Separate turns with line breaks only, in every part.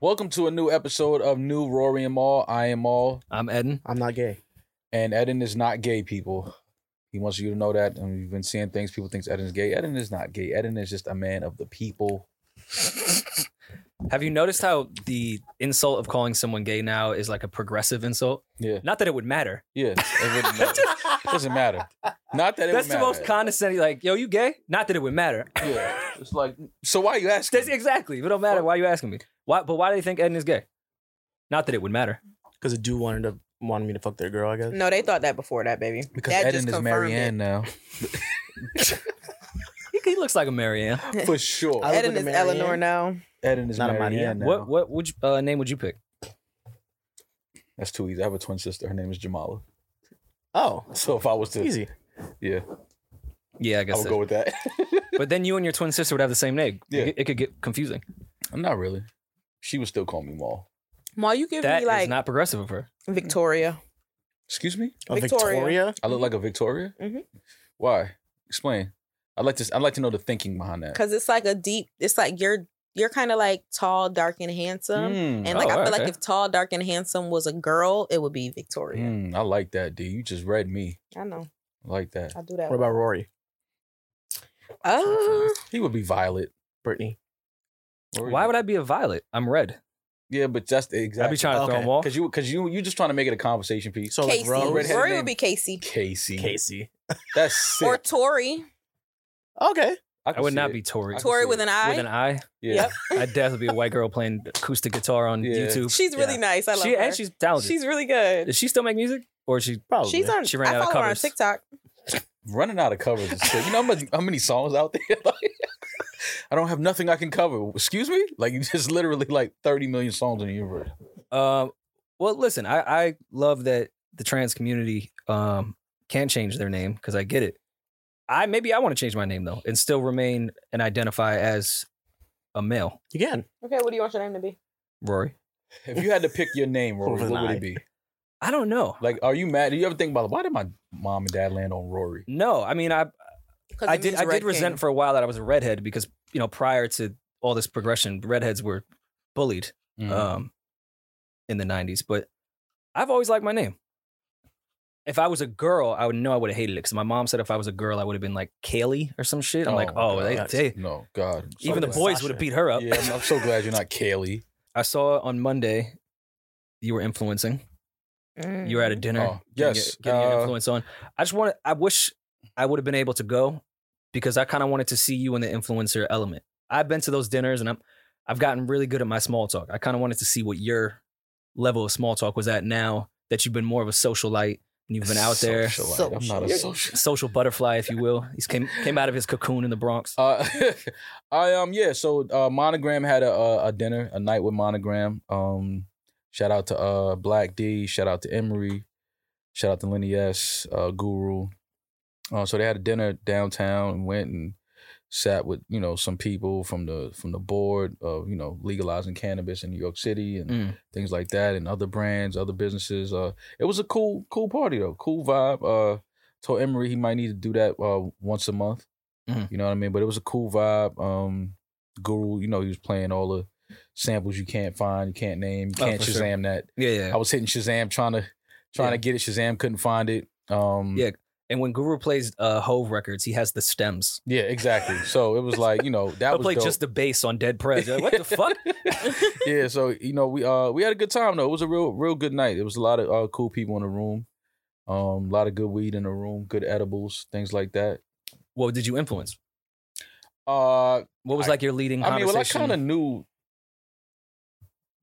Welcome to a new episode of New Rory and All. I am All,
I'm Eden.
I'm not gay.
and Eden is not gay, people. He wants you to know that. And we've been seeing things. People thinks Eden is gay. Eden is not gay. Eden is just a man of the people.
Have you noticed how the insult of calling someone gay now is like a progressive insult?
Yeah,
Not that it would matter.
yeah. It wouldn't matter. doesn't matter. Not that it
That's
would
the
matter.
most condescending. Like, yo, you gay? Not that it would matter.
Yeah, it's like so. Why you asking?
That's exactly. If it don't matter, why are you asking me? Why? But why do they think Eden is gay? Not that it would matter.
Because a dude wanted to wanted me to fuck their girl, I guess.
No, they thought that before that, baby.
because
that
Eden is Marianne now,
He, he looks like a Marianne.
for sure.
I look
Eden
like
is
a
Eleanor
Marianne.
now.
Eden is
Not a
Marianne
Marianne.
now.
What what would you, uh, name would you pick?
That's too easy. I have a twin sister. Her name is Jamala.
Oh,
So if I was to,
easy.
yeah,
Yeah, I
I
guess.
would
so.
go with that.
But then you and your twin sister would have the same name.
Yeah.
It, could- it could get confusing.
Not really. She would still call me Maul.
Ma, you give
That
me
is
like
not progressive of her.
Victoria.
Excuse me?
A
Victoria.
Oh, Victoria.
I look like a Victoria?
Mhm.
Why? Explain. I'd like to I'd like to know the thinking behind that.
Cause it's like a deep, it's like you're you're kind of like tall, dark, and handsome.
Mm,
And like
Oh,
I feel
okay.
like if tall, dark, and handsome was a girl, it would be Victoria.
mm, I like that, dude. You just read me.
I know.
I like that.
I do that.
What about Rory?
Oh,
Uh,
He would be Violet.
Brittany.
Why would I be a violet? I'm red.
Yeah, but that's
I'd be
exactly
trying to throw
Okay.
them all.
because you because you you just trying to make it a conversation piece.
So like
Casey.
Rose.
Redheaded
Rory
name.
would be Casey.
Casey,
Casey.
that's sick.
Or Tori.
Okay.
I would not be Tory.
I
With
can
Tori
see
with
it.
an eye.
an I,
Yeah,
I'd definitely be a white girl playing acoustic guitar on
Yeah.
YouTube.
She's really
Yeah.
nice. I love
she
her.
and she's talented.
she's really good.
Does she still make music? Or is she
Probably.
she's on.
She ran
I
out of
follow her on
covers.
TikTok.
running out of covers. And shit. You know how, much, how many songs out there? Like, I don't have nothing I can cover. Excuse me? Like you just literally like thirty million songs in the universe.
um well listen, I, I love that the trans community um can change their name because I get it. I maybe I want to change my name though and still remain and identify as a male,
You can.
Okay, what do you want your name to be?
Rory.
If you had to pick your name, Rory,
Over
what
an
would
eye.
it be?
I don't know.
Like, are you mad? Do you ever think about why did my mom and dad land on Rory?
No, I mean I
'Cause
I
it
did
means
I did
Red
resent
King.
for a while that I was a redhead because you know prior to all this progression, redheads were bullied
Mm-hmm.
um in the 90s, but I've always liked my name. If I was a girl, I would know I would have hated it because my mom said if I was a girl, I would have been like Kaylee or some shit. I'm like, oh, they,
God.
they-
Eh. no, God, I'm so
even the
glad.
boys would have beat her up.
Yeah, I'm, I'm so glad you're not Kaylee.
I saw on Monday you were influencing.
Mm.
You were at a dinner.
Oh,
getting
yes,
your- getting your
uh,
influence on. I just want. I wish I would have been able to go because I kind of wanted to see you in the influencer element. I've been to those dinners and I'm. I've gotten really good at my small talk. I kind of wanted to see what your level of small talk was at now that you've been more of a socialite and you've been out there,
Socialite. I'm not a
Socialite.
socialite.
social butterfly, if you will. He's came came out of his cocoon in the Bronx.
Uh, I um yeah. So uh, Monogram had a, a a dinner, a night with Monogram. Um, shout out to uh Black D. Shout out to Emery. Shout out to Lenny S. Uh, Guru. Uh, so they had a dinner downtown and went and sat with you know some people from the from the board of you know legalizing cannabis in New York City and
Mm.
things like that and other brands, other businesses. Uh, it was a cool cool party though, cool vibe. Uh, told Emery he might need to do that uh once a month.
Mhm.
You know what I mean? But it was a cool vibe. Um, Guru, you know, he was playing all the samples you can't find, you can't name, you
Oh,
can't
for sure.
Shazam that.
Yeah, yeah.
I was hitting Shazam trying to trying
Yeah.
to get it. Shazam couldn't find it. Um,
Yeah. And when Guru plays uh, Hove records, he has the stems.
yeah, exactly. So it was like you know that
He'll
was
play
dope.
just the bass on Dead Prez. You're like, what the fuck?
yeah, so you know we uh we had a good time though. It was a real real good night. It was a lot of uh, cool people in the room. Um, a lot of good weed in the room, good edibles, things like that.
What did you influence?
Uh,
What was
I-
like your leading
I mean, well, I
conversation?
kind of knew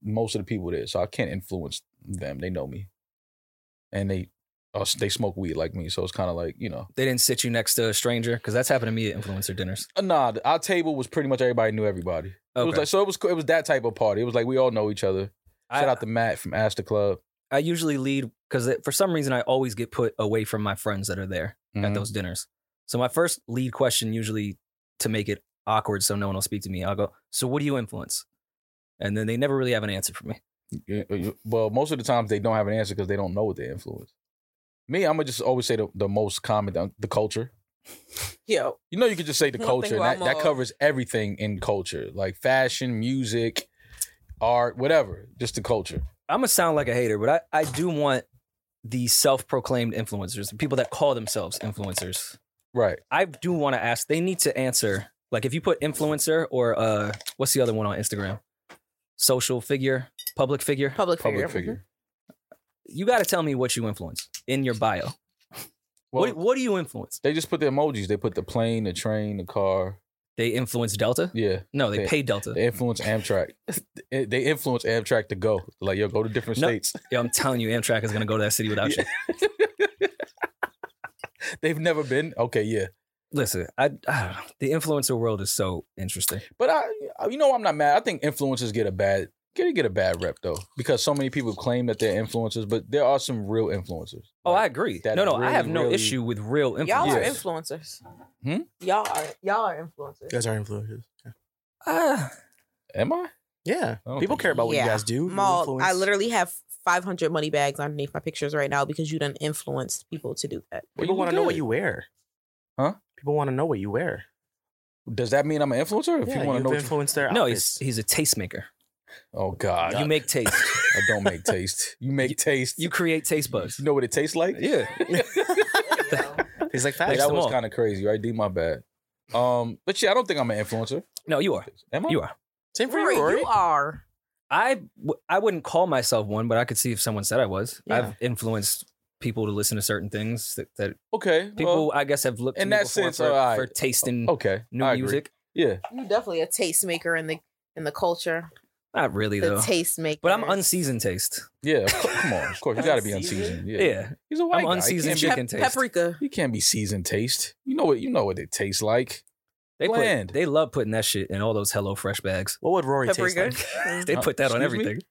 most of the people there, so I can't influence them. They know me, and they uh, they smoke weed like me, so it's kind of like you know.
they didn't sit you next to a stranger because that's happened to me at influencer dinners.
Uh, Nah, our table was pretty much everybody knew everybody. It was
Okay.
like so it was co- it was that type of party. It was like we all know each other. Shout
I,
out to Matt from Asta Club.
I usually lead because for some reason I always get put away from my friends that are there
Mhm.
at those dinners. So my first lead question usually to make it awkward so no one will speak to me. I'll go, "So what do you influence?" And then they never really have an answer for me.
Yeah, uh, you- well, most of the times they don't have an answer because they don't know what they influence. Me, I'm gonna just always say the, the most common the, the culture.
Yo,
You know, you could just say the
One thing
culture, and
about
that, that
mall.
covers everything in culture, like fashion, music, art, whatever, just the culture.
I'm gonna sound like a hater, but I, I do want the self-proclaimed influencers, the people that call themselves influencers.
Right.
I do want to ask. They need to answer. Like if you put influencer or uh, what's the other one on Instagram? Social figure, public figure.
Public figure.
Public figure.
You got to tell me what you influence in your bio.
Well,
what What do you influence?
they just put the emojis. They put the plane, the train, the car.
They influence Delta.
Yeah.
No, they
They-
pay Delta.
They influence Amtrak. they they influence Amtrak to go. Like, yo, go to different
No.
states.
Yo, I'm telling you, Amtrak is gonna go to that city without you.
They've never been. Okay, yeah.
Listen, I, I don't know. the influencer world is so interesting.
But I, I- you know, I'm not mad. I think influencers get a bad get get a bad rep though, because so many people claim that they're influencers, but there are some real influencers.
Oh, I
Like,
agree.
That
No, no, I have
really,
no
really-
issue with real influencers.
Y'all are
Yes.
influencers.
Hmm?
Y'all are y'all are influencers.
You guys are influencers.
Ah,
am I?
Yeah.
I don't
People
think-
care about what
Yeah.
you guys do. You
Maul,
influence-
I literally have 500 money bags underneath my pictures right now because you done influenced people to do that.
Well,
People
you
want to know what
good.
you wear.
Huh?
People want to know what you wear.
Does that mean I'm an influencer? If
yeah,
you
you
want to know, what you-
influence their
no, he's
outfits.
he's a tastemaker.
oh God,
You make taste.
I don't make taste. You make taste.
You create taste buds.
You know what it tastes like?
Yeah.
He's
Like,
like fashion.
that
them
was
all.
kind of crazy, right? D, my bad. Um, but yeah, I don't think I'm an influencer.
No, you are.
Am I?
You are.
Same for
Rory,
you, Rory.
you are.
I w- I wouldn't call myself one, but I could see if someone said I was.
Yeah.
I've influenced people to listen to certain things that, that
Okay.
people
well,
I guess have looked to
in
me
that
before
sense,
for,
alright.
for tasting
okay.
new
I agree.
music.
Yeah.
You definitely a tastemaker in the in the culture.
Not really
The
though.
tastemaker.
But I'm unseasoned taste.
Yeah. of course- Come on. Of course, you got to be
Unseasoned?
unseasoned.
Yeah.
Yeah. He's a white
I'm
guy. He
unseasoned
can't be-
chicken taste.
Paprika.
You can't be seasoned taste. You know what? You know what it tastes like.
They
Bland.
put, they love putting that shit in all those Hello Fresh bags.
What would Rory taste
Paprika. Mm-hmm.
like?
They
Uh,
put that on
excuse me? Oh.
everything.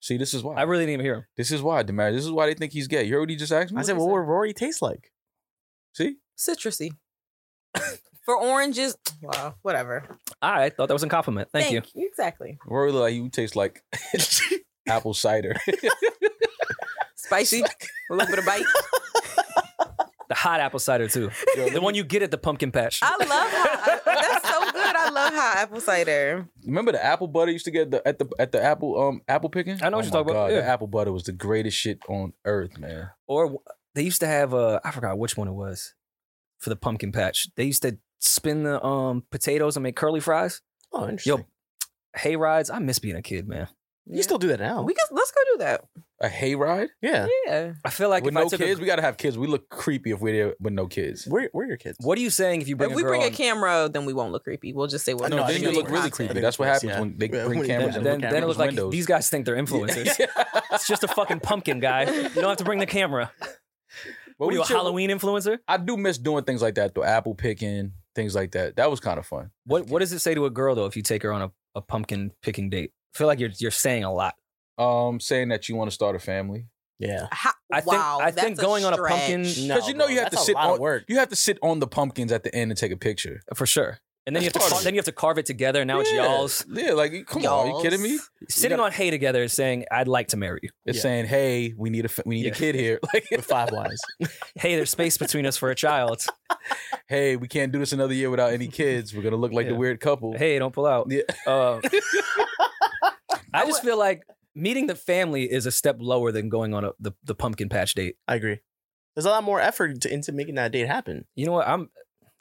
See, this is why.
I really didn't even hear him.
this is why, Demaris. This is why they think he's gay. You heard what he just asked me?
I said, what would Rory taste like?
See,
Citrusy. For oranges, wow, whatever.
I thought that was a compliment. Thank, you.
Exactly.
Rory, look like you taste like apple cider.
Spicy. a little bit of bite.
The hot apple cider too.
Yo,
The one you get at the pumpkin patch.
I love hot. That's so good. I love hot apple cider.
Remember the apple butter used to get the, at the at the apple um apple picking?
I know
Oh
what you're
my
talking about,
God, The
yeah.
apple butter was the greatest shit on earth, man.
or w- they used to have uh I forgot which one it was for the pumpkin patch. They used to spin the um potatoes and make curly fries.
Oh, interesting.
Hay rides. I miss being a kid, man.
You still do that now.
Oh, We can let's go do that.
A hayride
yeah.
Yeah.
I feel like
with
if I
no
took a-
kids. we gotta have kids. We look creepy if we're there with no kids.
We're, we're your kids.
what are you saying if you bring
if
a
we
girl
bring a
on-
camera, then we won't look creepy. We'll just say we're
No,
No,
I
then
think
you
it's
look really
content.
creepy.
I think
That's what
it's-
happens
yeah.
when they
Yeah,
bring
we-
cameras
yeah,
and
then,
look
then it
out
looks
people's
like
windows.
these guys think they're influencers. It's just a fucking pumpkin guy. You don't have to bring the camera.
But
what are
we
you, a
chill-
Halloween influencer?
I do miss doing things like that though. Apple picking, things like that. That was kind of fun.
What What does it say to a girl though if you take her on a, a pumpkin picking date? I feel like you're you're saying a lot.
Um, saying that you want to start a family.
Yeah.
Ho-
I think
wow,
I think
that's
going on a pumpkin
stretch.
Because you know you have to
that's a
sit
lot of
on-
work.
You have to sit on the pumpkins at the end and take a picture.
for sure. And then you have to
That's
car-
hard.
then you have to carve it together. And now it's
Yeah.
y'all's.
Yeah, like come on, are you
Y'all's.
kidding me?
Sitting on hay together is saying I'd like to marry you.
It's
Yeah.
saying, "Hey, we need a fa- we need
Yeah.
a kid here." Like,
With five wives.
hey, there's space between us for a child.
hey, we can't do this another year without any kids. We're gonna look like the
Yeah.
weird couple.
Hey, don't pull out.
Yeah.
Uh, I just feel like meeting the family is a step lower than going on a, the, the pumpkin patch date.
I agree. There's a lot more effort to, into making that date happen.
You know what? I'm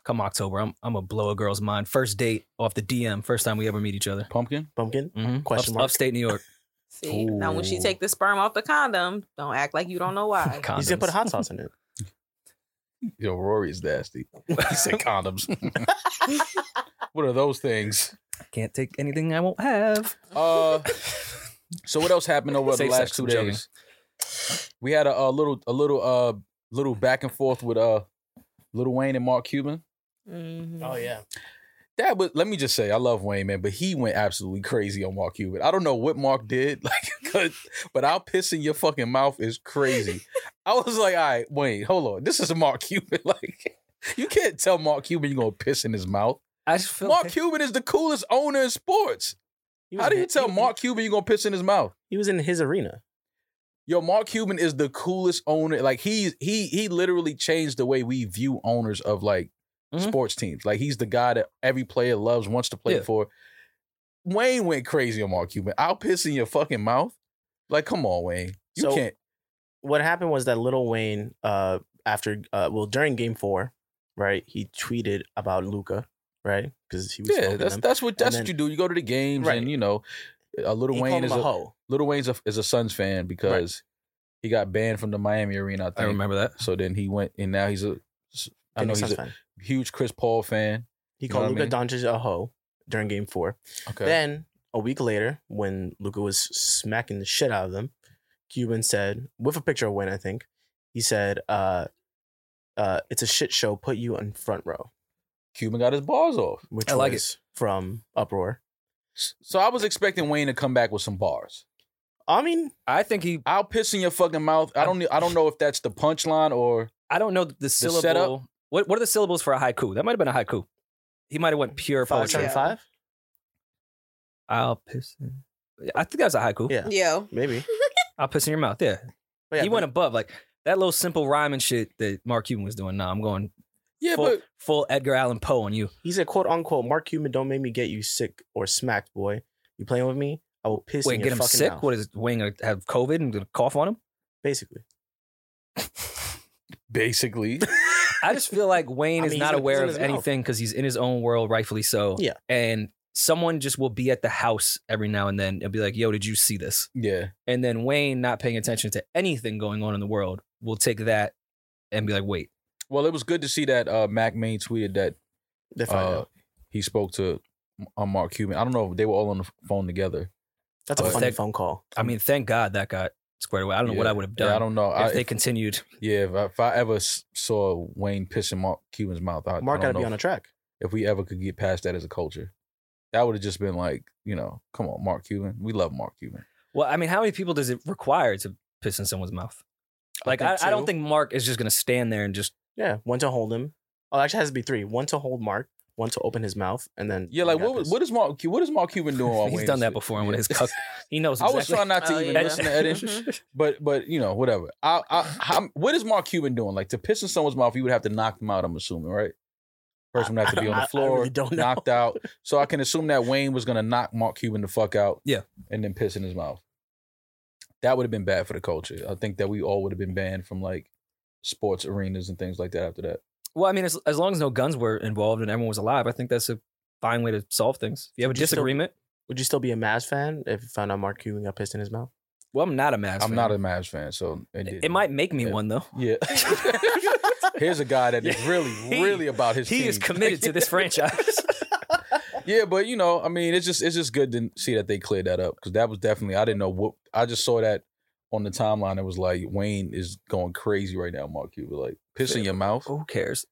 come October. I'm I'm a blow a girl's mind. First date off the DM. First time we ever meet each other.
Pumpkin.
Pumpkin.
Mhm.
Question
Ups-
mark.
Upstate New York.
See, now when she
Ooh.
take the sperm off the condom, don't act like you don't know why.
He's gonna put hot sauce in it.
Yo, Rory is nasty. He said condoms. what are those things?
Can't take anything I won't have.
Uh, so what else happened over the
Safe
last
sex,
two
I'm joking.
days? We had a, a little, a little, uh, little back and forth with uh, Little Wayne and Mark Cuban.
Mhm.
Oh, yeah.
That was let me just say, I love Wayne, man, but he went absolutely crazy on Mark Cuban. I don't know what Mark did, like, 'cause- but I'll piss in your fucking mouth is crazy. I was like, all right, Wayne, hold on. This is Mark Cuban. Like, you can't tell Mark Cuban you're gonna piss in his mouth.
I just feel
Mark Cuban is the coolest owner in sports. How do you tell Mark Cuban you're gonna piss in his mouth?
He was in his arena.
Yo, Mark Cuban is the coolest owner. Like he's he he literally changed the way we view owners of like
Mhm.
Mm-hmm. sports teams. Like he's the guy that every player loves, wants to play
Yeah.
for. Wayne went crazy on Mark Cuban. I'll piss in your fucking mouth. Like, come on, Wayne. You
So-
can't.
what happened was that Little Wayne, uh, after uh, well during Game Four, right? He tweeted about Luca, right? Because he was
Yeah,
smoking
that's
him.
that's what that's what
then-
you do. You go to the games
Right.
and you know, uh, Little
He called
Wayne
him
is
a,
a,
hoe.
Little Wayne's a, is a Suns fan because he got banned from the Miami arena. I think.
I remember that.
So then he went and now he's a. I know he's
Phoenix Suns
a
fan.
huge Chris Paul fan.
He
know
called
what I
Luca Doncic a hoe during Game Four.
Okay.
Then a week later, when Luca was smacking the shit out of them, Cuban said, with a picture of Wayne, I think, he said, uh, uh, "It's a shit show. Put you in front row,"
Cuban got his bars off.
which
I like it.
was from Uproar.
So I was expecting Wayne to come back with some bars.
I mean,
I think he.
I'll piss in your fucking mouth. I don't. I don't know if that's the punchline or
I don't know the, syllable.
setup?
What What are the syllables for a haiku? That might have been a haiku. He might have went pure
five
poetry.
seven
Yeah.
five,
I'll piss. In. I think that was a haiku.
Yeah.
Yo.
maybe.
I'll piss in your mouth. Yeah.
But yeah,
he
but-
went above like that little simple rhyming shit that Mark Cuban was doing. Nah, I'm going
yeah,
full,
but
full Edgar Allan Poe on you.
He said, "quote unquote," Mark Cuban, don't make me get you sick or smacked, boy. You playing with me? I will piss
Wait,
in
get
your
him
fucking
sick?
mouth.
What is it? Wayne gonna have COVID and gonna cough on him?
Basically,
basically,
I just feel like Wayne
I
is
mean,
not
he's in- he's
aware
in
of
his mouth.
anything because he's in his own world, rightfully so.
Yeah.
And someone just will be at the house every now and then and be like, yo, did you see this?
yeah,
And then Wayne, not paying attention to anything going on in the world, will take that and be like, wait,
Well, it was good to see that uh, Mac Main tweeted that
they find
uh,
out.
he spoke to uh, Mark Cuban. I don't know if they were all on the phone together.
That's a
but-
funny
Sick.
phone call.
I mean, thank God that got squared away. I don't know what
Yeah.
I would have
Yeah,
done
I don't know.
if
I,
they continued.
yeah, if I, if I ever s- saw Wayne pissing Mark Cuban's mouth, I, I
Mark gotta
don't
be
know
on a track.
if we ever could get past that as a culture. That would have just been like, you know, come on, Mark Cuban. We love Mark Cuban.
Well, I mean, how many people does it require to piss in someone's mouth? Like, I,
think
I don't
two.
think Mark is just going to stand there and just.
Yeah, one to hold him. Oh, actually, it has to be three. One to hold Mark, one to open his mouth, and then
Yeah, like what
Mark got
was-
pissed.
what is Mark Cu- what is Mark Cuban doing? while
He's
Wayne
done
is
that
sitting-
before and with
Yeah.
his cuck. He knows.
I
Exactly.
was trying not to
Oh,
even
yeah.
mention that in,
Mm-hmm.
but but you know whatever. I, I, how, what is Mark Cuban doing? Like to piss in someone's mouth, you would have to knock them out. I'm assuming, right? Person would have to be on
I- I-
the
I
floor,
really don't know.
knocked out. So I can assume that Wayne was gonna knock Mark Cuban the fuck out,
Yeah.
and then piss in his mouth. That would have been bad for the culture. I think that we all would have been banned from like sports arenas and things like that after that.
Well, I mean, as, as long as no guns were involved and everyone was alive, I think that's a fine way to solve things. If you have a
Would you still-
disagreement,
Would you still be a Mavs fan if you found out Mark Cuban got pissed in his mouth?
well, I'm not a Mavs.
I'm
fan.
not a Mavs fan, so it,
It,
didn't-
might make me
Yeah.
one though.
Yeah. Here's a guy that is
Yeah.
really,
He-
really about his.
He is
team.
committed to this franchise.
Yeah, but you know, I mean, it's just it's just good to see that they cleared that up because that was definitely I didn't know what I just saw that on the timeline. It was like Wayne is going crazy right now, Mark Cuban, like pissing your mouth,
Who cares?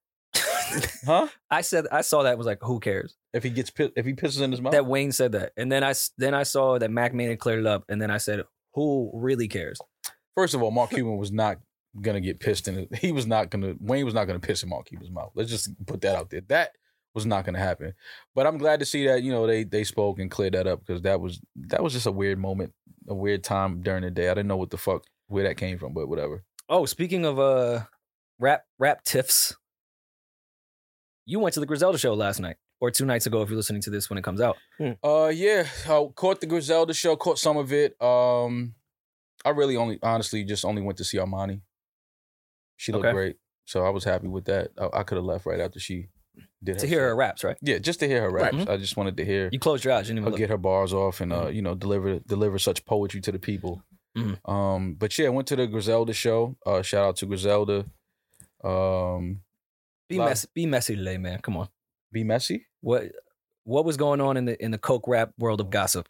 huh?
I said I saw that and was like, who cares?
If he gets pi- if he pisses in his mouth,
That Wayne said that, and then I s- then I saw that Mac Main had cleared it up, and then I said, who really cares?
first of all, Mark Cuban was not gonna get pissed in. It. He was not gonna Wayne was not gonna piss in Mark Cuban's mouth. Let's just put that out there. That was not gonna happen. But I'm glad to see that you know they they spoke and cleared that up because that was that was just a weird moment, a weird time during the day. I didn't know what the fuck where that came from, but whatever.
Oh, speaking of uh, rap rap tiffs, you went to the Griselda show last night or two nights ago. If you're listening to this when it comes out,
Uh, yeah, I caught the Griselda show, caught some of it. Um, I really only, honestly, just only went to see Armani. She looked
Okay.
great, so I was happy with that. I, I could have left right after she did
to hear her
shit.
raps, right?
Yeah, just to hear her
Right.
raps. I just wanted to hear
Mm-hmm. You closed your eyes. You didn't
her
even look. Mm-hmm.
get her bars off and uh, you know deliver deliver such poetry to the people.
Mhm.
Um, but yeah, I went to the Griselda show. Uh, shout out to Griselda. Um,
Be
Love.
messy, be messy today, man. Come on.
be messy.
What what was going on in the in the coke rap world of gossip?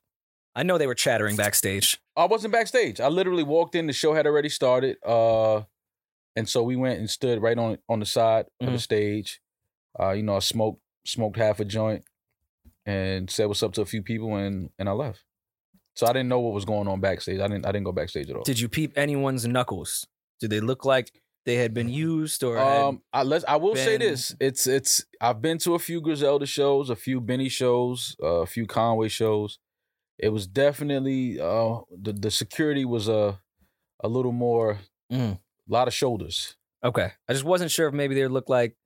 I know they were chattering backstage.
I wasn't backstage. I literally walked in. The show had already started, uh, and so we went and stood right on on the side of the
Mhm.
stage. Uh, you know, I smoked smoked half a joint and said what's up to a few people, and and I left. So I didn't know what was going on backstage. I didn't I didn't go backstage at all.
Did you peep anyone's knuckles? Did they look like they had been used or had-
Um, I let's, I will say
been-
this: it's it's I've been to a few Griselda shows, a few Benny shows, uh, a few Conway shows. It was definitely uh the the security was a a little more, a
Mm.
lot of shoulders.
okay? I just wasn't sure if maybe they looked like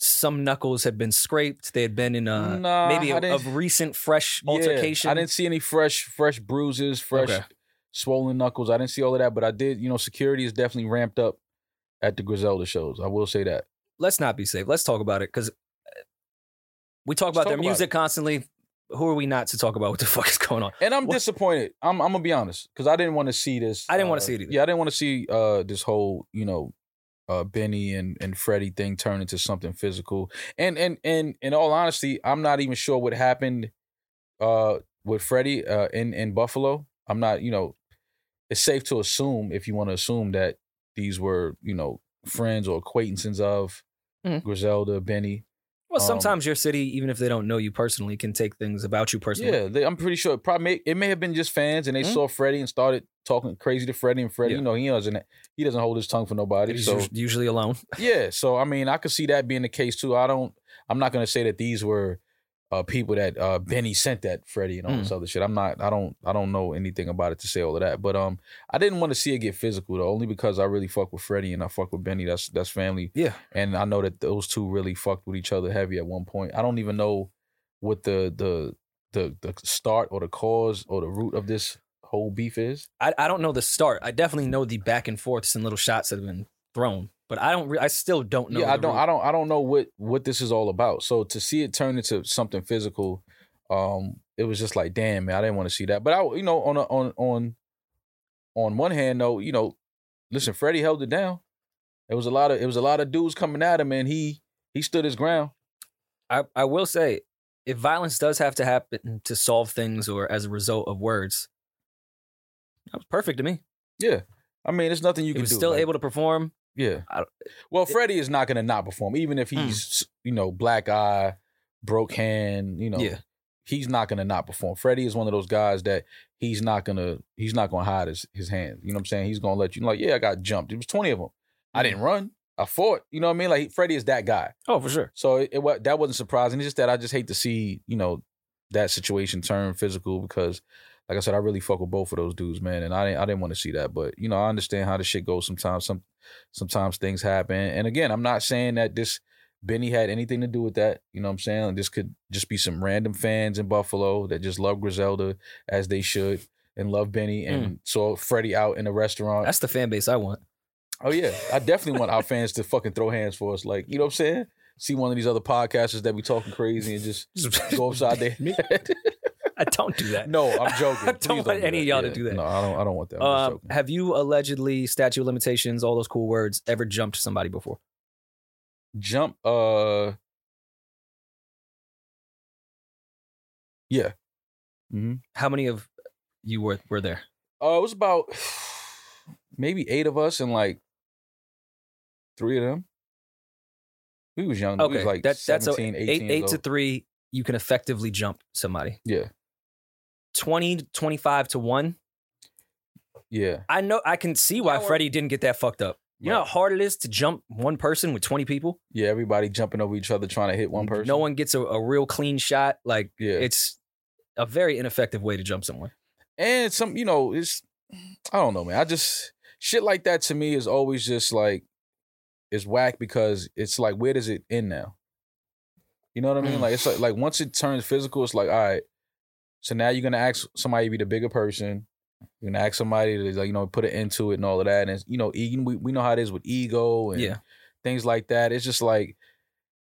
some knuckles had been scraped. They had been in a
Nah,
Uh, maybe
I
a,
didn't-
of recent fresh
Yeah,
altercation.
I didn't see any fresh fresh bruises, fresh
Okay.
swollen knuckles. I didn't see all of that, but I did. You know, security is definitely ramped up at the Griselda shows. I will say that.
Let's not be safe. Let's talk about it because we talk
Let's
about
talk
their
about
music constantly. Who are we not to talk about what the fuck is going on?
And I'm
What-
disappointed. I'm, I'm gonna be honest because I didn't want to see this.
I didn't wanna
uh,
see it either.
Yeah, I didn't want to see uh, this whole you know uh, Benny and and Freddie thing turn into something physical. And and and in all honesty, I'm not even sure what happened uh, with Freddie uh, in in Buffalo. I'm not. You know, it's safe to assume if you want to assume that these were you know friends or acquaintances of
Mhm.
Griselda, Benny.
Well,
Um,
sometimes your city, even if they don't know you personally, can take things about you personally.
Yeah, they, I'm pretty sure. It probably it may have been just fans, and they
Mhm.
saw Freddie and started talking crazy to Freddie, and Freddie,
Yeah.
you know, he doesn't he doesn't hold his tongue for nobody.
He's
So
us- usually alone.
yeah, so I mean, I could see that being the case too. I don't. I'm not gonna say that these were uh, people that uh, Benny sent that Freddie and all
Hmm.
this other shit. I'm not. I don't. I don't know anything about it to say all of that. But um, I didn't want to see it get physical though, only because I really fuck with Freddie and I fuck with Benny. That's that's family.
Yeah.
And I know that those two really fucked with each other heavy at one point. I don't even know what the the the the start or the cause or the root of this whole beef is.
I, I don't know the start. I definitely know the back and forths and little shots that have been thrown, but I don't. Re- I still don't know.
yeah, I
the
don't
root.
I don't I don't know what what this is all about. So to see it turn into something physical, um, it was just like, damn, man, I didn't want to see that. But I you know, on a, on on on one hand though, you know, listen, Freddie held it down. It was a lot of it was a lot of dudes coming at him and he he stood his ground.
I, I will say, if violence does have to happen to solve things or as a result of words, that was perfect to me.
Yeah. I mean, there's nothing you
He
can
was
do.
still
Like,
able to perform.
Yeah.
I-
well,
it- Mm.
Freddie is not going to not perform, even if he's you know black eye, broke hand. You know,
Yeah.
he's not going to not perform. Freddie is one of those guys that he's not gonna he's not gonna hide his his hand. You know what I'm saying? He's gonna let you know, like, yeah, I got jumped. It was 20 of them.
Mm.
I didn't run. I fought. You know what I mean? Like Freddie is that guy.
Oh, for sure.
So it, it wa- that wasn't surprising. It's just that I just hate to see you know that situation turn physical because, like I said, I really fuck with both of those dudes, man, and I didn't I didn't want to see that. But you know, I understand how the shit goes sometimes. Some sometimes things happen, and again, I'm not saying that this Benny had anything to do with that. You know what I'm saying? This could just be some random fans in Buffalo that just love Griselda as they should. And love Benny and saw Freddie out in a restaurant.
Hmm. That's the fan base I want.
Oh yeah, I definitely want our fans to fucking throw hands for us. Like you know what I'm saying? See one of these other podcasters that be talking crazy and just go upside their head.
I don't do that.
no, I'm joking.
I don't
Please
want
do
any of y'all to do that.
No, I don't. I don't want that. I'm just
Uh,
joking.
have you allegedly statute of limitations, all those cool words, ever jumped somebody before?
Jump. Uh. Yeah. hmm
How many of you were were there?
Uh, it was about maybe eight of us and like three of them. We was young. We
Okay,
was like
that- that's a-
17, 18
Eight
years
eight to
old.
three, you can effectively jump somebody.
Yeah.
20, 25 to one.
Yeah.
I know I can see why
Howard-
Freddie didn't get that fucked up. You know how
Right.
hard it is to jump one person with 20 people?
Yeah. Everybody jumping over each other trying to hit one person.
No one gets a, a real clean shot. Like
Yeah.
it's a very ineffective way to jump someone.
and some you know it's i don't know man i just shit like that to me is always just like it's whack because it's like where does it end now you know what i mean
Mm.
like it's like, like once it turns physical it's like all right so now you're gonna ask somebody to be the bigger person you're gonna ask somebody to like you know put an end to it and all of that and it's, you know even we, we know how it is with ego and
Yeah.
things like that it's just like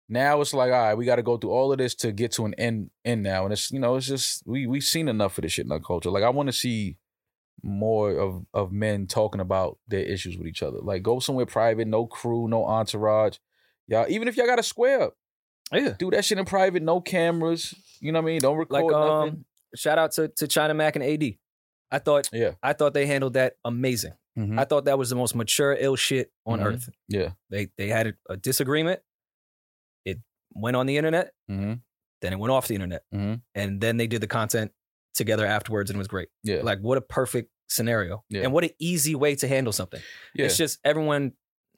now it's like all right we got to go through all of this to get to an end end now and it's you know it's just we we've seen enough of this shit in our culture like i want to see more of of men talking about their issues with each other like go somewhere private no crew no entourage y'all even if y'all got a square up
Yeah.
do that shit in private no cameras you know what i mean don't record
Like
nothing
um shout out to, to China Mac and AD. I thought
yeah
I thought they handled that amazing.
Mhm.
I thought that was the most mature ill shit on
Mhm.
earth.
yeah
They they had a, a disagreement. It went on the internet,
hmm
then it went off the internet.
Mhm.
And then they did the content together afterwards and it was great.
yeah
Like what a perfect scenario.
Yeah.
And what an easy way to handle something.
yeah
It's just everyone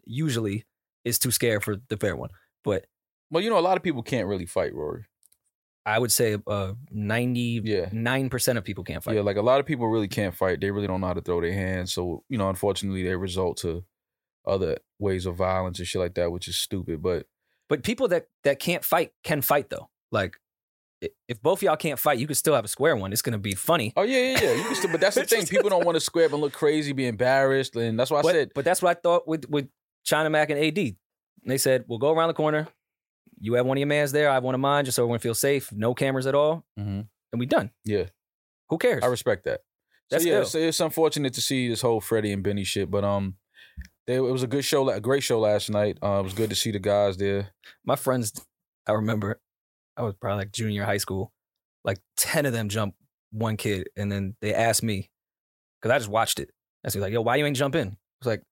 usually is too scared for the fair one. But
well you know a lot of people can't really fight rory
I would say uh, 99%
yeah
of people can't fight.
Yeah, like a lot of people really can't fight. They really don't know how to throw their hands. So, you know, unfortunately, they result to other ways of violence and shit like that, which is stupid. But
But people that that can't fight can fight though. Like i- if both y'all can't fight, you could still have a square one. It's gonna be funny.
Oh yeah, yeah, yeah. You can still, but that's the thing. People don't want to square up and look crazy, be embarrassed, and that's why I
But-
said
but that's what I thought with with China Mac and AD. And They said, "We'll go around the corner. You have one of your mans there. I have one of mine, just so everyone feels safe. No cameras at all,
Mhm.
and we done.
Yeah.
Who cares?
I respect that.
That's
so yeah,
ill.
so it's unfortunate to see this whole Freddie and Benny shit, but um, they, it was a good show, a great show last night. Uh, it was good to see the guys there.
my friends, I remember I was probably like junior high school, like 10 of them jumped one kid. And then they asked me, because I just watched it. I was like, yo, why you ain't jump in? I was like,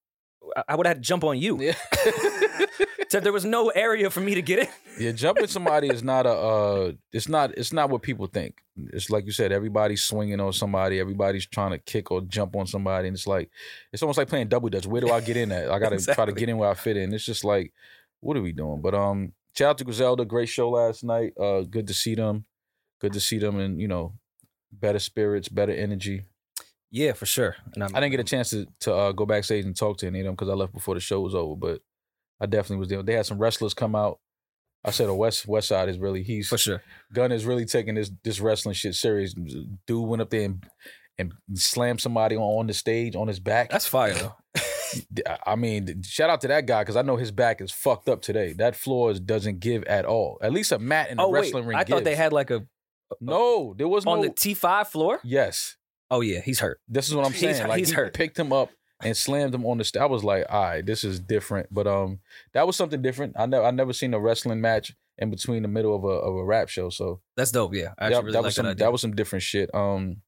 I- I would have had to jump on you.
Yeah,
Except there was no area for me to get in.
yeah. Jumping somebody is not a. Uh, it's not. It's not what people think. It's like you said. Everybody's swinging on somebody. Everybody's trying to kick or jump on somebody, and it's like it's almost like playing double dutch. Where do I get in at? I gotta try to
Exactly.
get in where I fit in. It's just like, what are we doing? But um, shout out to Griselda. Great show last night. Uh, good to see them. Good to see them, and you know, better spirits, better energy.
Yeah, for sure. And I'm,
I didn't get a chance to to uh, go backstage and talk to any of them because I left before the show was over. But I definitely was there. They had some wrestlers come out. I said, "Oh, West West Side is really he's
For sure.
Gunn is really taking this this wrestling shit serious." Dude went up there and and slammed somebody on, on the stage on his back.
That's fire, though.
I- I mean, shout out to that guy because I know his back is fucked up today. That floor is- doesn't give at all. At least a mat in a
oh, wait.
wrestling ring.
I thought they
gives.
had like a.
no. There was
On
no.
the T5 floor?
yes.
Oh, yeah, he's hurt.
This is what I'm
He's
saying.
hurt-
like
he's
he
hurt.
picked him up and slammed him on the. St- I was like, all right, this is different. But um, that was something different. I never, I never seen a wrestling match in between the middle of a of a rap show. So
That's dope. Yeah. I actually
that,
really
that
like
was some
that
that,
idea.
was some different shit. Um,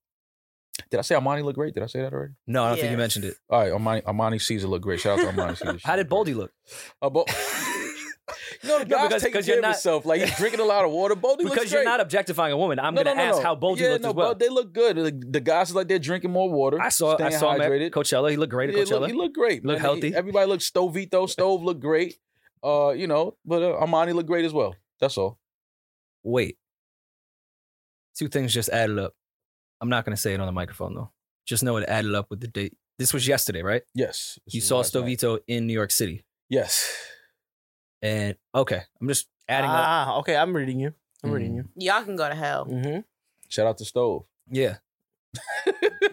did I say Amani looked great? Did I say that already?
no, I don't think
Yeah.
you mentioned it.
All right, Amani, Amani Caesar looked great. Shout out to Amani Caesar.
How did Boldy look?
Uh, Bo- you know, the
No,
guy's
because-
taking
because
care
you're
of
not-
himself. Like he's drinking a lot of water. Boldy looks
Because you're
great.
not objectifying a woman, I'm
No,
going to
no, no,
ask
no.
how Boldy
yeah,
looked
no,
as well.
Bo- they look good. The, the guys is like they're drinking more water.
I saw I
staying
saw him at
hydrated.
Coachella. He looked great at
Yeah, look-
Coachella.
he looked great.
Looked
man. He-
healthy.
everybody looked Stovito. Stove looked great. Uh, you know, but uh, Armani looked great as well. That's all.
Wait, two things just added up. I'm not gonna say it on the microphone though. Just know it added up with the date. This was yesterday, right?
Yes. This
you
was
saw
last night.
Stovito in New York City,
Yes.
and okay, I'm just adding up.
ah, okay. I'm reading you. I'm reading you.
Y'all can go to hell.
hmm
Shout out to Stove.
Yeah,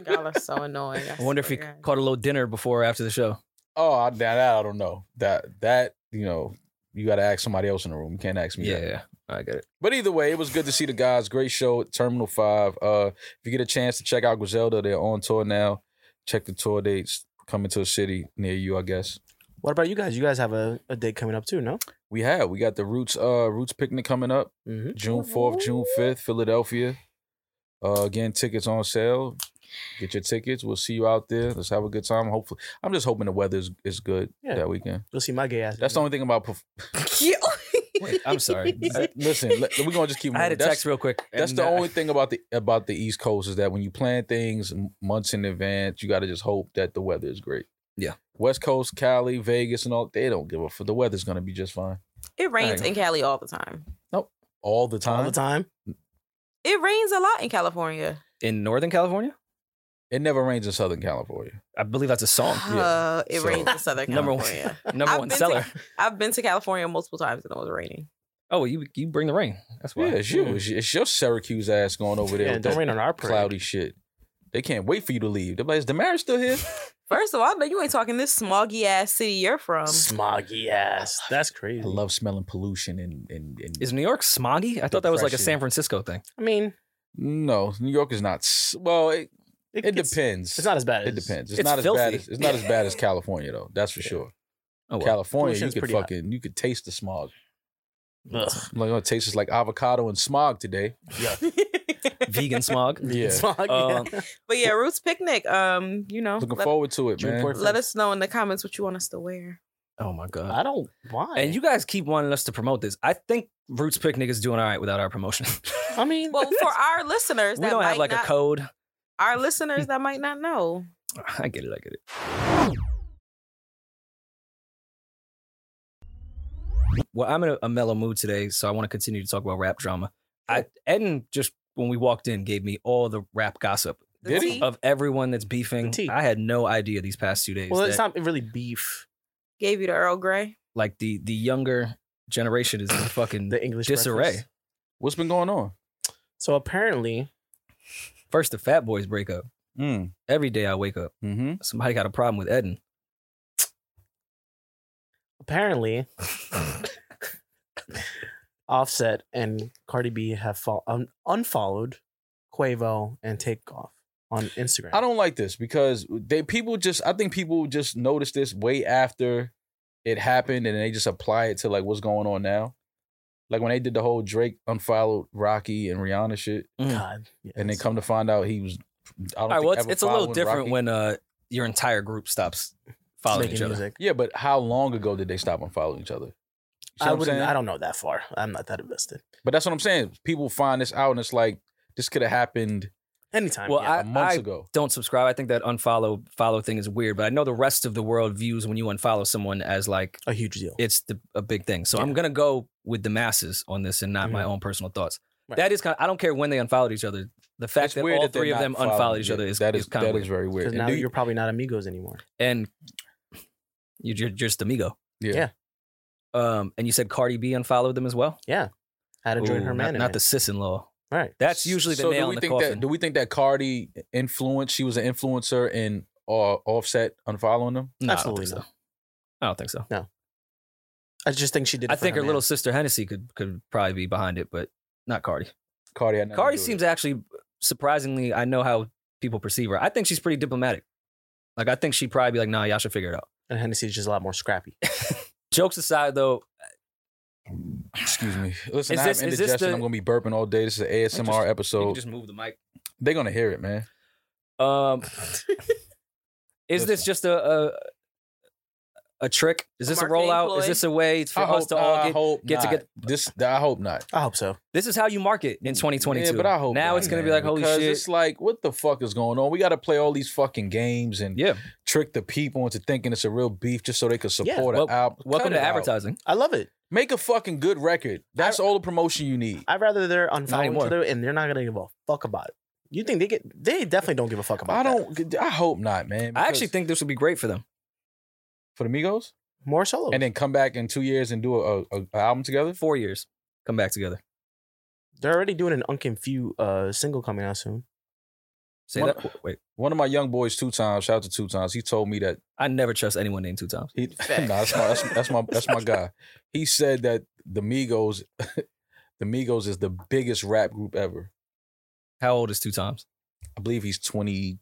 Y'all are so annoying.
I wonder if he
swear to God.
caught a little dinner before or after the show.
Oh, I, that, that I don't know. That that you know, you got to ask somebody else in the room. You can't ask me.
Yeah,
That.
yeah, I get it.
But either way, it was good to see the guys. Great show at Terminal Five. Uh, if you get a chance to check out Griselda, they're on tour now. Check the tour dates coming to a city near you, I guess.
What about you guys? You guys have a, a date coming up too, no?
We have. We got the Roots uh Roots picnic coming up
Mm-hmm.
June fourth, June fifth, Philadelphia. Uh, again, tickets on sale. Get your tickets. We'll see you out there. Let's have a good time. Hopefully, I'm just hoping the weather is, is good
Yeah.
that weekend.
You'll see my gay ass.
That's the only thing about. Perf-
Wait, I'm sorry.
I- listen, let- we're gonna just keep.
I had a
moving. That's-
text real quick.
That's
and,
the
uh,
only thing about the about the East Coast is that when you plan things m- months in advance, you got to just hope that the weather is great.
Yeah.
West Coast, Cali, Vegas, and all they don't give a fuck. The weather's gonna be just fine
It rains
Dang.
in Cali all the time.
all the time.
all the time.
It rains a lot in California.
in Northern California.
It never rains in Southern California.
I believe that's a song.
Uh, it
So-
rains in Southern
Number one.
California.
Number
I've
one
been
seller.
I've been to California multiple times and it was raining.
Oh, you you bring the rain. That's why.
Yeah, it's you. It's, it's your Syracuse ass going over there
Yeah,
with
don't
that
rain on our parade.
cloudy shit. They can't wait for you to leave. They're like, is Damaris still here?
First of all, I know you ain't talking this smoggy ass city you're
Um,
from.
Smoggy ass. That's crazy.
I love smelling pollution and and, and
Is New York smoggy? I thought that was like a
Depression.
San Francisco thing.
I mean,
no. New York is not. s- Well, it,
it,
it
gets-
depends.
It's not as bad.
It
as-
depends. It's,
It's
not as bad
filthy.
as it's not as bad as California though. That's for
Yeah.
sure.
Oh, well.
California, you
Pollution's
could
pretty hot.
fucking you could taste the smog.
Ugh.
Like oh, it tastes like avocado and smog today.
vegan smog.
Yeah. Um,
Smog,
Uh,
yeah.
But yeah, Roots Picnic. Um, you know,
Looking
let,
forward to it,
Oh, June
man.
4th.
let us know in the comments what you want us to wear.
Oh my god.
I don't. Why?
And you guys keep wanting us to promote this. I think Roots Picnic is doing all right without our promotion.
I mean,
Well, for our listeners
we
that
don't
might
have like
not,
a code.
our listeners that might not know.
I get it. I get it. Well, I'm in a, a mellow mood today, so I want to continue to talk about rap drama. I Eden just when we walked in gave me all the rap gossip
The
Did he?
tea
of everyone that's
The
beefing.
tea.
I had no idea these past two days.
well, it's
that,
not really beef.
gave you the Earl Grey.
like the the younger generation is in fucking
The English
disarray.
breakfast.
What's been going on?
So apparently,
First, the Fat Boys break up.
Mm.
Every day I wake up,
Mm-hmm.
somebody got a problem with Eden.
apparently, Offset and Cardi B have fo- un- unfollowed Quavo and Takeoff on Instagram.
I don't like this because they people just I think people just notice this way after it happened and they just apply it to like what's going on now. Like when they did the whole Drake unfollowed Rocky and Rihanna shit,
God,
Hmm. and they
yes.
come to find out he was. I don't
All right,
think
well, it's,
ever
it's a little
following
different
Rocky.
when uh, your entire group stops following
Making
each other.
music.
Yeah, but how long ago did they stop unfollowing each other? You see what
I
I'm
wouldn't.
saying?
I don't know that far. I'm not that invested.
But that's what I'm saying. People find this out and it's like this could have happened
Anytime.
Well,
yeah.
a
I,
months
I
ago.
don't subscribe. I think that unfollow follow thing is weird, but I know the rest of the world views when you unfollow someone as like
a huge deal.
it's the, a big thing. So I'm
Yeah.
gonna go with the masses on this and not my
Mm-hmm.
own personal thoughts.
Right.
That is kind. Of, I don't care when they unfollowed each other. The fact
It's
that
weird
all
they're
three of
not
them
following.
unfollowed each
Yeah,
other is
that is
kind
that
of
is
weird.
very weird.
because
And
now
do you-
you're probably not amigos anymore.
And you- you're just amigo.
Yeah.
Yeah.
Um, and you said Cardi B unfollowed them as well.
How to join
Ooh,
her
not,
man?
not the sis-in-law.
right.
That's usually the
so do
nail
we
in the
think
coffin.
That, do we think that Cardi influenced? She was an influencer in uh, Offset unfollowing them.
No, I
Absolutely
don't think
not.
so. I don't think so.
I just think she did. It
I
for
think her
man.
little sister Hennessy could could probably be behind it, but not Cardi.
Cardi, had nothing to
Cardi
do with
seems
it.
actually surprisingly. I know how people perceive her. I think she's pretty diplomatic. Like I think she'd probably be like, "Nah, y'all should figure it out."
and Hennessy's just a lot more scrappy.
Jokes aside, though,
Excuse me. Listen,
Is
I
this-
have
is this
indigestion.
the-
I'm gonna be burping all day. This is an ASMR
Just- you
episode.
can just move the mic.
They're gonna hear it, man.
Um, is this
Listen.
just a, a a trick? Is this a,
marketing
rollout?
ploy?
Is this a way for us to all
I
get?
hope
get
not.
to get-
this. I hope not.
I hope so.
This is how you market in 2022.
Yeah, but I hope
now
not,
it's gonna be
man,
like, holy
because
shit.
It's like, what the fuck is going on? We got to play all these fucking games and
Yeah,
trick the people into thinking it's a real beef just so they could
Yeah,
support
wel-
an album.
welcome
Cut
to
it out.
advertising.
I love it.
Make a fucking good record. That's all the promotion you need.
I'd rather they're unfollowing each
anymore.
other and they're not gonna give a fuck about it. You think they get? They definitely don't give a fuck about.
I
that.
don't. I hope not, man.
I actually
because-
think this would be great for them.
for the Migos,
more solo.
and then come back in two years and do a, a, a album together.
Four years, come back together.
they're already doing an unconfused uh, single coming out soon.
Say
One-
that. Wait,
One of my young boys, two times, shout out to two times. He told me that
I never trust anyone named two times.
he. nah, that's my that's, that's my that's my guy. He said that the Migos, the Migos is the biggest rap group ever.
How old is two times?
I believe he's 22,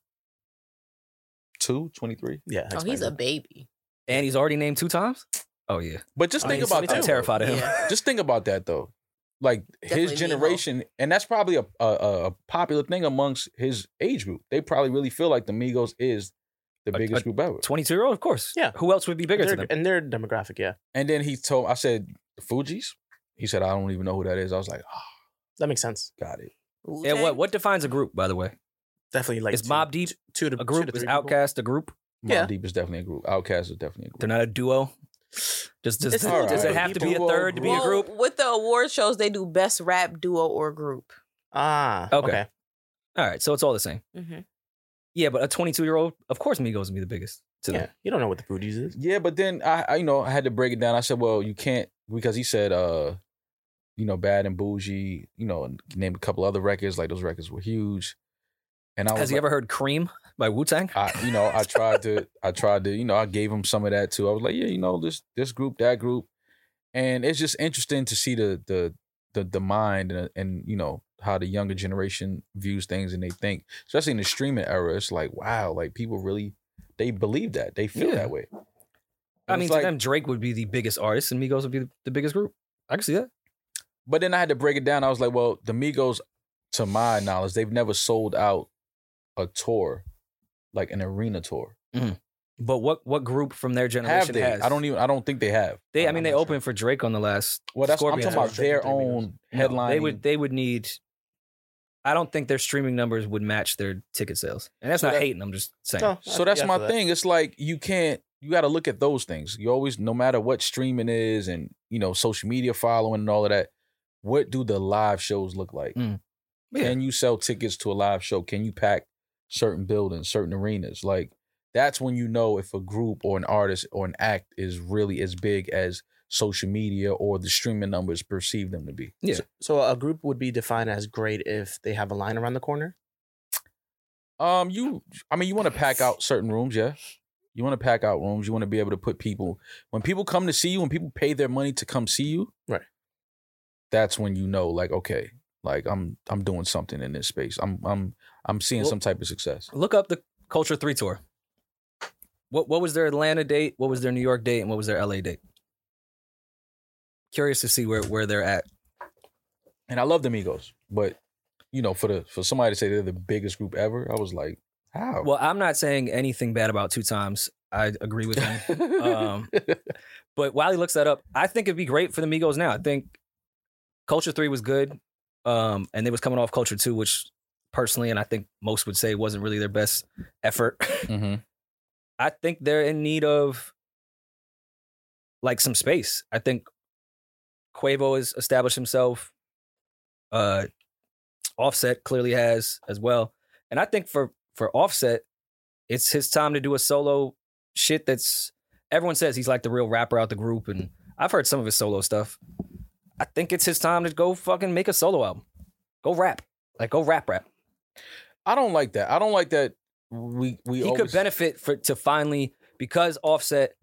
23.
Yeah.
Oh, he's a
expensive.
baby.
And he's already named two times. Oh yeah,
But just
I
think
mean,
about
I'm
that.
22.
though.
terrified of him.
Yeah.
Just think about that though. Like
Definitely
his
Migos.
generation, and that's probably a, a a popular thing amongst his age group. They probably really feel like the Migos is the
A-
biggest
a-
group ever.
Twenty two year old, of course.
Yeah.
Who else would be bigger to
They're-
them?
and their demographic. Yeah,
And then he told I said the Fugees. He said I don't even know who that is. I was like, oh,
that makes sense.
got it.
And
Wu-Tang?
what what defines a group, by the way?
Definitely like
Is
two-
Mob Deep
two to
a
two
group?
to
Is
three people.
Outcast a group?
Mobb
Yeah.
Deep is definitely a group. Outkast is definitely a
They're
group.
not a duo. Does does,
It's
does,
still
it
different
have to be a
people.
third to be a
Well,
group?
With the award shows, they do best rap duo or group.
Ah.
Okay.
Okay.
All right, so it's all the same.
Mm-hmm.
Yeah, but a 22 year old, of course, Migos would be the biggest to
Yeah.
them.
You don't know what the booties is.
Yeah, but then I, I, you know, I had to break it down. I said, well, you can't because he said, uh, you know, bad and bougie. You know, and named a couple other records. Like those records were huge. And I was
Has you
like-
ever heard "Cream" by Wu Tang?
I, you know, I tried to, I tried to, you know, I gave him some of that too. I was like, yeah, you know, this this group, that group, and it's just interesting to see the the the the mind and, and you know how the younger generation views things and they think, especially in the streaming era. It's like wow, like people really they believe that they feel
Yeah.
that way. And
I
it's
mean,
like-
to them, Drake would be the biggest artist, and Migos would be the, the biggest group. I can see that.
but then I had to break it down. I was like, well, the Migos, to my knowledge, they've never sold out a tour, like an arena tour.
But what what group from their generation
Have they?
has?
I don't even. I don't think they have.
They, I
I'm
mean, they
not sure.
opened for Drake on the last.
Well, that's
Scorpions
I'm talking
were
about their
restricted to
own
No,
headline.
They would they would need. I don't think their streaming numbers would match their ticket sales, and that's
So
not
that-
hating. I'm just saying.
No, I
so
feel
that's
you
my
for that.
thing. It's like you can't. You got to look at those things. You always, no matter what streaming is, and you know, social media following and all of that. What do the live shows look like?
Mm. Yeah.
Can you sell tickets to a live show? Can you pack certain buildings, certain arenas? Like that's when you know if a group or an artist or an act is really as big as social media or the streaming numbers perceive them to be.
Yeah.
So a group would be defined as great if they have a line around the corner.
Um, you, I mean, you want to pack out certain rooms, yeah. You want to pack out rooms. You want to be able to put people when people come to see you, when people pay their money to come see you,
Right.
That's when you know, like, okay, like I'm, I'm doing something in this space. I'm, I'm, I'm seeing
Well-
some type of success.
Look up the Culture Three tour. What what was their Atlanta date? What was their New York date? And what was their LA date? Curious to see where where they're at.
And I love the Migos, but you know, for the for somebody to say they're the biggest group ever, I was like, how?
Well, I'm not saying anything bad about Two Times. I agree with him. um, But while he looks that up, I think it'd be great for the Migos now. I think Culture Three was good, um, and they was coming off Culture Two, which personally, and I think most would say, wasn't really their best effort.
Mhm.
I think they're in need of like some space. I think Quavo has established himself. Uh, Offset clearly has as well, and I think for for Offset, it's his time to do a solo shit. That's everyone says he's like the real rapper out the group, and I've heard some of his solo stuff. I think it's his time to go fucking make a solo album. Go rap, like go rap, rap.
I don't like that. I don't like that. We we
he could
always-
benefit for to finally because Offset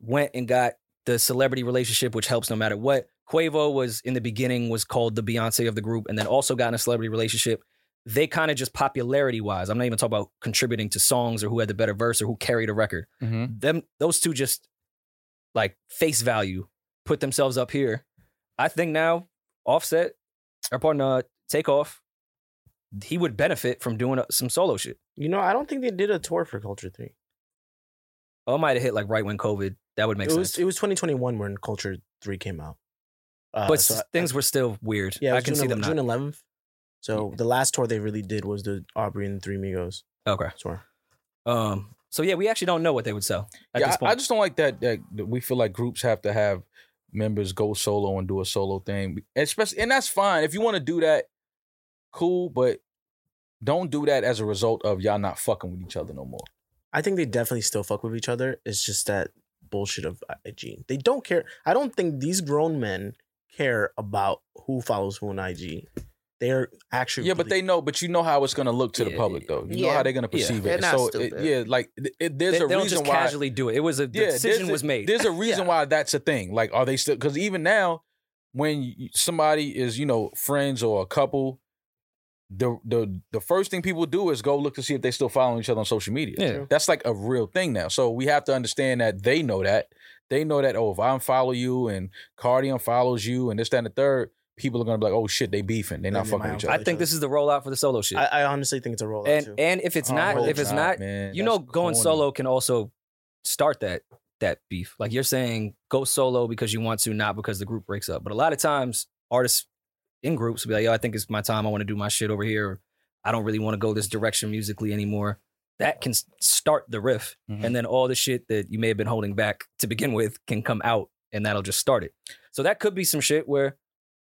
went and got the celebrity relationship, which helps no matter what. Quavo was in the beginning was called the Beyonce of the group, and then also got in a celebrity relationship. They kind of just popularity wise. I'm not even talking about contributing to songs or who had the better verse or who carried a record.
Mhm.
Them those two just like face value put themselves up here. I think now Offset or pardon uh, Takeoff, he would benefit from doing uh, some solo shit.
You know, I don't think they did a tour for Culture Three.
Oh, it might have hit like right when COVID. That would make
it
sense.
was it was 2021 when Culture Three came out. Uh,
but
so I-
s- things were still weird.
yeah, it
I
was
can
June
see
el-
them
June
not.
11th. So the last tour they really did was the Aubrey and Three Migos
Okay.
tour.
Um. So yeah, we actually don't know what they would sell at
yeah,
this
I-
point.
I, just don't like that, that that we feel like groups have to have members go solo and do a solo thing. Especially and that's fine. If you want to do that, cool, but don't do that as a result of y'all not fucking with each other no more.
I think they definitely still fuck with each other. It's just that bullshit of IG. They don't care. I don't think these grown men care about who follows who on IG. They're actually
Yeah, but
really-
they know, but you know how it's gonna look to the
Yeah,
public though. You know
yeah.
how they're gonna
Yeah.
perceive
They're
it.
not
So it,
stupid.
yeah, like th- it, there's
they,
a
they don't
reason
just
why
casually do it. It was a the
Yeah, there's
decision
a-
was made.
there's a reason why that's a thing. Like, are they still? Because even now, when you- somebody is, you know, friends or a couple, the the the first thing people do is go look to see if they still following each other on social media.
Yeah.
That's like a real thing now. So we have to understand that they know that. They know that. Oh, if I unfollow you and Cardi unfollows you and this, that, and the third, people are gonna be like, oh shit, they beefing. They not
They
fucking
might
with each
unfollow
other.
I think this is the rollout for the solo shit.
I, I honestly think it's a rollout
and
too.
and if it's
Oh, I
not,
hope
if it's not,
man.
you
That's
know, going
corny.
solo can also start that that beef. Like you're saying, go solo because you want to, not because the group breaks up. But a lot of times, artists in groups will be like, "Yo, I think it's my time. I want to do my shit over here. Or, I don't really want to go this direction musically anymore." That can s- start the riff,
Mhm.
and then all the shit that you may have been holding back to begin with can come out, and that'll just start it. So that could be some shit where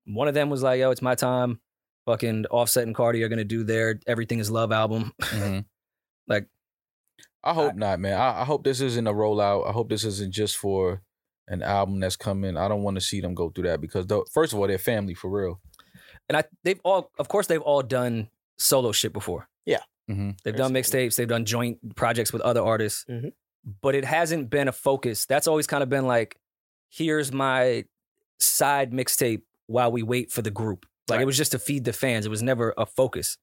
one of them was like, "Yo, it's my time." Fucking Offset and Cardi are gonna do their "Everything Is Love" album.
Mhm.
Like-
I hope not, man. I, I hope this isn't a rollout. I hope this isn't just for an album that's coming. I don't want to see them go through that because, though, first of all, they're family for real.
and I they've all of course they've all done solo shit before.
Mm-hmm.
They've done
Absolutely.
mixtapes, they've done joint projects with other artists,
Mhm.
but it hasn't been a focus. That's always kind of been like, here's my side mixtape while we wait for the group. Like it
Right.
was just to feed the fans. It was never a focus.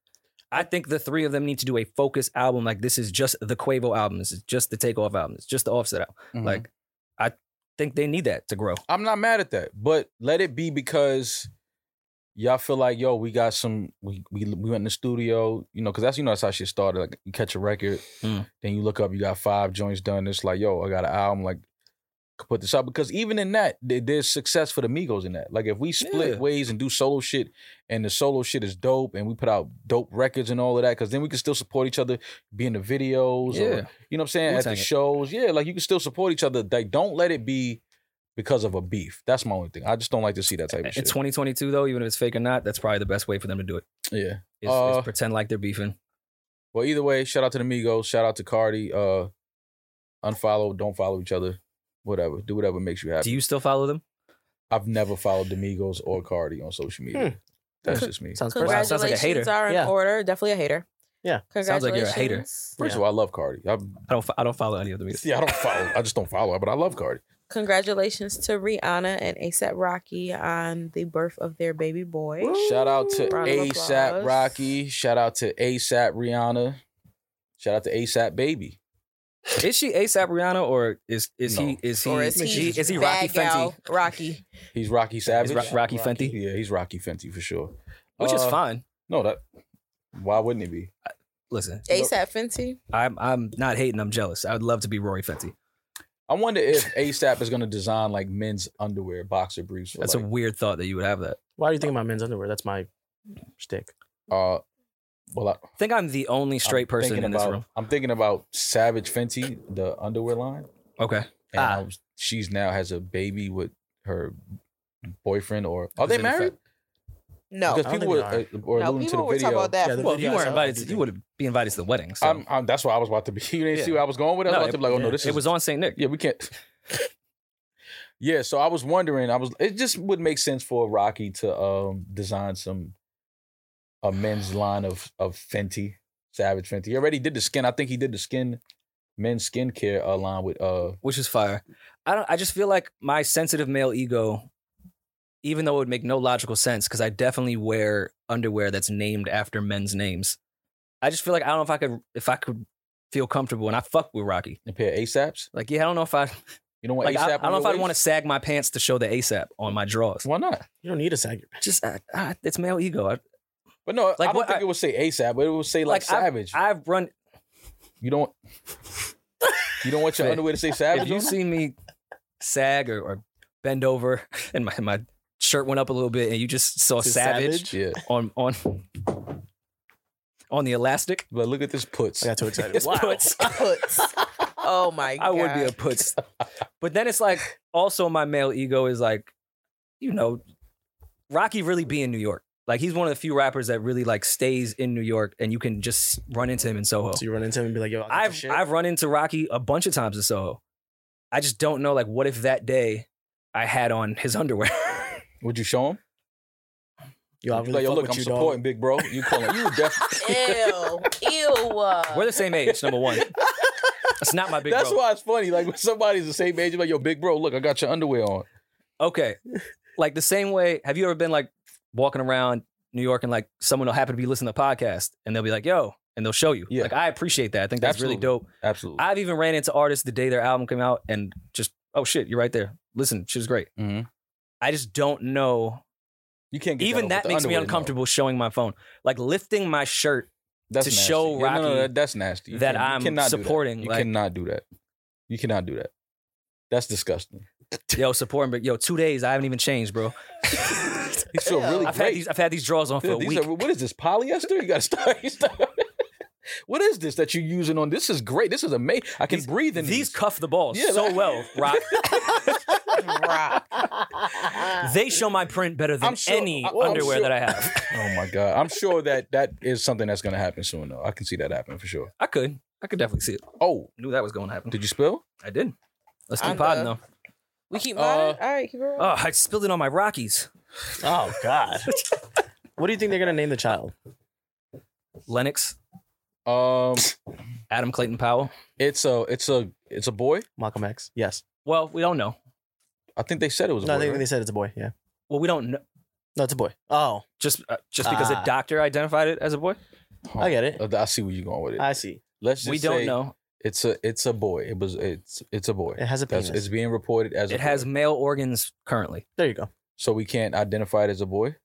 I think the three of them need to do a focus album. Like this is just the Quavo album. This is just the Takeoff album. It's just the Offset album.
Mm-hmm.
Like I think they need that to grow.
I'm not mad at that, but let it be because y'all feel like, yo, we got some, we we, we went in the studio, you know, because that's, you know, that's how shit started. Like, you catch a record,
Mm.
then you look up, you got five joints done. It's like, yo, I got an album, like, could put this out. Because even in that, there- there's success for the Migos in that. Like, if we split
Yeah.
ways and do solo shit, and the solo shit is dope, and we put out dope records and all of that, because then we can still support each other, be in the videos, or you know what I'm saying? At
Wu-Tang
the
it.
shows. Yeah, like you can still support each other. Like don't let it be because of a beef. That's my only thing. I just don't like to see that type
In
of shit.
2022 though, even if it's fake or not, that's probably the best way for them to do it.
yeah.
is,
Uh,
is pretend like they're beefing.
Well, either way, shout out to the Migos. Shout out to Cardi. Uh unfollow, don't follow each other. whatever. Do whatever makes you happy.
Do you still follow them?
I've never followed Domingos or Cardi on social media. That's just me.
Sounds personal.
Congratulations
sounds like a hater.
are in
Yeah.
order. Definitely a hater.
Yeah.
Sounds like you're a hater.
Congratulations.
First of all, I love Cardi. I,
I don't. fo- I don't follow any of them. Either.
yeah, I don't follow. I just don't follow her, but I love Cardi.
Congratulations to Rihanna and ASAP Rocky on the birth of their baby boy.
Shout out to
Round of
ASAP
applause.
Rocky. Shout out to ASAP Rihanna. Shout out to ASAP Baby.
Is she ASAP Rihanna or is is
No.
he is he
Or is he,
is he Rocky
bad gal
Fenty?
Rocky.
He's Rocky Savage.
Ro- Rocky Fenty?
Yeah, he's Rocky Fenty for sure.
Which is
Uh,
fine.
No, that why wouldn't he be?
Listen,
ASAP Fenty.
I'm I'm not hating. I'm jealous. I would love to be Rory Fenty.
I wonder if ASAP is gonna design like men's underwear, boxer briefs. For,
That's a
like,
weird thought that you would have that.
Why do you think about men's underwear? That's my shtick.
uh well I,
I think I'm the only straight
I'm
person
thinking
in
about,
this room.
I'm thinking about Savage Fenty, the underwear line.
Okay.
And
Ah.
I was- she's now has a baby with her boyfriend or are
Is
they
it a fact?
married?
No.
Because
I don't
people were,
think
uh,
they
were
no,
alluding to the
people were
video.
talking about that.
Yeah, the
Well, if you
video
weren't
itself,
invited,
I do
to, you
think.
would be invited to the wedding. So
I'm, I'm, that's where I was about to be. You didn't see
Yeah.
where I was going with. it? I was
No,
about to be like, oh no,
yeah.
this
it
is
was on St. Nick.
yeah, we can't. yeah, so I was wondering. I was. It just would make sense for Rocky to um design some a men's line of of Fenty Savage Fenty. He already did the skin. I think he did the skin men's skincare uh, line with uh.
which is fire. I don't. I just feel like my sensitive male ego, even though it would make no logical sense, because I definitely wear underwear that's named after men's names. I just feel like I don't know if I could if I could feel comfortable and I fuck with Rocky.
A pair of ASAPs.
Like yeah, I don't know if I
You don't want
like I, I
ASAP.
don't know if I'd want to sag my pants to show the ASAP on my drawers.
Why not?
You don't need a sag your pants.
Just I, I, it's male ego. I,
But no, I don't
what
think
I-
it would say ASAP, but it would say like,
Like, I-
Savage.
I've run.
you don't. you don't want your
Fair.
underwear to say
If
Savage.
you
on it?
see me sag or, or bend over and my my shirt went up a little bit and you just saw
Say
savage
yeah,
on on on the elastic.
but look at this puts.
I got too excited.
It's
wow.
puts.
Puts. oh my god.
I would be a puts. But then it's like also my male ego is like, you know, Rocky really be in New York. Like he's one of the few rappers that really like stays in New York and you can just run into him in Soho.
So you run into him and be like, yo, I got your
I've
shit.
I've run into Rocky a bunch of times in Soho. I just don't know like what if that day I had on his underwear.
Would you show him?
yo, I
You
really
like, yo,
fuck
look,
with
I'm
you, dog.
supporting Big Bro. You calling? You definitely.
Ew. Ew.
We're the same age, number one. That's not my big
That's
bro.
why it's funny. Like when somebody's the same age, you're like, yo, Big Bro, look, I got your underwear on.
Okay. Like the same way, have you ever been like walking around New York and like someone will happen to be listening to the podcast and they'll be like, yo, and they'll show you.
Yeah.
Like I appreciate that. I think that's really
Absolutely.
dope.
Absolutely.
I've even ran into artists the day their album came out and just, oh shit, you're right there. Listen, shit was great.
Mm-hmm.
hmm
I just don't know.
You can't get
Even that,
that, on with the
makes me
underwear, no.
uncomfortable showing my phone. Like lifting my shirt
That's
to
nasty.
show
Yeah, no, no,
Rocky
that- that's nasty. You
that
can't- you
I'm
cannot do that.
supporting,
You
like-
cannot do that. You cannot do that. That's disgusting.
Yo, supporting, but yo, two days I haven't even changed, bro.
These feel really
I've had
great.
these. I've had these drawers on for
Yeah,
a
these
week.
are- what is this polyester? You got to start. you start- what is this that you're using on? This is great. This is amazing. I can
These-
breathe in
These cuff the balls
Yeah,
so
like-
well, Rock.
rock.
They show my print better than
I'm sure-
any
I- I'm
underwear
sure-
that I have.
Oh my god! I'm sure that that is something that's going to happen soon, though. I can see that happening for sure.
I could. I could definitely see it.
Oh,
Knew that was going to happen.
did you spill?
I did. Let's keep
I'm
podding
done.
though.
We keep
Uh,
lying. All right, keep it rolling.
Oh, I spilled it on my Rockies.
Oh God. what do you think they're gonna name the child?
Lennox,
Um,
Adam Clayton Powell.
it's a it's a it's a boy.
Malcolm X. Yes.
Well, we don't know.
I think they said it was a
No, I
boy.
think
right?
they said it's a boy. Yeah.
Well, we don't know.
No, it's a boy. Oh,
Just uh, just because
Ah.
a doctor identified it as a boy,
Huh.
I get it.
Uh, I see where you're going with it.
I see.
Let's just
we don't
say
know.
It's a it's a boy. It was it's it's a boy.
It has a penis.
That's, it's being reported as a
It has
boy.
male organs currently.
there you go.
so we can't identify it as a boy.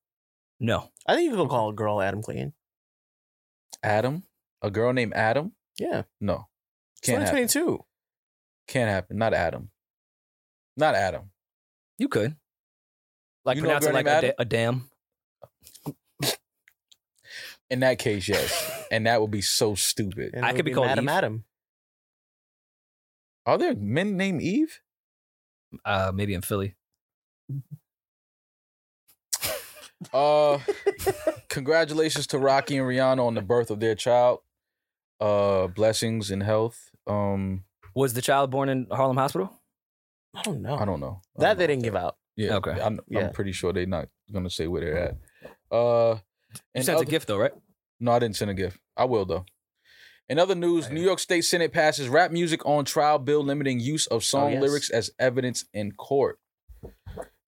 No.
I think you could call a girl Adam Clayton.
Adam, a girl named Adam.
Yeah.
No, can't happen.
2022.
Can't happen. Not Adam. Not Adam.
You could. Like
You know a
pronounce it
girl
like
named
a, da- a dam.
In that case, yes. and that would be so stupid.
And
I
it
could
would
be called
Madam
Eve.
Adam.
Are there men named Eve?
Uh, maybe in Philly.
Uh, congratulations to Rocky and Rihanna on the birth of their child. Uh, blessings and health. Um,
Was the child born in Harlem Hospital?
I don't know.
I don't know. I
that
don't
they
know.
didn't give out.
Yeah.
Okay.
I'm,
Yeah.
I'm pretty sure they're not gonna say where they're at. Uh,
You
and
sent
other-
a gift though, right?
No, I didn't send a gift. I will though. In other news,
Right.
New York State Senate passes rap music on trial bill limiting use of song
yes.
lyrics as evidence in court.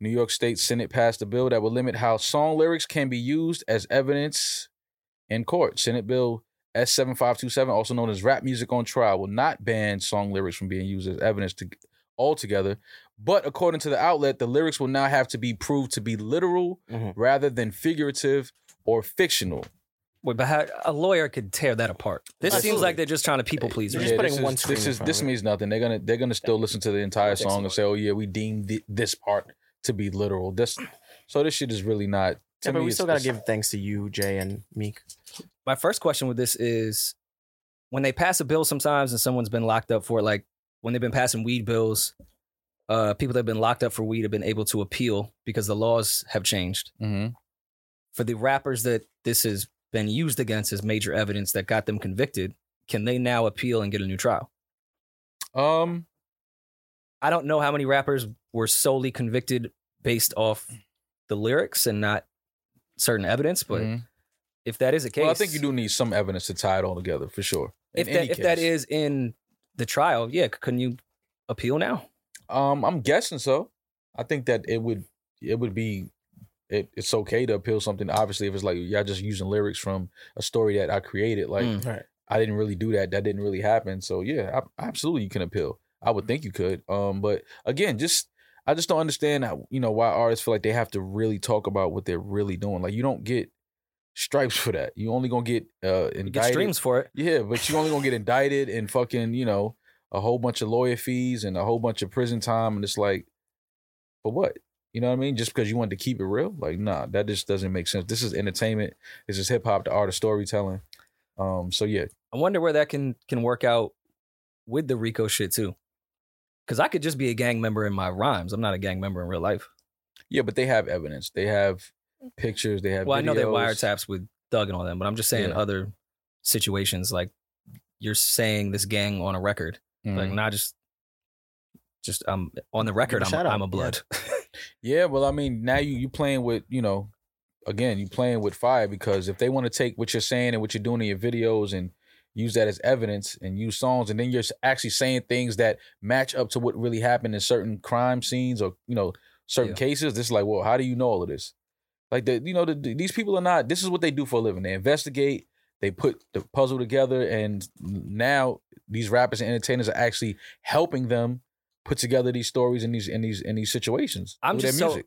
New York State Senate passed a bill that would limit how song lyrics can be used as evidence in court. Senate Bill S7527, also known as Rap Music on Trial, will not ban song lyrics from being used as evidence to, altogether. But according to the outlet, the lyrics will now have to be proved to be literal
Mhm.
rather than figurative or fictional.
Wait, but how, a lawyer could tear that apart. This seems
Absolutely.
like they're just trying to people please.
They're
right?
just
Yeah,
putting
this
one
is,
screen
this
in
is
front
this
of it.
means nothing. They're gonna they're gonna still listen to the entire song and say, "Oh yeah, we deemed thi- this part to be literal." This so this shit is really not. To
Yeah, but
me,
we
it's-
still gotta
it's-
give thanks to you, Jay and Meek.
my first question with this is when they pass a bill sometimes and someone's been locked up for it, like when they've been passing weed bills, uh, people that have been locked up for weed have been able to appeal because the laws have changed.
Mhm.
For the rappers that this has been used against as major evidence that got them convicted, can they now appeal and get a new trial?
Um,
I don't know how many rappers were solely convicted based off the lyrics and not certain evidence, but
mhm.
if that is the case,
well, I think you do need some evidence to tie it all together for sure.
If
In
that
any
if that
case.
is in the trial, yeah, c- couldn't you appeal now?
um, I'm guessing so. I think that it would it would be. It, it's okay to appeal something. Obviously, if it's like y'all just using lyrics from a story that I created, like
Mm.
Right.
I didn't really do that. That didn't really happen. So yeah, ab- absolutely you can appeal. I
Mm-hmm.
would think you could. Um, but again, just I just don't understand how, you know why artists feel like they have to really talk about what they're really doing. Like you don't get stripes for that. You only gonna get uh indicted.
You get streams for it.
Yeah, but you only gonna get indicted and fucking you know a whole bunch of lawyer fees and a whole bunch of prison time. And it's like, for what? You know what I mean? Just because you wanted to keep it real? Like nah, that just doesn't make sense. This is entertainment. This is hip hop, the art of storytelling. Um, so yeah,
I wonder where that can can work out with the Rico shit too. Cause I could just be a gang member in my rhymes. I'm not a gang member in real life.
Yeah, but they have evidence. They have pictures. They have.
Well, I know they
videos.
wiretaps with Doug and all them, but I'm just saying
Yeah.
other situations like you're saying this gang on a record,
Mhm.
like not just just um on the record.
a
I'm
shout
a,
out.
I'm a blood.
Yeah, well, I mean, now you you playing with you know, again, you playing with fire because if they want to take what you're saying and what you're doing in your videos and use that as evidence and use songs and then you're actually saying things that match up to what really happened in certain crime scenes or you know certain
Yeah.
cases, this is like, well, how do you know all of this? Like the you know the, these people are not. This is what they do for a living. They investigate. They put the puzzle together, and now these rappers and entertainers are actually helping them put together these stories in these in these in these situations.
I'm
through
just so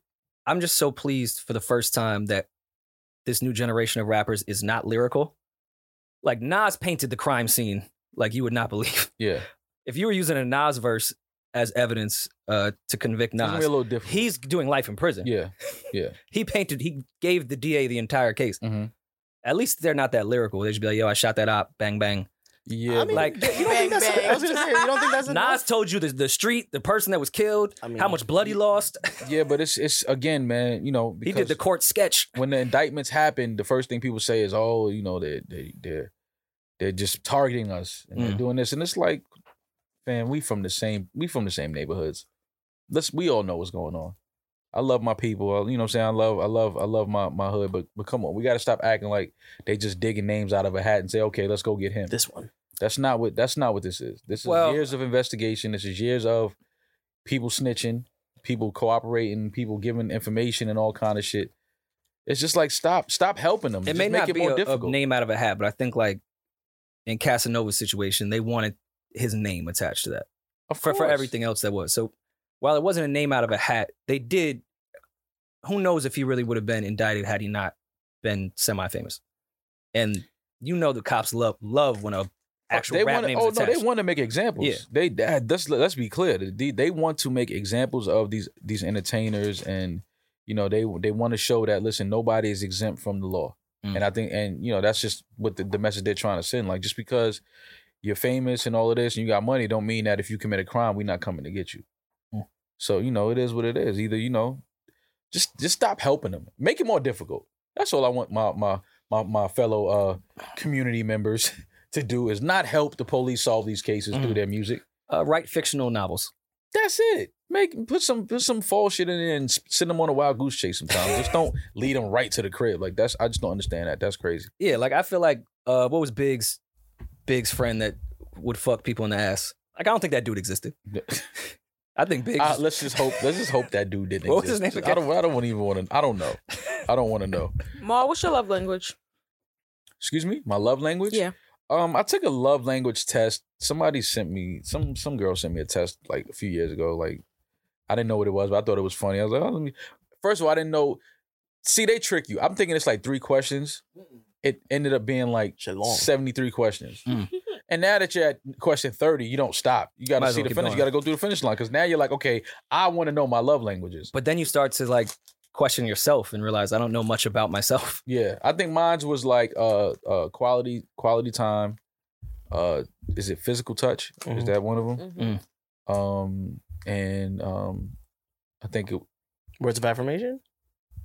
I'm just so pleased for the first time that this new generation of rappers is not lyrical. Like Nas painted the crime scene like you would not believe.
yeah.
If you were using a Nas verse as evidence uh, to convict
It's gonna be a
Nas,
little different.
he's doing life in prison.
yeah,
He painted, he gave the DA the entire case.
Mhm.
At least they're not that lyrical. They should be like, yo, I shot that up, bang, bang.
yeah.
I mean,
like-
you don't think that's? I was gonna say, you don't think that's enough?
Nas told you the, the street, the person that was killed,
I mean,
how much blood he lost.
yeah, but it's it's again, man. You know,
he
because
did the court sketch.
when the indictments happen, the first thing people say is, "Oh, you know, they they they're they're just targeting us and they're
Mm.
doing this," and it's like, man, we from the same we from the same neighborhoods. Let's we all know what's going on. I love my people. I- You know what I'm saying? I love, I love, I love my, my hood, but but come on, we gotta stop acting like they just digging names out of a hat and say, okay, let's go get him.
This one.
That's not what that's not what this is. This is
Well-
years of investigation. This is years of people snitching, people cooperating, people giving information and all kind of shit. It's just like stop stop helping them.
It
Just
may
make
not
it
be
more
a, a
difficult.
name out of a hat, but I think like in Casanova's situation, they wanted his name attached to that
Of
for, for
course.
everything else that was. So while it wasn't a name out of a hat, they did. Who knows if he really would have been indicted had he not been semi-famous? And you know the cops love love when a actual
they
rap
wanna-
name is
oh no,
attached.
they want to make examples.
Yeah.
They that, let's let's be clear. They, they want to make examples of these these entertainers, and you know they they want to show that listen, nobody is exempt from the law.
Mm.
And I think, and you know, that's just what the, the message they're trying to send. Like just because you're famous and all of this, and you got money, don't mean that if you commit a crime, we're not coming to get you.
Mm.
So you know, it is what it is. Either you know, just just stop helping them, make it more difficult. That's all I want my my my my fellow uh community members to do is not help the police solve these cases through
Mm.
Mhm.
their music.
uh, write fictional novels.
That's it. Make put some put some false shit in there and s- send them on a wild goose chase sometimes. just don't lead them right to the crib. Like that's I just don't understand that. That's crazy.
Yeah, like I feel like uh, what was Big's Big's friend that would fuck people in the ass? Like I don't think that dude existed. I think Big's
Uh, let's just hope. Let's just hope that dude didn't.
What was
exist.
his name
I don't. I don't even want to. I don't know. I don't want to know.
Ma, what's your love language?
Excuse me. My love language.
Yeah.
Um, I took a love language test. Somebody sent me some some girl sent me a test like a few years ago. Like I didn't know what it was, but I thought it was funny. I was like, oh, let me. First of all, I didn't know. See, they trick you. I'm thinking it's like three questions. It ended up being like
Shit long.
73 questions.
Mm.
And now that you're at question 30, you don't stop. You got
Might
to
as
see
well
the
keep
finish. You
going.
got to go through the finish line because now you're like, okay, I want to know my love languages.
but then you start to like question yourself and realize I don't know much about myself.
Yeah, I think mine was like uh, uh, quality quality time. Uh, is it physical touch? Is
Mhm.
that one of them?
Mm-hmm.
Mm.
Um, and um, I think it
Words of affirmation,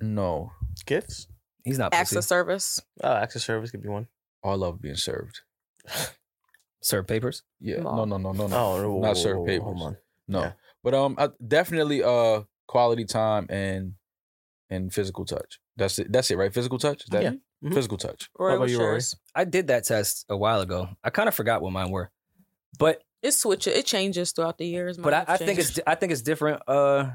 no.
gifts.
He's not
Acts
pussy.
of service.
Oh, access service could be one.
Oh, I love being served.
Serve papers.
Yeah, no,
Mom.
no, no, no, no,
Oh, whoa,
Not
whoa,
serve
whoa, whoa,
papers.
Hold on.
no.
yeah.
But um, I, definitely uh, quality time and and physical touch. That's it. That's it, right? Physical touch. Is that
Yeah.
it?
Mhm.
physical touch?
Roy,
about
what's
you, Rory?
yours?
I did that test a while ago. I kind of forgot what mine were, but
It switches. It changes throughout the years.
but I,
Mine's
I think it's
changed.
di- I think it's different uh,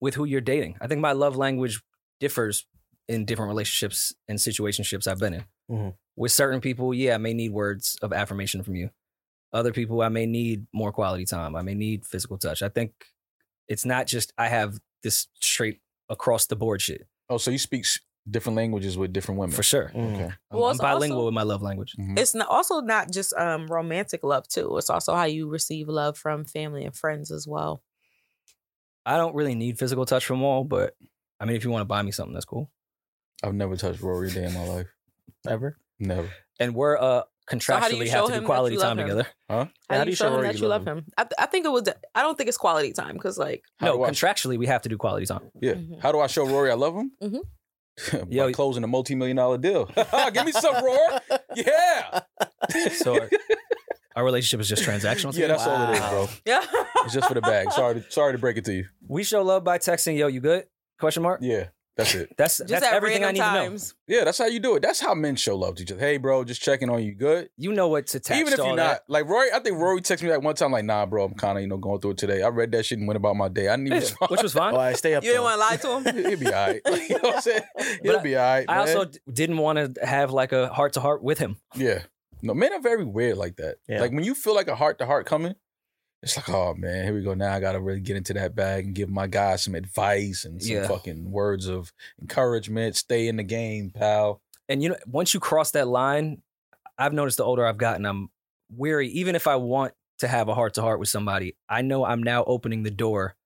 with who you're dating. I think my love language differs in different relationships and situationships I've been in.
Mhm.
With certain people, yeah, I may need words of affirmation from you. Other people, I may need more quality time. I may need physical touch. I think it's not just I have this straight across the board shit
Oh, so you speak s- different languages with different women?
for sure.
Mm.
Okay.
Well,
I'm
it's
bilingual
also-
with my love language.
Mhm.
It's not, also not just um, romantic love too. It's also how you receive love from family and friends as well.
I don't really need physical touch from all, but I mean, if you want to buy me something, that's cool.
I've never touched Rory a day in my life.
Ever?
Never.
And we're uh
how do you
contractually
show
have to do
him that
quality
you love
time
him?
together.
How, do you show him
Rory
that you love him? I, th- I think it was. I don't think it's quality time because like
How
no,
do I-
contractually we have to do quality time.
Yeah.
Mhm.
How do I show Rory I love him?
Mhm.
By
Yo-
closing a multi-million dollar deal. Give me some, Rory. Yeah.
So our, our relationship is just transactional.
yeah, that's all it is, bro.
Wow.
yeah,
It's just for the bag. Sorry, to, sorry to break it to you.
We show love by texting, "Yo, you good?" Question mark.
Yeah, that's it.
That's
just
that's
at
everything I
random
need to know.
times.
Yeah, that's how you do it. That's how men show love to each other. Hey, bro, just checking on you. Good.
You know what to text.
Even if
all
you're not
that.
like Rory, I think Rory texted me like one time, like, nah, bro, I'm kind of you know going through it today. I read that shit and went about my day. I knew.
Yeah, which was fine.
Oh, I stay up.
You didn't
though.
want to lie to him.
He'll be all right. you know what I'm saying? He'll
I-
be all right.
I
man.
also d- didn't want to have like a heart to heart with him.
Yeah. No, men are very weird like that.
Yeah.
Like when you feel like a heart to heart coming, it's like, oh man, here we go. Now I gotta really get into that bag and give my guy some advice and some
Yeah.
fucking words of encouragement. Stay in the game, pal.
And you know, once you cross that line, I've noticed the older I've gotten, I'm weary. Even if I want to have a heart to heart with somebody, I know I'm now opening the door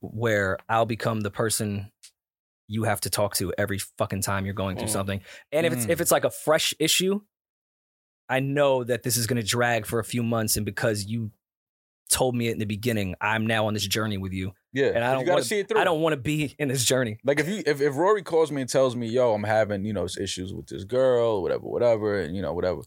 where I'll become the person you have to talk to every fucking time you're going through
Mm.
something. And if it's
Mm.
if it's like a fresh issue, I know that this is going to drag for a few months. And because you told me it in the beginning, I'm now on this journey with you,
Yeah.
and I
you
don't
gotta
want
see it
to.
through.
I don't want to be in this journey.
like if you if, if Rory calls me and tells me, yo, I'm having, you know, issues with this girl, whatever, whatever, and you know, whatever.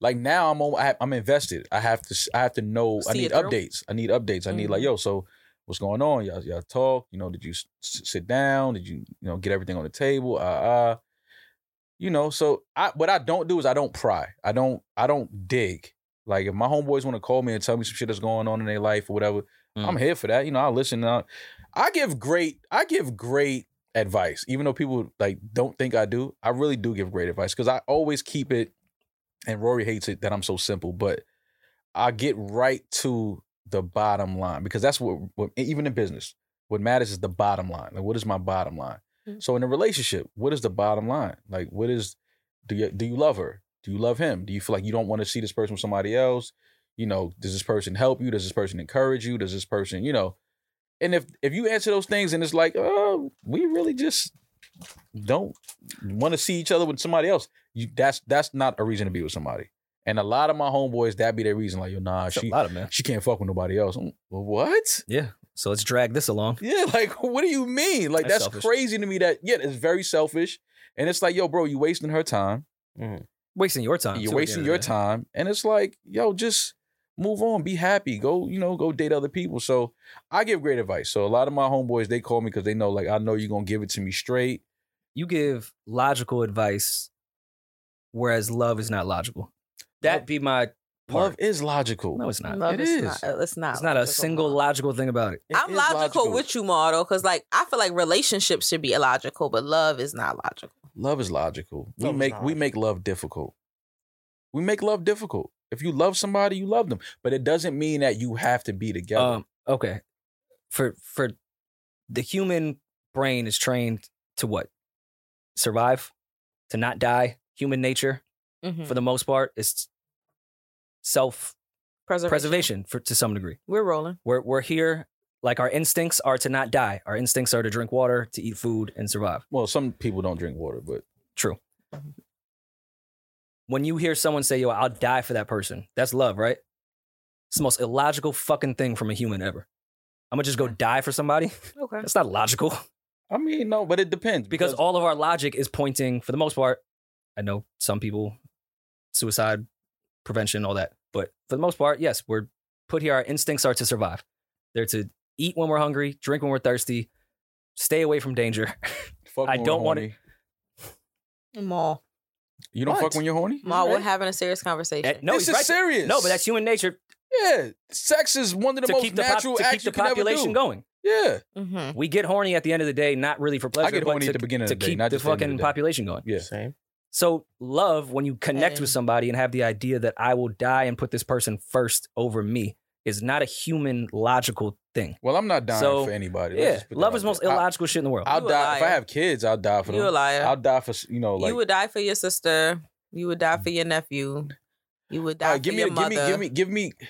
Like now I'm on, I have, I'm invested. I have to s- I have to know I
See
need
it through.
updates. I need updates. I need like,
Mhm.
yo, so what's going on? Y'all y'all talk, you know, did you s- s- sit down? Did you, you know, get everything on the table? Uh uh you know, so I what I don't do is I don't pry. I don't I don't dig. Like if my homeboys want to call me and tell me some shit that's going on in their life or whatever,
Mm.
I'm here for that. You know, I'll listen. I, I give great I give great advice, even though people like don't think I do. I really do give great advice because I always keep it. And Rory hates it that I'm so simple, but I get right to the bottom line because that's what, what e, even in business, what matters is the bottom line. Like, what is my bottom line?
Mhm.
So in a relationship, what is the bottom line? Like, what is do you do you love her? Do you love him? Do you feel like you don't want to see this person with somebody else? You know, does this person help you? Does this person encourage you? Does this person, you know? And if if you answer those things and it's like, oh, we really just don't want to see each other with somebody else, you that's that's not a reason to be with somebody. And a lot of my homeboys, that be their reason. Like, yo, nah,
It's a
she
lot of man.
she can't fuck with nobody else. I'm, what?
Yeah. So let's drag this along.
Yeah, like what do you mean? Like that's,
That's selfish.
crazy to me. That yeah, it's very selfish, and it's like, yo, bro, you wasting her time.
Wasting your time.
You're
Uh, too, at the
wasting
end of
your
the day.
time, and it's like, yo, just move on, be happy, go, you know, go date other people. So I give great advice. So a lot of my homeboys, they call me because they know, like, I know you're gonna give it to me straight.
You give logical advice, whereas love is not logical. That'd be my part.
Love is logical.
no, it's not.
Love
It
is,
is.
not. uh, It's not.
It's not a
logical.
single logical thing about it.
It
I'm
is
logical, with you, Mardo, because like I feel like relationships should be illogical, but love is not logical.
Love is logical. We
Love is
make
not
we make love difficult. We make love difficult. If you love somebody, you love them. But it doesn't mean that you have to be together.
Um, okay. For for the human brain is trained to what? Survive, to not die. Human nature,
Mm-hmm. Hmm.
for the most part, is self
Preservation.
preservation for to some degree.
We're rolling.
We're we're here. Like our instincts are to not die. Our instincts are to drink water, to eat food, and survive.
well, some people don't drink water, but
True. When you hear someone say, "Yo, I'll die for that person," that's love, right? It's the most illogical fucking thing from a human ever. I'm gonna just go die for somebody.
Okay.
That's not logical
I mean, no, but it depends
because all of our logic is pointing, for the most part. I know some people, suicide prevention, all that, but for the most part, yes, we're put here. Our instincts are to survive. They're to eat when we're hungry, drink when we're thirsty, stay away from danger.
fuck
I
when we're
don't wanna-
horny.
Ma,
You don't
What?
fuck when you're horny.
Ma,
Right.
we're having a
Eh,
serious conversation.
no,
this
he's
is
right.
serious.
No, but that's human nature
yeah. Sex is one of the
to
most
keep the, pop-
natural
to keep
acts
the
you can ever
population
do.
going.
Yeah,
mm-hmm.
We get horny at the end of the day, not really for pleasure,
get
but
horny
to,
at the beginning of
to
the day,
keep
not
the
just the end of
fucking
the day.
population going.
yeah.
Same.
So love, when you connect
And-
with somebody and have the idea that I will die and put this person first over me, is not a human logical thing.
Well, I'm not dying
So,
for anybody. Let's
Yeah,
just put that
love
out
is the most
there. I,
illogical shit in the world.
I'll
You a
die if I
liar.
have kids. I'll die for
You a
them.
liar.
I'll die for you know like
you would die for your sister. You would die for your nephew. You would die
All right,
for
give me
your
the- give
mother.
me give me give me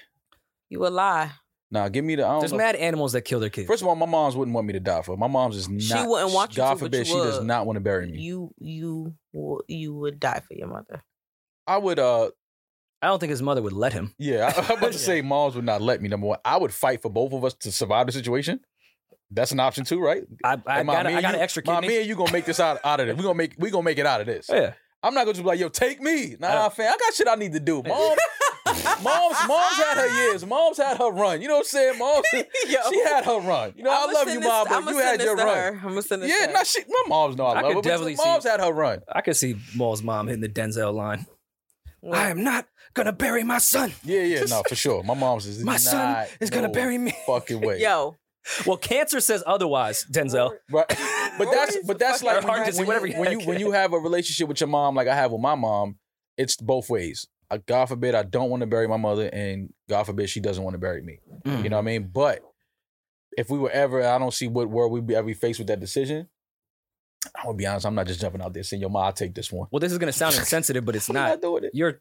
You would lie.
nah give me the I
There's
don't know.
mad animals that kill their kids.
First of all, my mom's wouldn't want me to die for. My mom's is not.
She wouldn't want you
God
to, but
forbid,
you
she does
would.
not want to bury me.
You you would you would die for your mother.
I would. uh
I don't think his mother would let him.
Yeah, I, am about to
Yeah.
say moms would not let me. Number one, I would fight for both of us to survive the situation. That's an option too, right?
I, I
And my-
got, a,
me
I
and
got
you-
an extra
My
kidney.
me and you gonna make this out out of this. We gonna make we gonna make it out of this.
yeah,
I'm not gonna just be like, yo, take me. Nah,
I don't-
fam, I got shit I need to do. Mom, mom's mom's had her years. Mom's had her run. You know what I'm saying? Mom's she had her run. You know, i
I'ma
love
send
you,
this-
mom, but
I'ma
you
send
had
this
your
to
run.
her. I'm gonna send this.
Yeah,
to
nah,
her.
she, my mom's know I, love
I could
her.
definitely
Definitely but mom's
see-
had her run.
I could see Maul's mom hitting the Denzel line. I am not gonna bury my son.
Yeah, yeah, no, for sure. My mom's is
My
not,
son is gonna
no
bury me.
Fucking way.
Yo,
Well, cancer says otherwise, Denzel.
Right. But that's
Always
but that's
fucking
like
Or hard
when you,
to see,
when,
whatever
you,
you
when you
like.
when you have a relationship with your mom, like I have with my mom, it's both ways. Uh, God forbid I don't want to bury my mother, and God forbid she doesn't want to bury me.
Mm.
You know what I mean? But if we were ever, I don't see what world we'd be ever be faced with that decision. I'm gonna be honest, I'm not just jumping out there saying, "Yo, ma, I take this one."
Well, this is gonna sound insensitive, but it's
I'm
not.
not doing it.
you're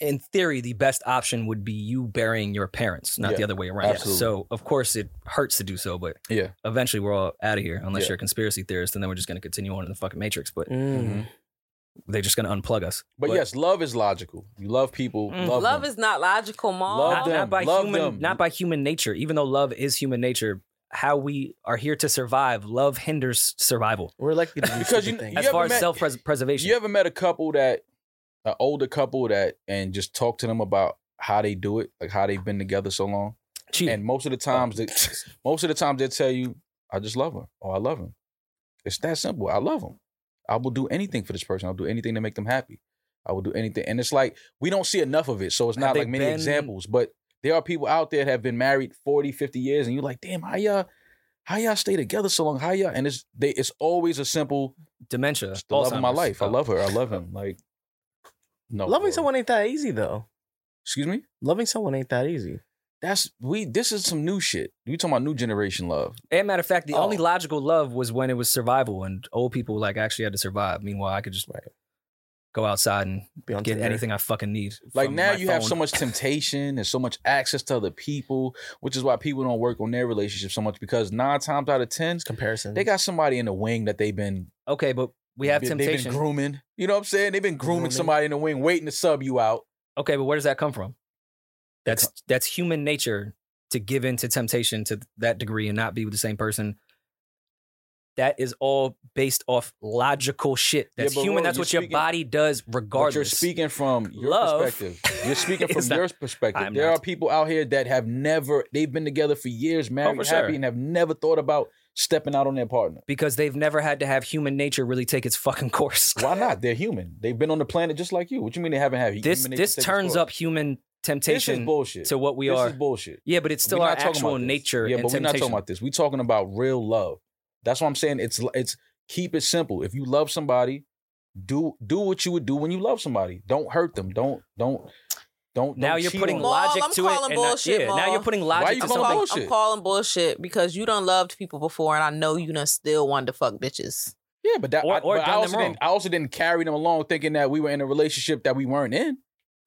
in theory the best option would be you burying your parents not
Yeah,
the other way around
absolutely.
so of course it hurts to do so but
Yeah.
eventually we're all out of here unless
Yeah.
you're a conspiracy theorist and then we're just going to continue on in the fucking matrix but
Mm.
Mhm.
they're just going to unplug us
But, yes, love is logical. You love people.
Mm.
love
love
them.
is not logical,
Love
not,
mom.
them.
not by
love
human
them.
not by human nature even though love is human nature how we are here to survive love hinders survival
We're likely to do
Because you-
stupid things.
you
as
ever
far as
met-
self-preservation
You ever met a couple that, an older couple that, and just talk to them about how they do it, like how they've been together so long?
cheating
And most of the times, they, most of the times they tell you, "I just love her," or "I love him." It's that simple. I love him. I will do anything for this person. I'll do anything to make them happy. I will do anything, and it's like we don't see enough of it. So it's
Have
not
they
like many
been-
examples, but there are people out there that have been married 40, 50 years, and you're like, "Damn, how y'all, how y'all stay together so long? How y'all?" And it's they, it's always a simple,
dementia
"It's the love of my
Alzheimer's.
life. I
Oh.
love her. I love him." Like, no,
Loving
bro.
someone ain't that easy though.
Excuse me.
Loving someone ain't that easy.
That's we. This is some new shit. You talking about new generation love?
And matter of fact, the
Oh.
only logical love was when it was survival and old people like actually had to survive. Meanwhile, I could just
Right.
go outside and
Be on
get
Tinder.
anything I fucking need.
Like
from
now
my
you have so
phone.
much temptation and so much access to other people, which is why people don't work on their relationship so much because nine times out of ten,
It's comparison.
they got somebody in the wing that they've been
Okay, but we have
they- They've
temptation.
been grooming. You know what I'm saying? They've been grooming,
Grooming.
somebody in the wing, waiting to sub you out.
okay, but where does that come from? That's that's human nature to give in to temptation to that degree and not be with the same person that is all based off logical shit.
Yeah,
That's
but
human.
Rory,
That's
you're
what your
speaking-
body does,
But
regardless.
you're speaking from your
Love
perspective. You're speaking from
is not-
your perspective.
I'm
there
not. Oh,
are people out here that have never, they've been together for years, married,
for
happy,
sure.
and have never thought about stepping out on their partner.
because they've never had to have human nature really take its fucking course.
Why not? They're human. They've been on the planet just like you. What you mean they haven't had human
this
nature
this
take its
turns
course?
up human
This is
temptation
bullshit.
to what we
this
are.
is bullshit.
yeah, but it's still
We're
our
not talking
actual
about this.
nature
Yeah,
and
but we're not
temptation.
talking about this. We're talking about real love. That's what I'm saying. It's it's keep it simple. If you love somebody, do do what you would do when you love somebody. Don't hurt them. Don't don't don't.
now
don't
you're
cheat
putting
on
Maul,
them.
logic
I'm
to it.
calling
and
bullshit,
not, yeah,
Maul.
now you're putting
Why
logic
you
to
I'm,
calling
something.
call-
bullshit?
I'm calling bullshit because you done loved people before, and I know you done still wanted to fuck bitches.
Yeah, but that
Or-
I,
or
but I
done them
also
wrong.
didn't. I also didn't carry them along, thinking that we were in a relationship that we weren't in.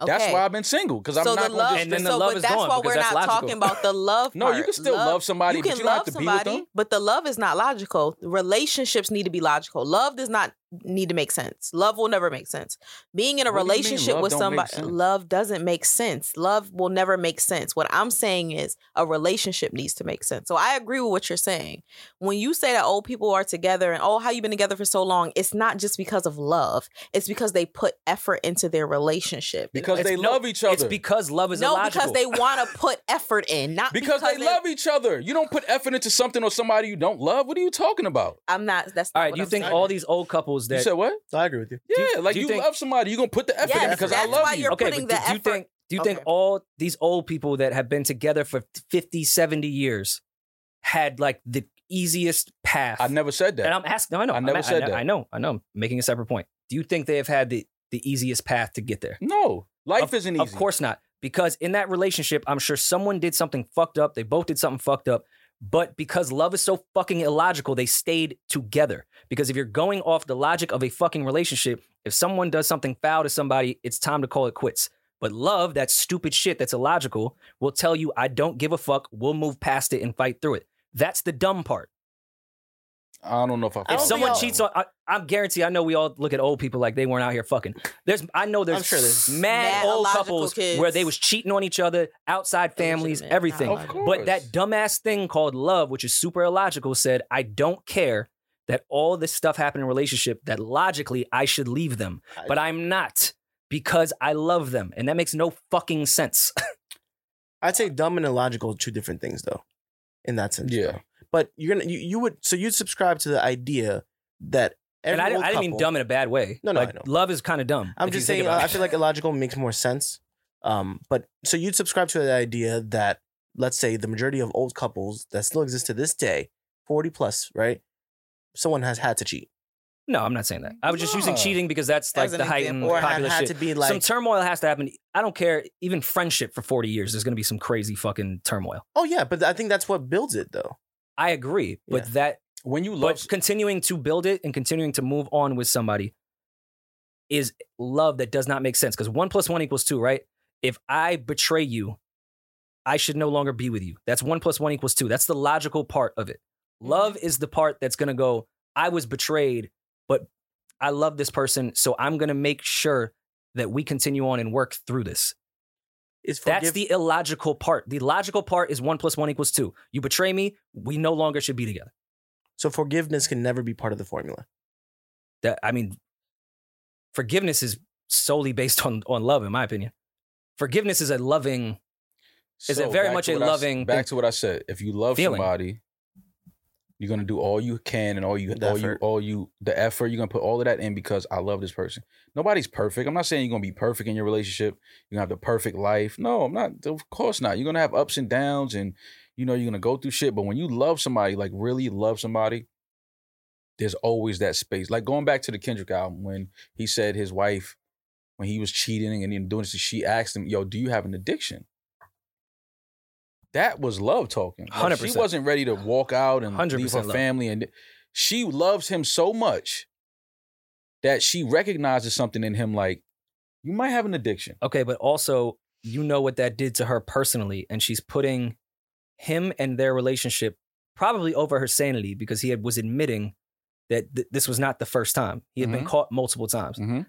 Okay.
That's why I've been single because I'm
so
not
the
going
love,
to.
And then the
so,
love
but
is
that's
gone
why
because
we're
that's
not
logical.
talking about the love.
No, you
part.
can still love somebody,
You
but
can
you don't have
love
to be with
somebody,
them.
but the love is not logical. Relationships need to be logical. Love does not need to make sense. Love will never make sense. Being in a
What do you mean
relationship
love
with
don't make
somebody,
sense?
love doesn't make sense. Love will never make sense. What I'm saying is a relationship needs to make sense. So I agree with what you're saying. When you say that old people are together and oh, how you been together for so long, it's not just because of love. It's because they put effort into their relationship.
because
It's-
they
no,
love each
It's
other.
because love is
no,
illogical.
because they want to put effort in, not
because they love each other. You don't put effort into something or somebody you don't love. What are you talking about?
I'm not. That's
All
not
right,
what
you
I'm
think
saying.
all these old couples
you
that
said what?
I agree with you.
Yeah,
you-
like
do
you,
you think-
love somebody, you're gonna put the effort in
Yes,
because I
that's
love
why
you.
you're
okay, but do,
putting the
do you
effort-
think do you think
Okay.
all these old people that have been together for 50, 70 years had like the easiest path?
I never said that.
And I'm asking. No, I know.
I
I'm
never
a-
said
know-
that.
I know. I know. I'm making a separate point. Do you think they have had the the easiest path to get there?
no, life
Of-
isn't easy.
Of course not. Because in that relationship, I'm sure someone did something fucked up. They both did something fucked up. But because love is so fucking illogical, they stayed together. Because if you're going off the logic of a fucking relationship, if someone does something foul to somebody, it's time to call it quits. But love, that stupid shit that's illogical, will tell you, I don't give a fuck. We'll move past it and fight through it. That's the dumb part.
I don't know if I.
don't
If
follow
think
someone
that
I'll-
cheats
one.
on, I, I guarantee. I know we all look at old people like they weren't out here fucking. There's, I know there's,
I'm sure there's
mad,
mad
old
illogical
couples
kids.
where they was cheating on each other, outside families,
Illegitimate,
everything.
not
Of
logical.
course.
But that dumbass thing called love, which is super illogical, said, "I don't care that all this stuff happened in a relationship. That logically I should leave them,
I-
but I'm not." Because I love them, and that makes no fucking sense.
I'd say dumb and illogical are two different things, though, in that sense.
Yeah.
though. But you're gonna you, you would so you'd subscribe to the idea that
and
every
I,
old
I didn't mean
couple-
dumb in a bad way.
No, no, I
Like,
know.
love is kind of dumb.
I'm
if you
just
think
saying. Uh,
about
I
it.
feel like illogical makes more sense. Um, but so you'd subscribe to the idea that let's say the majority of old couples that still exist to this day, forty plus, right? Someone has had to cheat.
no, I'm not saying that. I was just using
Oh.
Nah.
cheating because that's like
As
the
an
heightened
example.
or
popular
had, had
shit.
to be like
some turmoil has to happen. I don't care. Even friendship for 40 years, there's going to be some crazy fucking turmoil.
oh yeah but i think that's what builds it though
I agree, but
Yeah.
that
when you love
but continuing to build it and continuing to move on with somebody is love that does not make sense because one plus one equals two, right? If I betray you, I should no longer be with you. That's one plus one equals two. That's the logical part of it. Love is the part that's going to go, I was betrayed, but I love this person. So I'm going to make sure that we continue on and work through this.
is forgive-
That's the illogical part. The logical part is one plus one equals two. You betray me, we no longer should be together.
so forgiveness can never be part of the formula
That I mean, forgiveness is solely based on on love, in my opinion. Forgiveness is a loving. is it very
back
much
to
a
what I s-
loving
back
thing-
to what I said. If you love
feeling?
somebody, you're gonna do all you can and all you
The
all you
effort.
all you the effort. You're gonna put all of that in because I love this person. Nobody's perfect. I'm not saying you're gonna be perfect in your relationship. You're gonna have the perfect life. No, I'm not. Of course not. You're gonna have ups and downs, and you know you're gonna go through shit. But when you love somebody, like really love somebody. There's always that space. Like going back to the Kendrick album when he said his wife, when he was cheating and then doing this, she asked him, Yo, do you have an addiction? That was love talking. Like, She
100%.
wasn't ready to walk out and leave her
100% love.
family. And she loves him so much that she recognizes something in him like, you might have an addiction.
Okay, but also you know what that did to her personally, and she's putting him and their relationship probably over her sanity because he had, was admitting that th- this was not the first time. He had been
Mhm.
caught multiple times.
Mhm.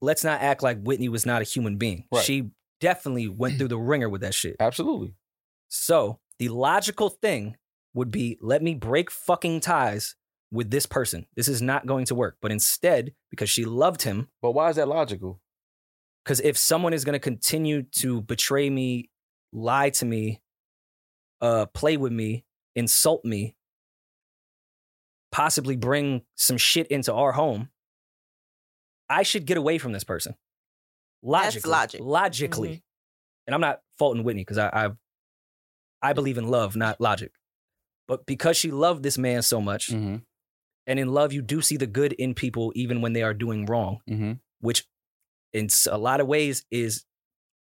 Let's not act like Whitney was not a human being.
Right.
She definitely went through the ringer with that shit.
Absolutely.
So the logical thing would be let me break fucking ties with this person. This is not going to work. But instead, because she loved him,
But why is that logical?
because if someone is going to continue to betray me, lie to me, uh, play with me, insult me, possibly bring some shit into our home, I should get away from this person.
That's
Logically,
logic. Mm-hmm.
logically, and I'm not faulting Whitney because I, I, I believe in love, not logic. But because she loved this man so much,
Mm-hmm.
and in love, you do see the good in people even when they are doing wrong
Mm-hmm.
which in s- a lot of ways is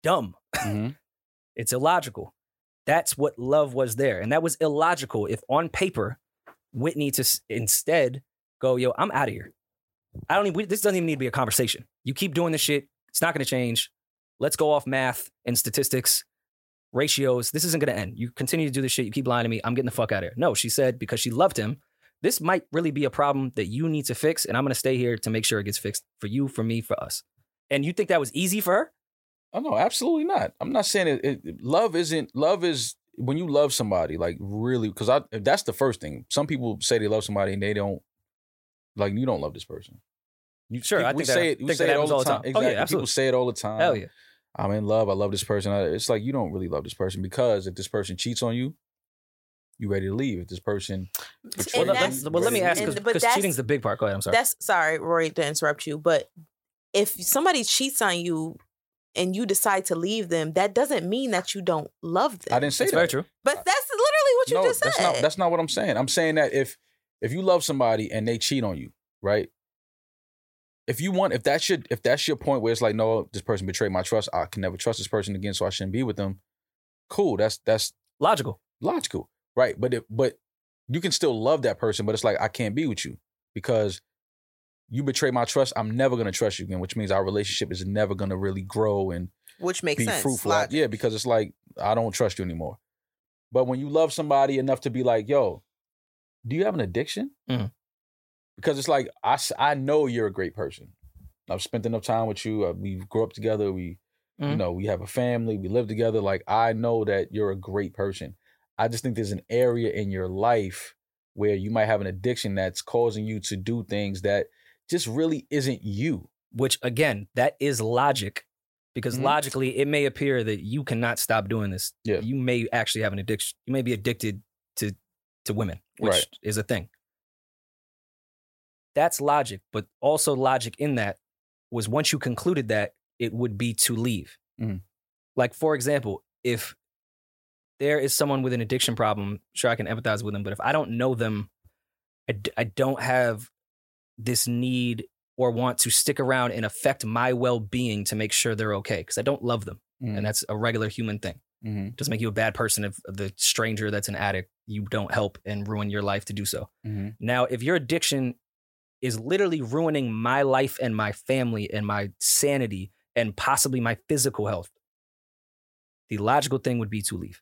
dumb.
mm-hmm.
It's illogical. That's what love was there. And that was illogical if on paper, Whitney to s- instead go, yo, I'm out of here. I don't even, we, this doesn't even need to be a conversation. You keep doing this shit. It's not going to change. Let's go off math and statistics, ratios. This isn't going to end. You continue to do this shit. You keep lying to me. I'm getting the fuck out of here. No, she said because she loved him. This might really be a problem that you need to fix. And I'm going to stay here to make sure it gets fixed for you, for me, for us. And you think that was easy for her?
Oh no, absolutely not. I'm not saying it, it love isn't love is when you love somebody, like really because I that's the first thing. Some people say they love somebody and they don't like you don't love this person. You,
Sure, I
we
think that-
say it, we
think
say
that
it all
happens
the time.
Oh, yeah,
Exactly. People
absolutely.
say it all the time.
Hell yeah.
I'm in love. I love this person. I- It's like you don't really love this person because if this person cheats on you, you ready to leave. If this person,
Well,
And
let-
that's-
let, well, let me ask
and-
but
because
that's-
cheating's the big part. Go ahead. I'm sorry.
That's sorry, Rory, to interrupt you, but if somebody cheats on you and you decide to leave them, that doesn't mean that you don't love them.
I didn't say
That's
that.
very true.
but that's literally what you
no,
just
that's
said.
not that's not what I'm saying. I'm saying that if if you love somebody and they cheat on you, right? If you want, if that's your if that's your point where it's like, no, this person betrayed my trust. I can never trust this person again, so I shouldn't be with them. Cool, that's that's
Logical.
logical, right? But it, but you can still love that person, but it's like I can't be with you because you betray my trust. I'm never gonna trust you again, which means our relationship is never gonna really grow and
Which makes
be
sense.
fruitful.
Logic.
Yeah, because it's like I don't trust you anymore. But when you love somebody enough to be like, "Yo, do you have an addiction?"
Mhm.
Because it's like I s- I know you're a great person. I've spent enough time with you. uh, We grew up together. We, you
Mhm.
know, we have a family. We live together. Like I know that you're a great person. I just think there's an area in your life where you might have an addiction that's causing you to do things that just really isn't you.
Which again, that is logic, because
Mhm.
logically it may appear that you cannot stop doing this.
Yeah.
You may actually have an addiction. You may be addicted to to women, which
Right.
is a thing. That's logic, but also logic in that was once you concluded that it would be to leave.
Mhm.
Like for example, if there is someone with an addiction problem, sure I can empathize with them, but if I don't know them, I, d- I don't have this need or want to stick around and affect my well-being to make sure they're okay because I don't love them, and that's a regular human thing.
mm-hmm.
It doesn't make you a bad person if the stranger that's an addict you don't help and ruin your life to do so.
Mm-hmm.
Now, if your addiction is literally ruining my life and my family and my sanity and possibly my physical health, the logical thing would be to leave.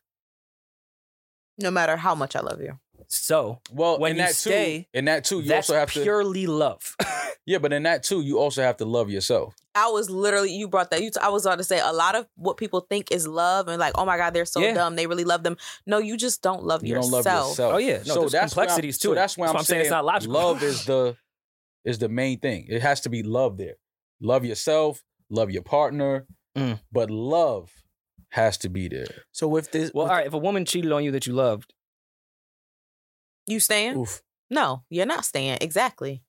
No matter how much I love you.
So
Well,
When
in
you
that
stay,
too, in that too, you
that's
also have to.
purely love.
Yeah, but in that too, you also have to love yourself.
I was literally you brought that. You t- I was about to say a lot of what people think is love and like, oh my god, they're so
Yeah.
dumb. They really love them. No, you just don't love
You
yourself.
don't love yourself.
Oh, yeah. No, there's
why I'm-
complexities to
so
it.
That's why
That's
I'm,
why I'm saying it's not logical.
Love is the is the main thing. It has to be love there. Love yourself, love your partner,
Mm.
but love has to be there.
So with this,
well,
with-
all right, if a woman cheated on you that you loved,
You staying?
oof.
No, you're not staying. Exactly.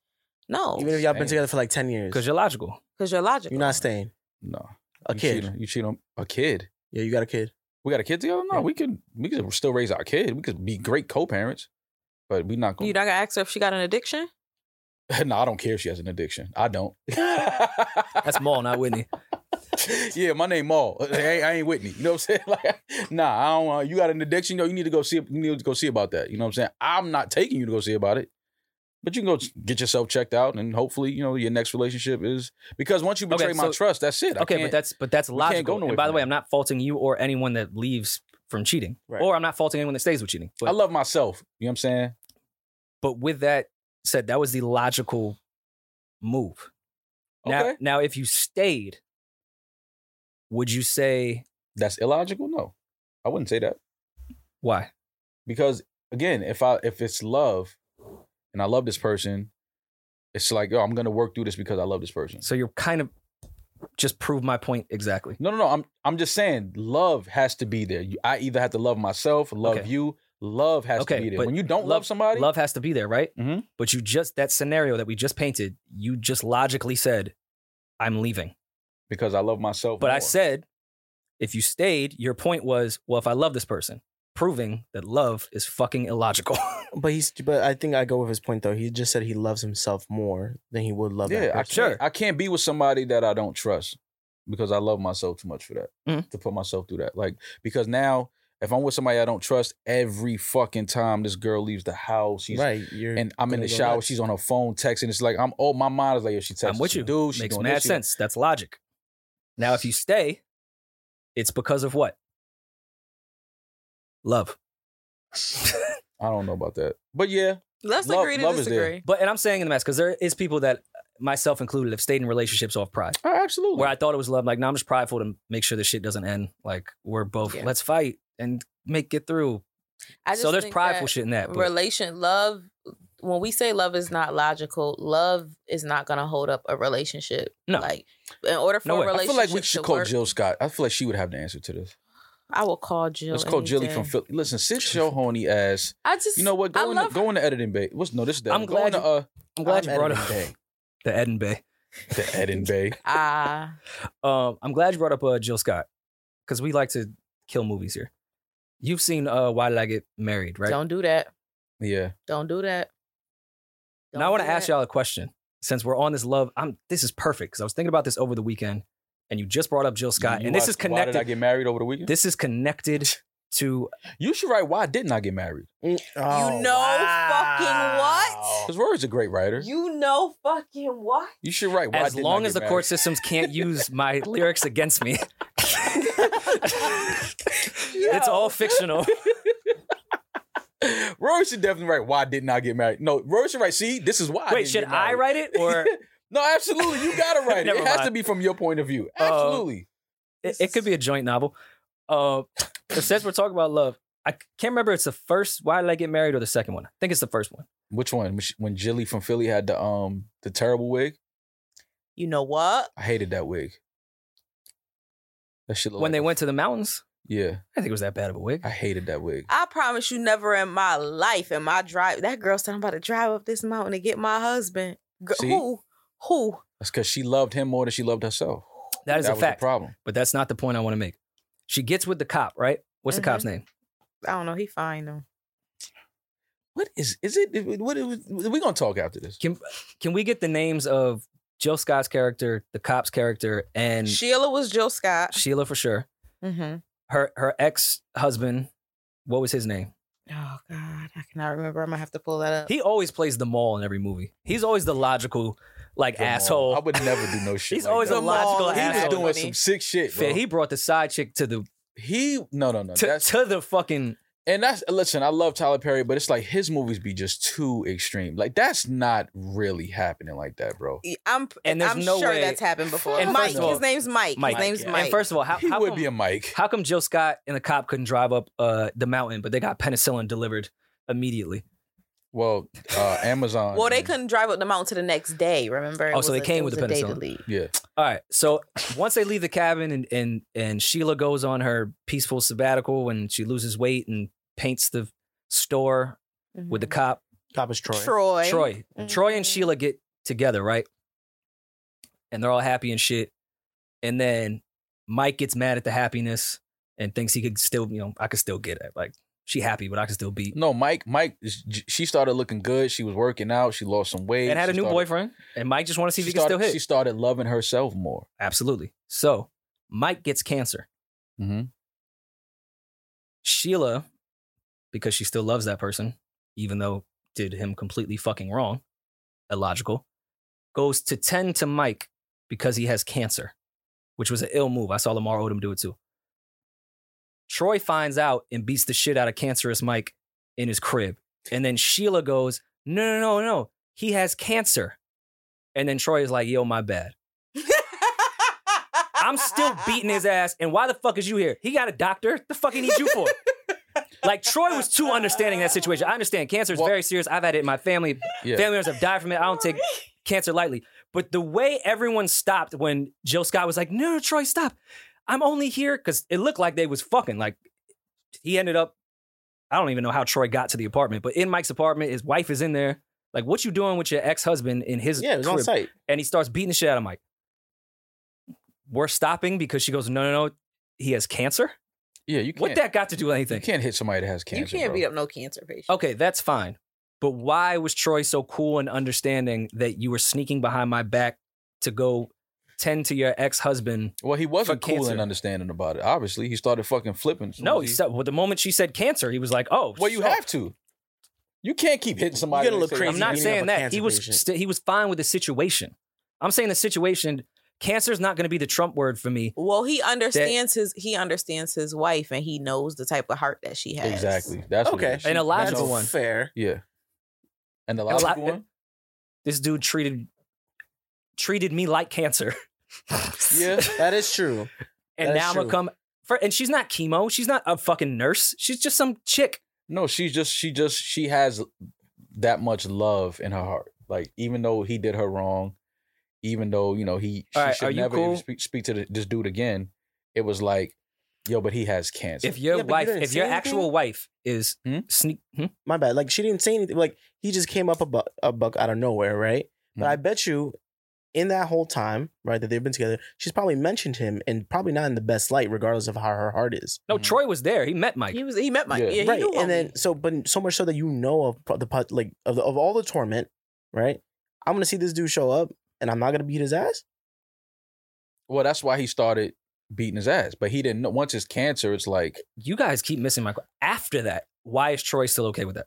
No,
Even if y'all been
Damn.
together for like ten years,
because you're logical.
because you're logical.
you're not staying.
No,
A
you
kid,
cheat on- you cheat on a kid.
yeah, you got a kid.
We got a kid together. No, we could we could still raise our kid. We could be great co-parents, but we not going.
You
to
not gonna ask her if she got an addiction?
no, I don't care if she has an addiction. I don't.
That's Maul, not Whitney.
yeah, my name Maul. I ain't, I ain't Whitney. You know what I'm saying? Like, nah, I don't. Uh, you got an addiction, yo. You need to go see. You need to go see about that. You know what I'm saying? I'm not taking you to go see about it, but you can go get yourself checked out, and hopefully, you know, your next relationship is because once you betray
Okay,
my
so-
trust, that's it. I
Okay,
can't-
but that's but that's
we can't go
logical.
nowhere
And by the
from
way,
that.
I'm not faulting you or anyone that leaves from cheating,
Right.
or I'm not faulting anyone that stays with cheating. But
I love myself. You know what I'm saying?
but with that said, that was the logical move. Now,
Okay.
now, if you stayed, would you say
That's illogical. No, I wouldn't say that
why?
because again, if I if it's love, and I love this person, it's like, yo, I'm gonna work through this because I love this person.
So you're kind of just prove my point exactly.
No, no, no. I'm I'm just saying love has to be there. You- I either have to love myself, love
Okay.
you. Love has
Okay,
to be there.
but
When you don't love,
love-
somebody,
Love has to be there, right?
Mhm.
But you just that scenario that we just painted, you just logically said, "I'm leaving."
because I love myself.
But I
more.
said, if you stayed, your point was, well, if I love this person, proving that love is fucking illogical.
But he's. But I think I go with his point though. He just said he loves himself more than he would love.
yeah,
that
I
person.
can't,
Sure.
I can't be with somebody that I don't trust because I love myself too much for that
Mhm.
to put myself through that. Like because now if I'm with somebody I don't trust, every fucking time this girl leaves the house, she's
right. You're
and I'm in
gonna
the
go
shower,
nuts.
she's on her phone texting. It's like I'm oh my mind is like, yo, she texting.
I'm with
she
you.
Dude, she
Makes
doing
mad
this, she-
sense. That's logic. Now, if you stay, it's because of what? Love.
I don't know about that, but yeah,
Let's
Love-
agree to
love is there.
disagree.
but and I'm saying in the mask because there is people that myself included have stayed in relationships off pride.
oh, absolutely.
Where I thought it was love, like no, I'm just prideful to make sure this shit doesn't end. Like we're both
Yeah.
let's fight and make it through.
I just
So there's
think
prideful
that
shit in that. but-
relation love. When we say love is not logical, love is not gonna hold up a relationship.
No.
like in order for
No
a
way. I
I
feel
relationship
feel like we
to
should call
work,
Jill Scott. I feel like she would have the answer to this.
I will call Jill.
Let's call
any
Jilly
day.
from Philly. Listen, sit your horny ass.
I just
You know what?
I
Go in, the,
love-
go in the editing bay. What's no? This is the.
I'm
go
glad
in the,
you-
uh,
I'm glad
I'm
you brought
Edmund
up
Day.
the Ed and Bay.
the editing bay.
ah
Um, I'm glad you brought up uh, Jill Scott because we like to kill movies here. You've seen uh, Why Did I Get Married, right?
don't do that.
Yeah.
Don't do that.
now I want to
do
ask
that.
y'all a question since we're on this love. I'm this is perfect because I was thinking about this over the weekend, and you just brought up Jill Scott,
You
and this
watched
is
Why did I
connected.
get married over the weekend?
This is connected to
you should write. Why didn't I get married?
Mm, oh,
know fucking
Because Rory's a great writer. You,
You know fucking what?
should write. Why
as
didn't
long
I
as the
get married?
court systems can't use my lyrics against me. It's all fictional.
Rory should definitely write. Why didn't I get married? No, Rory should write. See, this is why. I
Wait,
didn't
should
get
I
married."
write it or
No, absolutely. You gotta write it.
Never
It has
mind.
to be from your point of view.
Uh,
Absolutely.
it, it could be a joint novel. Uh, but since we're talking about love, I c- can't remember. If it's the first. Why did I get married? Or the second one? I think it's the first one.
Which one? When she- When Jilly from Philly had the um the terrible wig.
You know what?
I hated that wig. That shit. looked
when
like
they
a-
went to the mountains,
Yeah,
I think it was that bad of a wig.
I hated that wig.
I promise you, never in my life in my drive. That girl said I'm about to drive up this mountain to get my husband. Gr-
See?
Who? Who?
That's because she loved him more than she loved herself.
that is
that
a
was
fact.
The problem.
but that's not the point I want to make. She gets with the cop, right? What's
Mhm.
the cop's name?
I don't know. He fine though.
What is? Is it? What? Is, we gonna talk after this?
Can can we get the names of Jill Scott's character, the cop's character, and
Sheila was Jill Scott.
Sheila for sure?
Mm-hmm.
Her her ex husband. What was his name?
Oh God, I cannot remember. I'm gonna have to pull that up.
He always plays the mall in every movie. He's always the logical, like
Come on.
asshole.
I would never do no shit.
He's
like
always
that.
a logical
He was
asshole.
doing some sick shit.
Fair,
Bro.
He
He
brought the side chick to the
he. No no no.
to,
that's
to the fucking
and that's listen. I love Tyler Perry, but it's like his movies be just too extreme. Like that's not really happening like that, bro.
I'm
And there's
I'm
no
sure
way-
that's happened before.
And
Mike,
first of all-
his name's Mike.
Mike,
His name's
yeah.
And
Mike.
first of all, how,
He
how
would
come,
be a Mike.
how come Jill Scott and the cop couldn't drive up uh, the mountain, but they got penicillin delivered immediately?
Well, uh, Amazon.
well, they couldn't drive up the mountain to the next day. Remember? It
Oh, so
was
they came
it
with
was
the
a day to
penicillin.
leave.
Yeah.
All right. So once they leave the cabin and and and Sheila goes on her peaceful sabbatical and she loses weight and paints the store with the
Mhm.
cop
Cop is Troy.
Troy.
Troy. Troy and
Mhm.
Sheila get together, right? And they're all happy and shit. And then Mike gets mad at the happiness and thinks he could still, you know, I could still get it. Like she happy, but I could still beat.
No, Mike. Mike. She started looking good. She was working out. She lost some weight.
And had
She
a new
started-
boyfriend. And Mike just want to see if
she
he can still
started-
hit.
She started loving herself more.
Absolutely. So Mike gets cancer.
Mm-hmm.
Sheila, because she still loves that person, even though did him completely fucking wrong, illogical, goes to tend to Mike because he has cancer, which was an ill move. I saw Lamar Odom do it too. Troy finds out and beats the shit out of cancerous Mike in his crib. And then Sheila goes, No, no, no, no. He has cancer. And then Troy is like, Yo, my bad. I'm still beating his ass. And why the fuck is you here? He got a doctor. The fuck he needs you for? Like Troy was too understanding in that situation. I understand cancer is
Well-
very serious. I've had it in my family.
Yeah.
Family members have died from it. I don't take cancer lightly. But the way everyone stopped when Jill Scott was like, "No, no, Troy, stop! I'm only here because it looked like they was fucking." Like he ended up. I don't even know how Troy got to the apartment, but in Mike's apartment, his wife is in there. Like, what you doing with your ex husband in his
Yeah, it was on
crib?
site.
and he starts beating the shit out of Mike. We're stopping because she goes, no, no, no, he has cancer.
Yeah, you can't.
What that got to do with anything?
You can't hit somebody that has
You
cancer.
can't
bro.
beat up no cancer patient.
Okay, that's fine. But why was Troy so cool and understanding that you were sneaking behind my back to go tend to your ex husband?
Well, he wasn't
For
cool
cancer.
and understanding about it. Obviously, he started fucking flipping. as soon
No,
as
he
he-
said, well, the moment she said cancer, he was like, oh,
Well, you
shit.
have to. You can't keep hitting somebody.
You're
that
gonna look
say-
crazy
I'm not
beating up
saying
a
that
cancer
he was
patient.
st- he was fine with the situation. I'm saying the situation. Cancer's not going to be the Trump word for me.
Well, he understands his he understands his wife and he knows the type of heart that she has.
Exactly. That's what it
Okay.
is.
And
She-
Elijah's
that's-
the one.
Fair.
Yeah. And the
And Eli-
logical one.
This dude treated treated me like cancer.
Yeah.
That is true.
and
That is
now I'm
true.
gonna come. For, and she's not chemo. She's not a fucking nurse. She's just some chick.
No, she's just she just she has that much love in her heart. Like even though he did her wrong, even though you know he she
All right, are
should
you
never
cool?
even speak, speak to the, this dude again, it was like, yo, but he has cancer.
If your
Yeah, but you
wife,
didn't
if
say
your
anything?
actual wife is
Hmm?
sneak, hmm?
My bad. Like she didn't say anything. Like he just came up a, bu- a buck out of nowhere, right? But
Mm-hmm.
I bet you, in that whole time, right, that they've been together, she's probably mentioned him and probably not in the best light, regardless of how her heart is.
no,
Mhm.
Troy was there. He met Mike.
He was he met my
Yeah.
yeah, he
right,
knew
and then so, but so much so that you know of pro- the pot- like of, the, of all the torment, right? I'm gonna see this dude show up, and I'm not gonna beat his ass.
well, that's why he started beating his ass. But he didn't know once his cancer, it's like
you guys keep missing my. qu- After that, why is Troy still okay with that?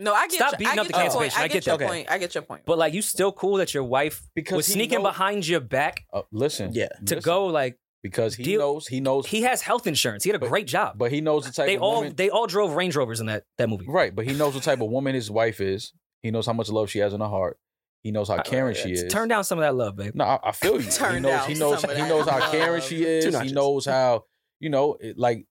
No, I get
Stop
your,
beating
I
up
get
the
your
cancer
point.
patient.
I
I
get,
get
your
that.
point. I get your point.
But like, you still cool that your wife
because
was
he
sneaking
know-
behind your back
Uh, listen,
Yeah.
to
listen,
go. Like,
because he
deal-
knows he knows
he has health insurance. He had a
But-
great job.
But he knows the type
they
of
all
woman,
they all drove Range Rovers in that that movie.
right? But he knows the type of woman his wife is. He knows how much love she has in her heart. He knows how caring she is.
uh, Turn down some of that love, babe.
No, I, I feel you. he
Turn
knows. He
down
knows.
some of
He
that
knows how
love.
caring she is. He
notches.
knows how you know. It, like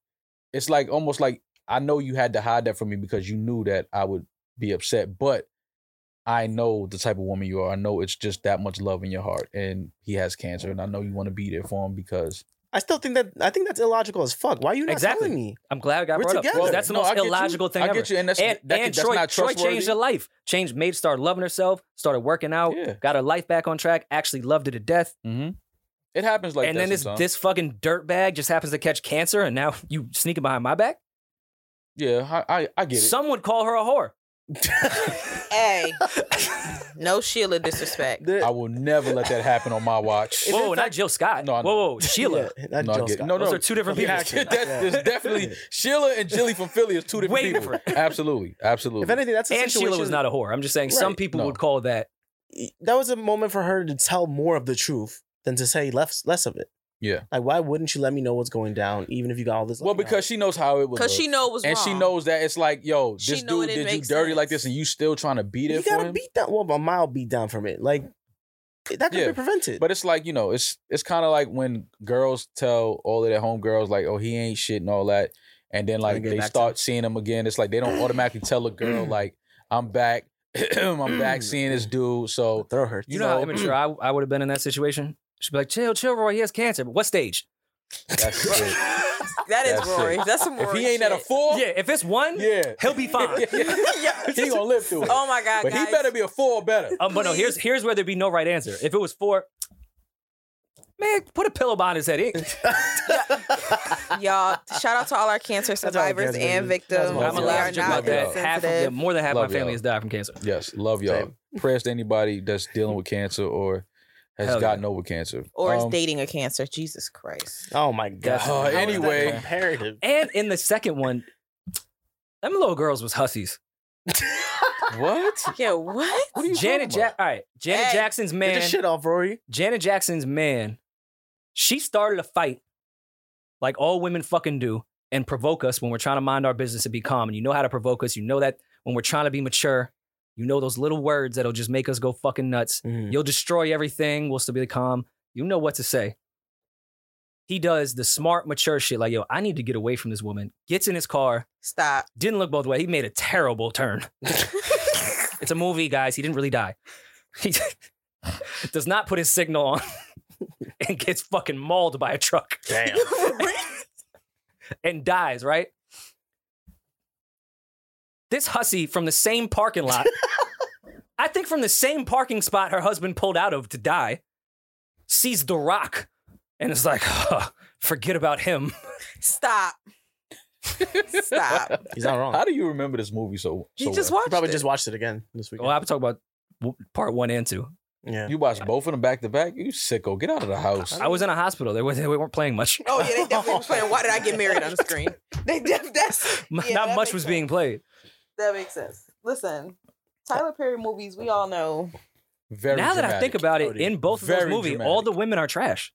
it's like almost like I know you had to hide that from me because you knew that I would be upset, but. I know the type of woman you are. I know it's just that much love in your heart, and he has cancer, and I know you want to be there for him because
I still think that I think that's illogical as fuck. Why are you not
Exactly.
telling me?
I'm glad I got
We're
brought up.
together.
That's the
No, I
most
get you.
illogical thing
I
ever.
get you, and that's
and,
that,
and
that's
Troy,
not
Troy
trustworthy.
changed her life. Changed, made, started loving herself, started working out,
Yeah.
got her life back on track. Actually loved her to death.
hmm It happens like
and
that
then this
sometimes.
this fucking dirtbag just happens to catch cancer, and now you sneaking behind my back.
Yeah, I I, I get it.
Some would call her a whore.
hey, no Sheila disrespect.
There-
I will never let that happen on my watch.
If
whoa, not
it's like-
Jill Scott.
No, I know.
whoa, whoa, Sheila.
Yeah, not
No, I
Jill
get it.
Scott.
No, no,
Those are two different people.
Yeah,
Yeah.
that's, that's definitely Sheila and Jilly from Philly is two different
Way
people.
different.
Absolutely, absolutely.
If anything, that's a
And
situation.
Sheila was not a whore. I'm just saying some
Right,
people
no.
would call that.
that was a moment for her to tell more of the truth than to say less less of it.
yeah.
Like, why wouldn't you let me know what's going down, even if you got all this?
Well,
lying
because she knows how it was.
Because she knows it was
and
wrong.
she knows that it's like, yo,
She
this
know it
dude
didn't
did you
make
dirty like
sense.
this, and you still trying to be
out?
there
you
for
gotta
him.
beat down. Well, a mile beat down from it. Like that could
Yeah,
be prevented.
but it's like you know, it's it's kind of like when girls tell all of their homegirls like, oh, he ain't shit and all that, and then
Trying to
like
get
they
back to
start seeing him again. It's like they don't automatically tell a girl like, I'm back, I'm back seeing this dude.
Oh,
So
throw her.
You, know, how immature I, I would have been in that situation. She'd be like, "Chill, chill, Roy. He has cancer. But what stage?
that's it.
that is
That's it.
Rory. That's some
If
Rory
he ain't at a
shit.
four,
Yeah, if it's one,
Oh. yeah.
he'll be fine."
he gonna live through it.
Oh my god,
but
guys.
he better be a four or better.
Um, but no, here's here's where there'd be no right answer. If it was four, man, put a pillow behind his head. He-
Y'all, shout out to all our cancer
all
survivors
cancer
and
babies. That's
victims.
all
Love
I'm
We
allowed
are
to joke
y'all.
not
about that. Half of them,
sensitive.
more than half
Love
my family
y'all.
has died from cancer.
Yes, love y'all.
Same.
Prayers to anybody that's dealing with cancer or has
Hell
gotten over cancer.
Or is
Um,
dating a cancer. Jesus Christ.
Oh my god.
Definitely.
Uh,
How is that
anyway.
comparative.
And in the second one, them little girls was hussies.
What?
Yeah, what?
What are you
Janet
talking
Jack.
about?
All right, Janet
Hey,
Jackson's
Get
man.
your shit off, Rory.
Janet Jackson's man. She started a fight, like all women fucking do, and provoke us when we're trying to mind our business and be calm. And you know how to provoke us. You know that when we're trying to be mature, you know those little words that'll just make us go Mm-hmm.
Mm-hmm.
fucking nuts. You'll destroy everything. We'll still be calm. You know what to say. He does the smart, mature shit like, yo, I need to get away from this woman. Gets in his car,
Stop.
didn't look both ways. He made a terrible turn. it's a movie, guys. He didn't really die. He does not put his signal on and gets fucking mauled by a truck
Damn.
and dies, right? This hussy from the same parking lot, I think from the same parking spot her husband pulled out of to die, sees The Rock and is like, forget about him.
Stop. Stop.
He's not wrong.
How do you remember this movie so?
He
so
just
well?
watched.
He probably
it.
just watched it again this weekend.
Well, I have to talk about w- part one and two.
yeah.
You watched both of them back to back. You sicko! Get out of the house.
I was in a hospital. They, were, they weren't playing much.
Oh yeah, they definitely was playing. Why did I get married on the screen? They def- that's yeah,
Not
that
much
makes
was
sense.
being played.
That makes sense. Listen, Tyler Perry movies, we all know.
Very.
now that I think
dramatic.
about it,
Cody.
in both of those
Very
movies,
dramatic.
all the women are trash.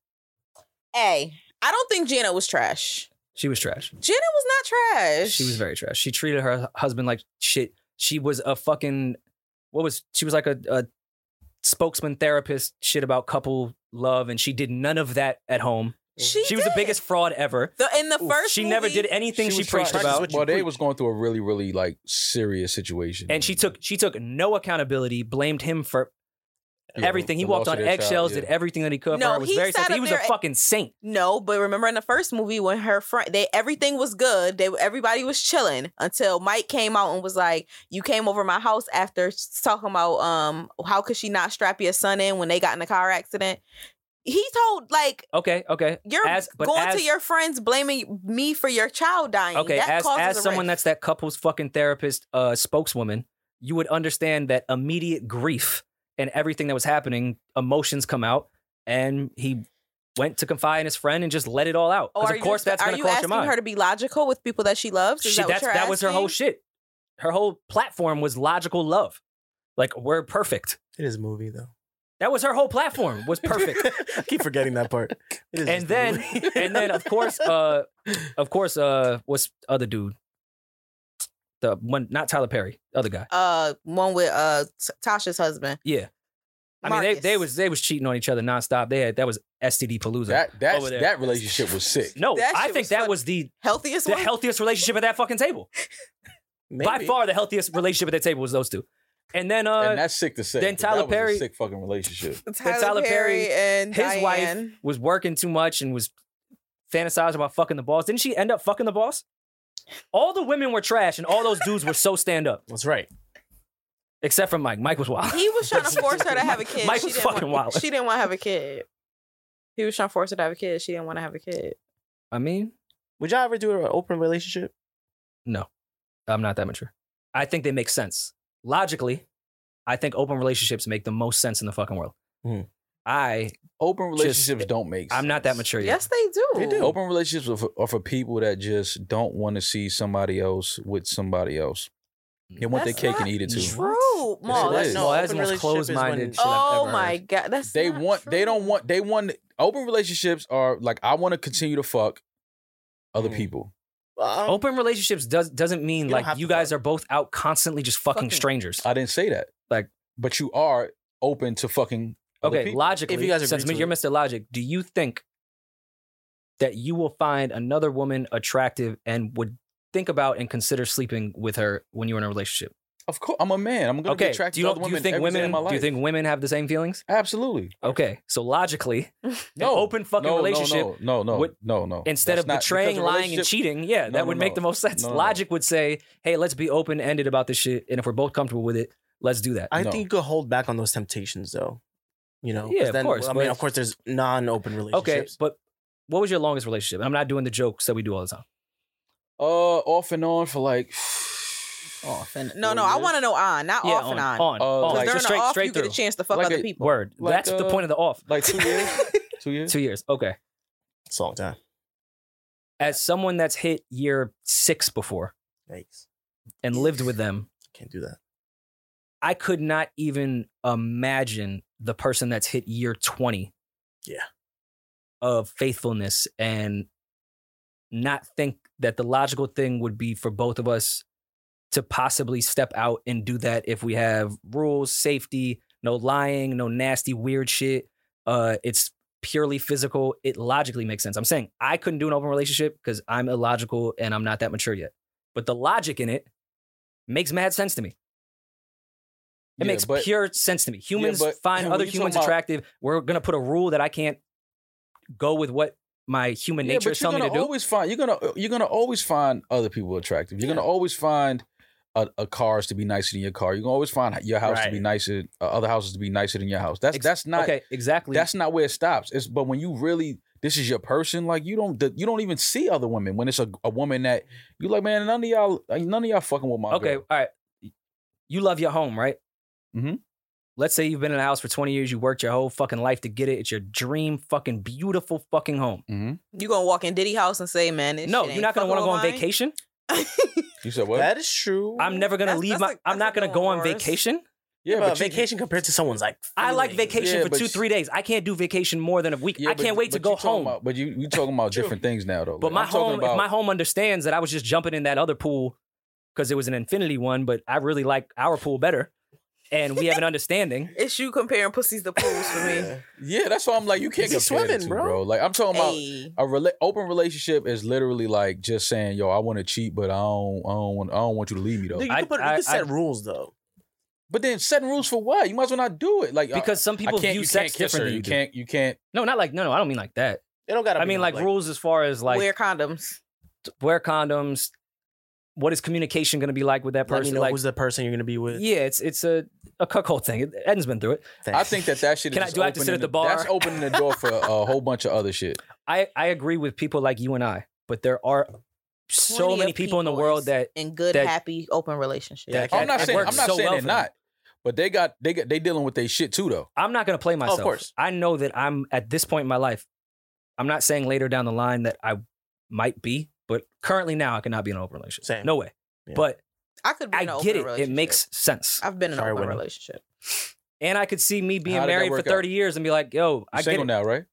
Hey, I don't think Gina was trash.
She was trash.
Gina was not trash.
She was very trash. She treated her husband like shit. She was a fucking what was she was like a, a spokesman therapist shit about couple love, and she did none of that at home.
She,
was the
did.
biggest fraud ever.
The, in the first,
she never
movie-
did anything she,
was
preached
trying-
Practice
about,
what you
Well, they
preach.
was going through a really, really like serious situation,
and she took she took no accountability. Blamed him for
Yeah,
everything. He
the
walked
loss
on
of their child,
eggshells,
yeah.
did everything that he could.
No,
for her. It was
he
very
sat
sexy.
up
He was a
there and-
fucking saint.
No, but remember in the first movie when her friend, they everything was good. They everybody was chilling until Mike came out and was like, "You came over my house after s- talking about um how could she not strap your son in when they got in a car accident." He told like
Okay, okay.
you're
As- but
going
as-
to your friends blaming me for your child dying.
Okay,
that
as
causes
as
a
someone
rift.
that's that couple's fucking therapist, uh, spokeswoman, you would understand that immediate grief and everything that was happening, emotions come out, and he went to confide in his friend and just let it all out.
Oh,
'Cause
are
of
you
course,
just-
that's
are
going to
you
cross your
asking
mind.
her to be logical with people that she loves? Is
She-
that what
that's-
you're
that was her whole
asking?
shit. Her whole platform was logical love, like we're perfect.
It is a movie though.
That was her whole platform was perfect.
I keep forgetting that part. It
and
is just a
then
movie.
and then of course uh of course uh what's the other dude the one not tyler perry other guy
Uh, one with uh T- Tasha's husband.
yeah i mean they, they
Marcus.
was they was cheating on each other nonstop they had that was std palooza
That that
over there.
that relationship was sick.
no
That
i
shit
think
was
that
fun-
was the
Healthiest
the
one.
healthiest relationship at that fucking table by
Maybe.
far the healthiest relationship at that table was those two and then uh
and that's sick to say.
then
'cause
Tyler
that was a
Perry-
sick fucking relationship.
Tyler,
Tyler
Perry,
Perry,
and
his wife
Diane.
was working too much and was fantasizing about fucking the boss didn't she end up fucking the boss all the women were trash and all those dudes were so stand up
That's right.
except for mike mike was wild
He was trying to force her to have a kid.
Mike
She
was
didn't
fucking
want,
wild.
She didn't want to have a kid. He was trying to force her to have a kid. She didn't want to have a kid.
I mean,
Would y'all ever do an open relationship?
no, I'm not that mature. I think they make sense logically. I think open relationships make the most sense in the fucking world.
Mhm.
I
Open
Just-
relationships don't make.
I'm not that
sense.
mature yet.
Yes, they do.
They do.
Open relationships are for, are for people that just don't want to see somebody else with somebody else. They want their
That's
cake
not
and eat it too.
True. Ma,
it
that's
is.
not-
No,
that's
open
the most
relationship
closed-minded
is
shit I've
Oh
ever
my
heard.
god. That's
They
not
want. They don't
true.
want. They want. Open relationships are like I want to continue to fuck other
Mm.
people.
when- Um,
Oh.
open relationships does doesn't mean
You don't
like
have
you
to
guys
fuck.
are both out constantly just fucking,
Fucking.
strangers.
I didn't say that.
Like-
but you are open to fucking. other
Okay,
people.
logically,
If you guys
since
agree to
you're
it.
Mr. Logic, do you think that you will find another woman attractive and would think about and consider sleeping with her when you're in a relationship?
Of course, I'm a man. I'm gonna be
Okay,
attracted
do
to
you, don't-
other
do you
women.
think
every day of
women
my life.
do you think women have the same feelings?
Absolutely.
Okay, so logically,
No.
an open fucking
no,
relationship
No, no, no,
would-
no, no.
instead
That's
of
not-
betraying,
because a
lying, and
relationship-
cheating. Yeah,
No,
that
no,
would make
no.
the most sense.
No, no, no.
Logic would say, "Hey, let's be open ended about this shit, and if we're both comfortable with it, let's do that."
I
No.
think you could hold back on those temptations though. You know, 'cause
Yeah, of
then,
course,
I
but-
mean, of course, there's non-open
okay,
relationships.
but what was your longest relationship? And I'm not doing the jokes that we do all the time.
Uh, off and on for like.
No, no. I want to know on, not
yeah,
off and on.
on,
Uh,
on.
Like,
Because
just
during
Oh, straight,
the off,
straight
you
through.
get a chance to fuck
Like
other
a-
people.
Word.
Like,
That's the
uh,
point of the off.
Like two years. two years.
Two years. Okay.
It's a long time.
As someone that's hit year six before
Yikes.
and lived with them,
Can't do that.
I could not even imagine the person that's hit year 20
Yeah.
of faithfulness and not think that the logical thing would be for both of us to possibly step out and do that if we have rules, safety, no lying, no nasty weird shit. Uh it's purely physical, it logically makes sense. I'm saying I couldn't do an open relationship because I'm illogical and I'm not that mature yet. But the logic in it makes mad sense to me. It
Yeah,
makes
but-
pure sense to me. Humans
but
find
when
other
you talk
humans
about-
attractive. We're gonna put a rule that I can't go with what my human
Yeah,
nature
but
is
you're
telling me to
gonna
do.
always find you're gonna you're gonna always find other people attractive. You're gonna always find a, a cars to be nicer than your car. You can always find your house to be
Right.
nicer, uh, other houses to be nicer than your house. That's
Ex-
that's not
okay, exactly.
that's not where it stops. It's but when you really this is your person, like you don't you don't even see other women when it's a, a woman that you like, man. None of y'all none of y'all fucking with my
okay,
girl.
all right. You love your home, right?
Mhm.
Let's say you've been in a house for 20 years, you worked your whole fucking life to get it. It's your dream fucking beautiful fucking home.
Mhm.
You gonna walk in Diddy house and say, man, this
no,
shit
you're not gonna
want
want
to
to go on vacation.
You said what?
That is true.
I'm never gonna
That's-
leave
that's
my
a-
I'm
that's
not
a
gonna go
going
on
worse.
vacation.
yeah,
but,
but you-
vacation compared to someone's like
I like
feelings.
vacation
Yeah,
for
but
two,
you-
three days. I can't do vacation more than a week.
yeah,
I
but-
can't wait to
but you
go
talking
home.
About, but you you talking about
True.
different things now though.
But
Like,
my
I'm talking
home, if
about-
my home understands that I was just jumping in that other pool because it was an infinity one, but I really like our pool better, and we have an understanding.
It's you comparing pussies to pools for me.
Yeah.
yeah, that's why I'm like you can't
He
get swimming,
swimming,
bro.
bro.
Like I'm talking about
Hey.
a rela- open relationship is literally like just saying, "Yo, I want to cheat, but I don't, I don't, want, I don't want you to leave me though."
Dude, you
I-
can, put, you
I-
can set
I-
rules though.
but then setting rules for what? You might as well not do it, like I-
Because some
I
people
can't-
view
you
sex
can't kiss
differently.
her. You can't, you can't.
No, not like no, no. I don't mean like that.
It don't gotta.
I
be
mean like, rules as far as like
Wear
wear,
condoms.
condoms. What is communication going to be like with that
Let me
person?
know
Like,
who's the person you're gonna be with.
yeah, it's it's a a cuckold thing. It- Eden's been through it.
I think that that shit.
Can I-
is just
do I have to sit
opening
at the bar?
That's opening the door for a whole bunch of other shit.
I I agree with people like you and I, but there are so
Plenty of
many people in the
people
world
is-
that
in good,
that-
happy, open relationship.
Yeah,
I'm not
It
saying, I'm
works
not
so
saying
well
they're
for them.
not, but they got, they got, they dealing with their shit too though.
I'm not going to play myself.
course.
I know that I'm at this point in my life. I'm not saying later down the line that I might be, but currently now I cannot be in an open relationship.
Same.
No way.
Yeah.
But
I could be
I
in
get
an open
it. It
relationship.
makes sense.
I've been in an
Sorry,
open
women.
relationship.
And I could see me being
How did that
married for
work out?
30 years and be like, yo,
You're
I get
single
it.
now, right?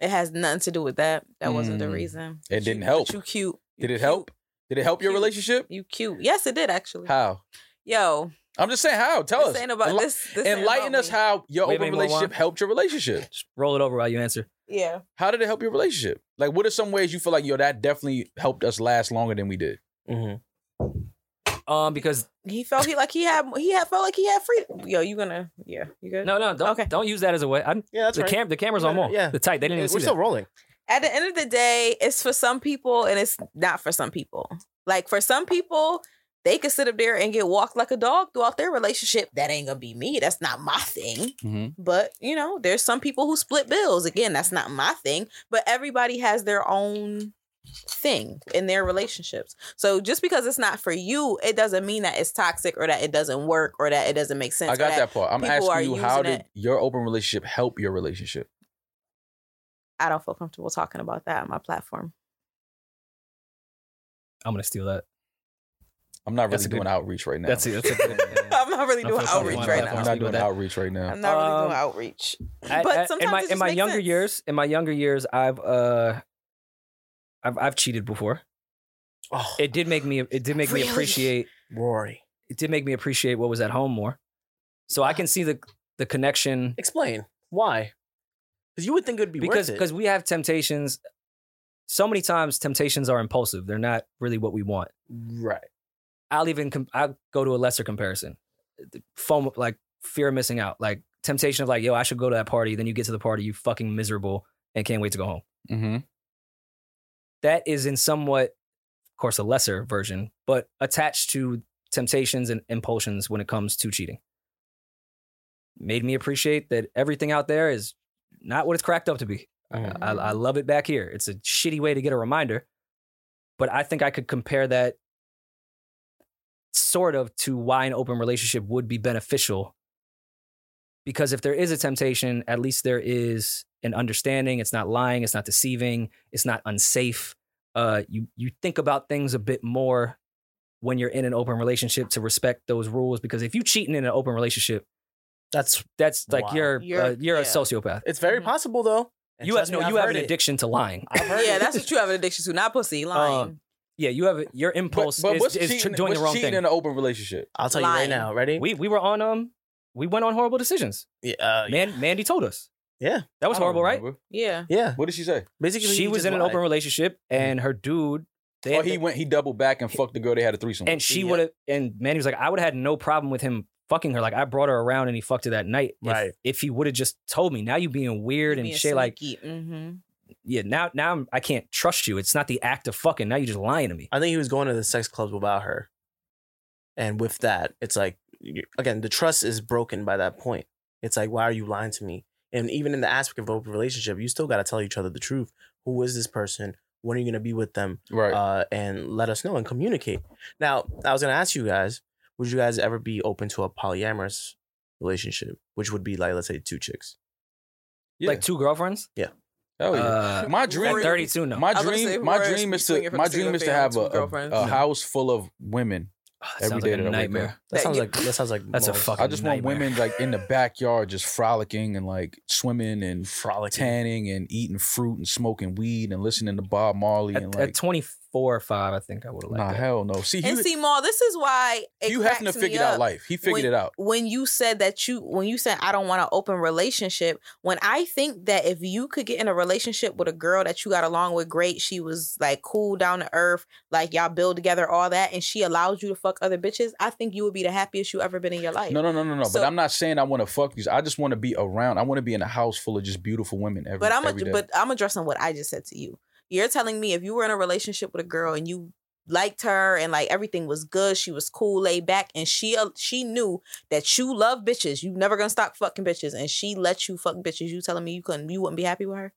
It has nothing to do with that. That wasn't the
Mm.
reason.
It
But you-
didn't help.
But you cute. You
Did it
cute.
help? Did it help your
Cute.
relationship?
You cute. Yes, it did actually.
How?
Yo,
I'm just saying how. Tell us.
this ain't about
Enli-
this. this ain't
Enlighten
about
us
me.
how your
Wait,
open
wait, more
relationship
wine?
helped your relationship.
Just roll it over while you answer.
Yeah.
How did it help your relationship? Like, what are some ways you feel like, yo, that definitely helped us last longer than we did?
Mhm.
Um, because
He felt he like he had he had felt like he had freedom. Yo, you gonna yeah, you good?
no, no, don't
Okay.
don't use that as a way. I'm,
Yeah, that's
the
right.
cam the camera's on
Yeah,
more.
yeah.
The tight. They didn't
We're
even see
still
that.
rolling.
At the end of the day, it's for some people and it's not for some people. Like for some people, they could sit up there and get walked like a dog throughout their relationship. That ain't gonna be me. That's not my thing.
Mm-hmm.
But you know, there's some people who split bills. Again, that's not my thing. But everybody has their own thing in their relationships. So just because it's not for you, it doesn't mean that it's toxic or that it doesn't work or that it doesn't make sense.
I
or
got that part. I'm
people are
asking you, how
using
did
it.
your open relationship help your relationship?
I don't feel comfortable talking about that on my platform.
I'm gonna steal that.
I'm not really
That's a
doing
good-
outreach right now.
That's it. That's it.
I'm not really
I
doing
feel comfortable
outreach
on my
right
I'm
platform.
now.
not doing
That-
outreach right now.
I'm not really
Um,
doing outreach.
I-
But
I-
sometimes
in my
it
in
just
my
makes
younger
sense.
years, in my younger years, I've uh, I've I've cheated before.
Oh,
It did make me. It did make me
Really?
appreciate.
Rory,
It did make me appreciate what was at home more. So I can see the the connection
explain why? Because you would think it would be
because
worth it.
because we have temptations. So many times, temptations are impulsive. They're not really what we want.
right.
I'll even com- I'll go to a lesser comparison. The FOMO, like fear of missing out, like temptation of like, yo, I should go to that party. Then you get to the party, you fucking miserable and can't wait to go home.
Mm-hmm.
that is in somewhat of course a lesser version but attached to temptations and impulsions when it comes to cheating made me appreciate that everything out there is not what it's cracked up to be
Mhm.
I, I love it back here it's a shitty way to get a reminder but i think i could compare that sort of to why an open relationship would be beneficial because if there is a temptation at least there is an understanding it's not lying it's not deceiving it's not unsafe uh you you think about things a bit more when you're in an open relationship to respect those rules because if you cheating in an open relationship
That's
that's like
Wow.
you're you're, uh,
You're-
you're a
yeah.
sociopath
it's very
Mhm.
possible though. And
you have
trust me,
no
I've
you have
heard
an
it.
addiction to lying
I've heard
yeah,
it.
that's what you have an addiction to, not pussy,
Um,
lying.
yeah you have your impulse
but, but what's
is, is
cheating,
doing
what's
the wrong
cheating
thing
in an open relationship?
I'll tell you right
lying.
now. Ready?
we we were on um we went on horrible decisions
Yeah, uh,
man mandy told us
Yeah.
That was
I don't
horrible, right?
remember.
Yeah.
Yeah.
What did she say?
Basically,
She
he
was
just
in an
lied. Mm.
open relationship, and her dude. They
Oh,
had
he
the-
went. He doubled back and fucked the girl. They had a threesome. with.
and she
Yeah.
would have. And Manny was like, I would have had no problem with him fucking her. Like I brought her around, and he fucked her that night. If-
Right.
If, he would have just told me, now you being weird and shit. Like,
mm-hmm.
yeah, now now I'm, I can't trust you. It's not the act of fucking. Now you're just lying to me.
I think he was going to the sex clubs without her. And with that, it's like you- again, the trust is broken by that point. It's like, why are you lying to me? And even in the aspect of open relationship, you still got to tell each other the truth. Who is this person? When are you going to be with them?
right.
Uh, and let us know and communicate. Now, I was going to ask you guys, would you guys ever be open to a polyamorous relationship, which would be like, let's say, two chicks?
yeah.
Like two girlfriends.
Hell yeah.
Uh,
my
at
dream.
Rory-
32, no.
My
I was gonna say,
dream. My
Rory's
dream is
swinging
to.
from
My
the
dream
single
is to
fan
have
to
a, a,
girlfriends.
a
No.
house full of women.
Ugh,
every
Ah, sounds
day that I
like a
wake
nightmare.
up.
That
That
sounds
you-
like that sounds like
That's a
most
fucking-
I just want
nightmare.
women like in the backyard, just frolicking and like swimming and
frolicking.
tanning and eating fruit and smoking weed and listening to Bob Marley
At,
and
at
like.
24 or 5, I think I would have liked
nah,
that.
hell no. See,
and
Hugh,
see, Ma, this is why it
Hugh
cracks
Hefner
me
figured
up.
out life. He figured it out.
when you said that you when you said I don't want an open relationship, when I think that if you could get in a relationship with a girl that you got along with great, she was like cool, down to earth, like y'all build together, all that, and she allows you to fuck other bitches, I think you would be the happiest you ever been in your life.
No, no, no, no, no.
So-
but I'm not saying I want to fuck these. I just want to be around. I want to be in a house full of just beautiful women every.
but I'm
every day.
a, but I'm addressing what I just said to you. You're telling me if you were in a relationship with a girl and you liked her and like everything was good, she was cool, laid back, and she uh, she knew that you love bitches, you never gonna stop fucking bitches, and she let you fuck bitches. You telling me you couldn't, you wouldn't be happy with her?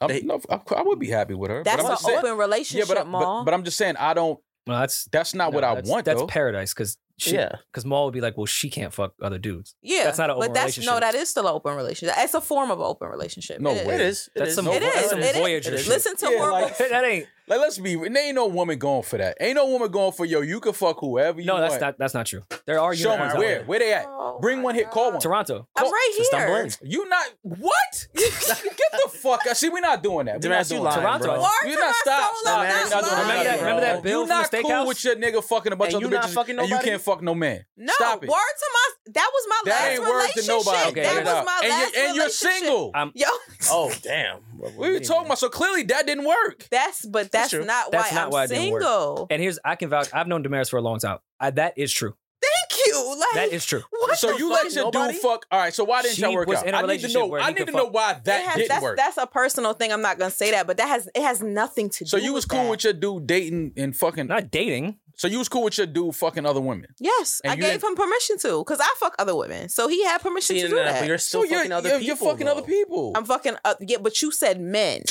I'm,
They-
no, I, I would be happy with her. but
That's
I'm
an
just saying-
open
Yeah,
relationship,
but, I- but
Maul.
but I'm just saying I don't.
Well, that's
That's not
no,
what I
that's-
want.
That's
though.
paradise because yeah.
Yeah.
Because Maul would be like, well, she can't fuck other dudes.
yeah,
that's not an open
but that's no,
relationship.
that is still an open relationship. It's a form of an open relationship.
No
it
way.
It
is.
is. It
That's
is.
some-
No,
It
that's
is.
some
It is.
Voyager shit.
Listen to
Yeah,
horrible.
like-
that ain't.
Like, let's be. There ain't no woman going for that. Ain't no woman going for yo. You can fuck whoever you
No,
want.
that's not. That's not true. There are
Show
unicorns
me
out
where.
there.
Where they at?
Oh
Bring
my
one hit. Call
God.
one.
Toronto.
I'm right
Just don't
here.
blame.
You not what? Get the fuck out. See, we not doing that. We're not
Dumbass, you
doing
lying,
that.
Toronto.
bro.
Or
You're not stop.
Solo,
Stop.
man.
You're
not
not doing
lying.
Remember that-
bro.
remember that bill
you
from
not
the
cool
steakhouse?
with your nigga fucking a bunch
And
of
you
other
not
bitches,
fucking
and you
nobody?
can't fuck no man.
No,
Stop it.
word to my. That was my
that
last
ain't word to
relationship.
nobody.
Okay,
Get
that
it
was
out.
my
and
last
you're, and you're
relationship.
single.
I'm-
Yo,
Oh damn!
What are you talking about? So clearly that didn't work.
that's but
That's
that's,
true.
not
That's
why
not
I'm
why it didn't work.
single.
And here's I can vouch. I've known Damaris for a long time. I, that is true.
Thank you. Like
That is true.
what
So
the
you
fuck?
let your
nobody?
dude fuck. All right. So why didn't
She
y'all work
was
out?
in a
I need to
relationship
know.
where
I
he
need
could
to know
fuck.
why
It
that
has-
didn't
that's,
work.
That's a personal thing. I'm not gonna say that, but that has it has nothing to
So
do.
you was
with
cool
that.
with your dude dating and fucking.
Not dating.
So you was cool with your dude fucking other women.
Yes,
And
I
you
gave
didn't-
him permission to, because I fuck other women, so he had permission to do
But
that.
you're still
So you're-
fucking other
you're,
people.
You're fucking other
though.
people.
I'm fucking up. Yeah, but you said men.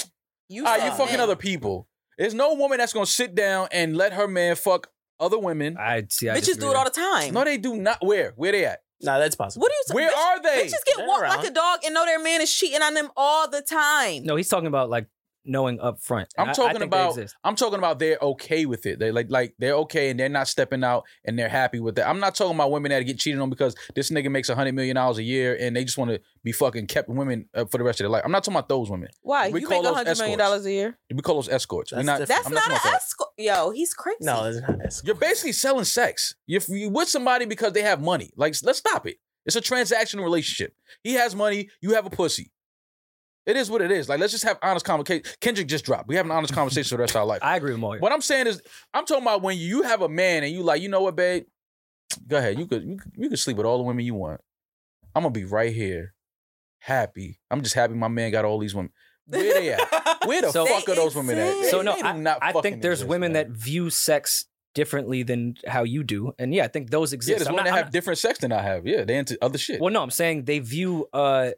You
All
said
right, you fucking
men.
other people. There's no woman that's gonna sit down and let her man fuck other women.
I see. I
bitches
disagree
do it all
there.
the time.
No, they do not. Where? Where they at?
Nah, that's possible.
what are you? ta-
Where
bitch-
are they?
Bitches get
They're
walked
around.
like a dog and know their man is cheating on them all the time.
No, he's talking about like knowing up front. And
I'm
I- I
talking
think they
about.
exist.
I'm talking about. They're okay with it. They like like they're okay and they're not stepping out and they're happy with that. I'm not talking about women that get cheated on because this nigga makes hundred million dollars a year and they just want to be fucking kept women uh, for the rest of their life. I'm not talking about those women.
Why?
We
you
call
make
those
a hundred million
escorts.
dollars a year.
We call those escorts. We're
That's
not-
different.
That's
I'm
not,
talking about
an
that.
escort. Yo, he's crazy.
No, it's not. It's-
You're basically selling sex. If you with somebody because they have money, like let's stop it. It's a transactional relationship. He has money, you have a pussy. It is what it is. Like let's just have honest conversation. Kendrick just dropped. We have an honest conversation for the rest of our life.
I agree with Maul. here.
what I'm saying is, I'm talking about when you have a man and you like, you know what, babe? Go ahead. You could you could, you could sleep with all the women you want. I'm gonna be right here, happy. I'm just happy my man got all these women. Where they at? Where the
So-
fuck are those women at?
So,
They-
no,
they do not
I
fucking
think there's
exist,
women
man.
that view sex differently than how you do, and yeah, I think those
yeah,
exist.
there's
I'm
women
not-
that
I'm
have different sex than I have. Yeah, they into other shit.
Well, no, I'm saying they view uh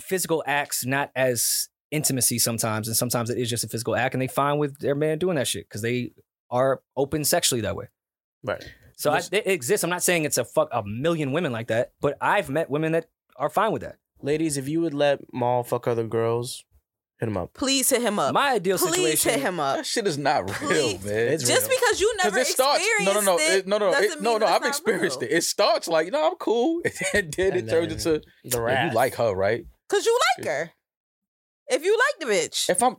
physical acts not as intimacy sometimes, and sometimes it is just a physical act, and they fine with their man doing that shit because they are open sexually that way.
Right.
So I,
Listen-
it exists. I'm not saying it's a fuck a million women like that, but I've met women that are fine with that.
Ladies, if you would let Maul fuck other girls, hit him up.
please hit
Uh,
him up.
My ideal
please
situation.
hit him up.
That shit is not real,
Please.
man.
It's
Just
real.
because you never
it starts.
experienced
No, no, no,
it,
it- no, no,
doesn't
it-
mean
no, no.
that
I've
it's not
experienced
real.
it. It starts like, no, I'm cool, and then it
And
turns
then
into
The
yeah,
rat.
you like her, right?
Cause you like her. If you like the bitch,
If I'm,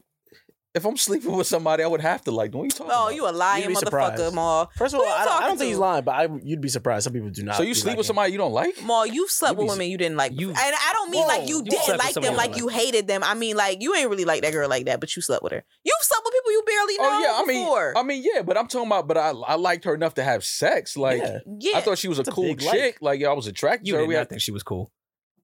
If I'm sleeping with somebody, I would have to like. What are you talking
Oh,
about?
you a lying
You'd be
motherfucker,
surprised.
Maul.
First of all,
Who you
I don't, I
talking
don't think he's
to?
lying, but I, you'd be surprised. Some people do not.
So you
be
sleep
liking.
with somebody you don't like?
Maul, you've slept
You
with
be-
women you didn't like.
you-
and I don't mean like you
Whoa.
You slept
didn't
with
like them,
someone you
like
don't
you hated them. I mean like you ain't really like that girl like that, but you slept with her. You've slept with people you barely know
oh yeah, I mean,
before.
I mean, yeah, but I'm talking about. But I, I liked her enough to have sex. Like,
Yeah.
yeah.
I thought she was a
That's a
cool
big like.
chick. Like, yeah, I was attracted
You
to her.
did
We
not
had,
think she was cool.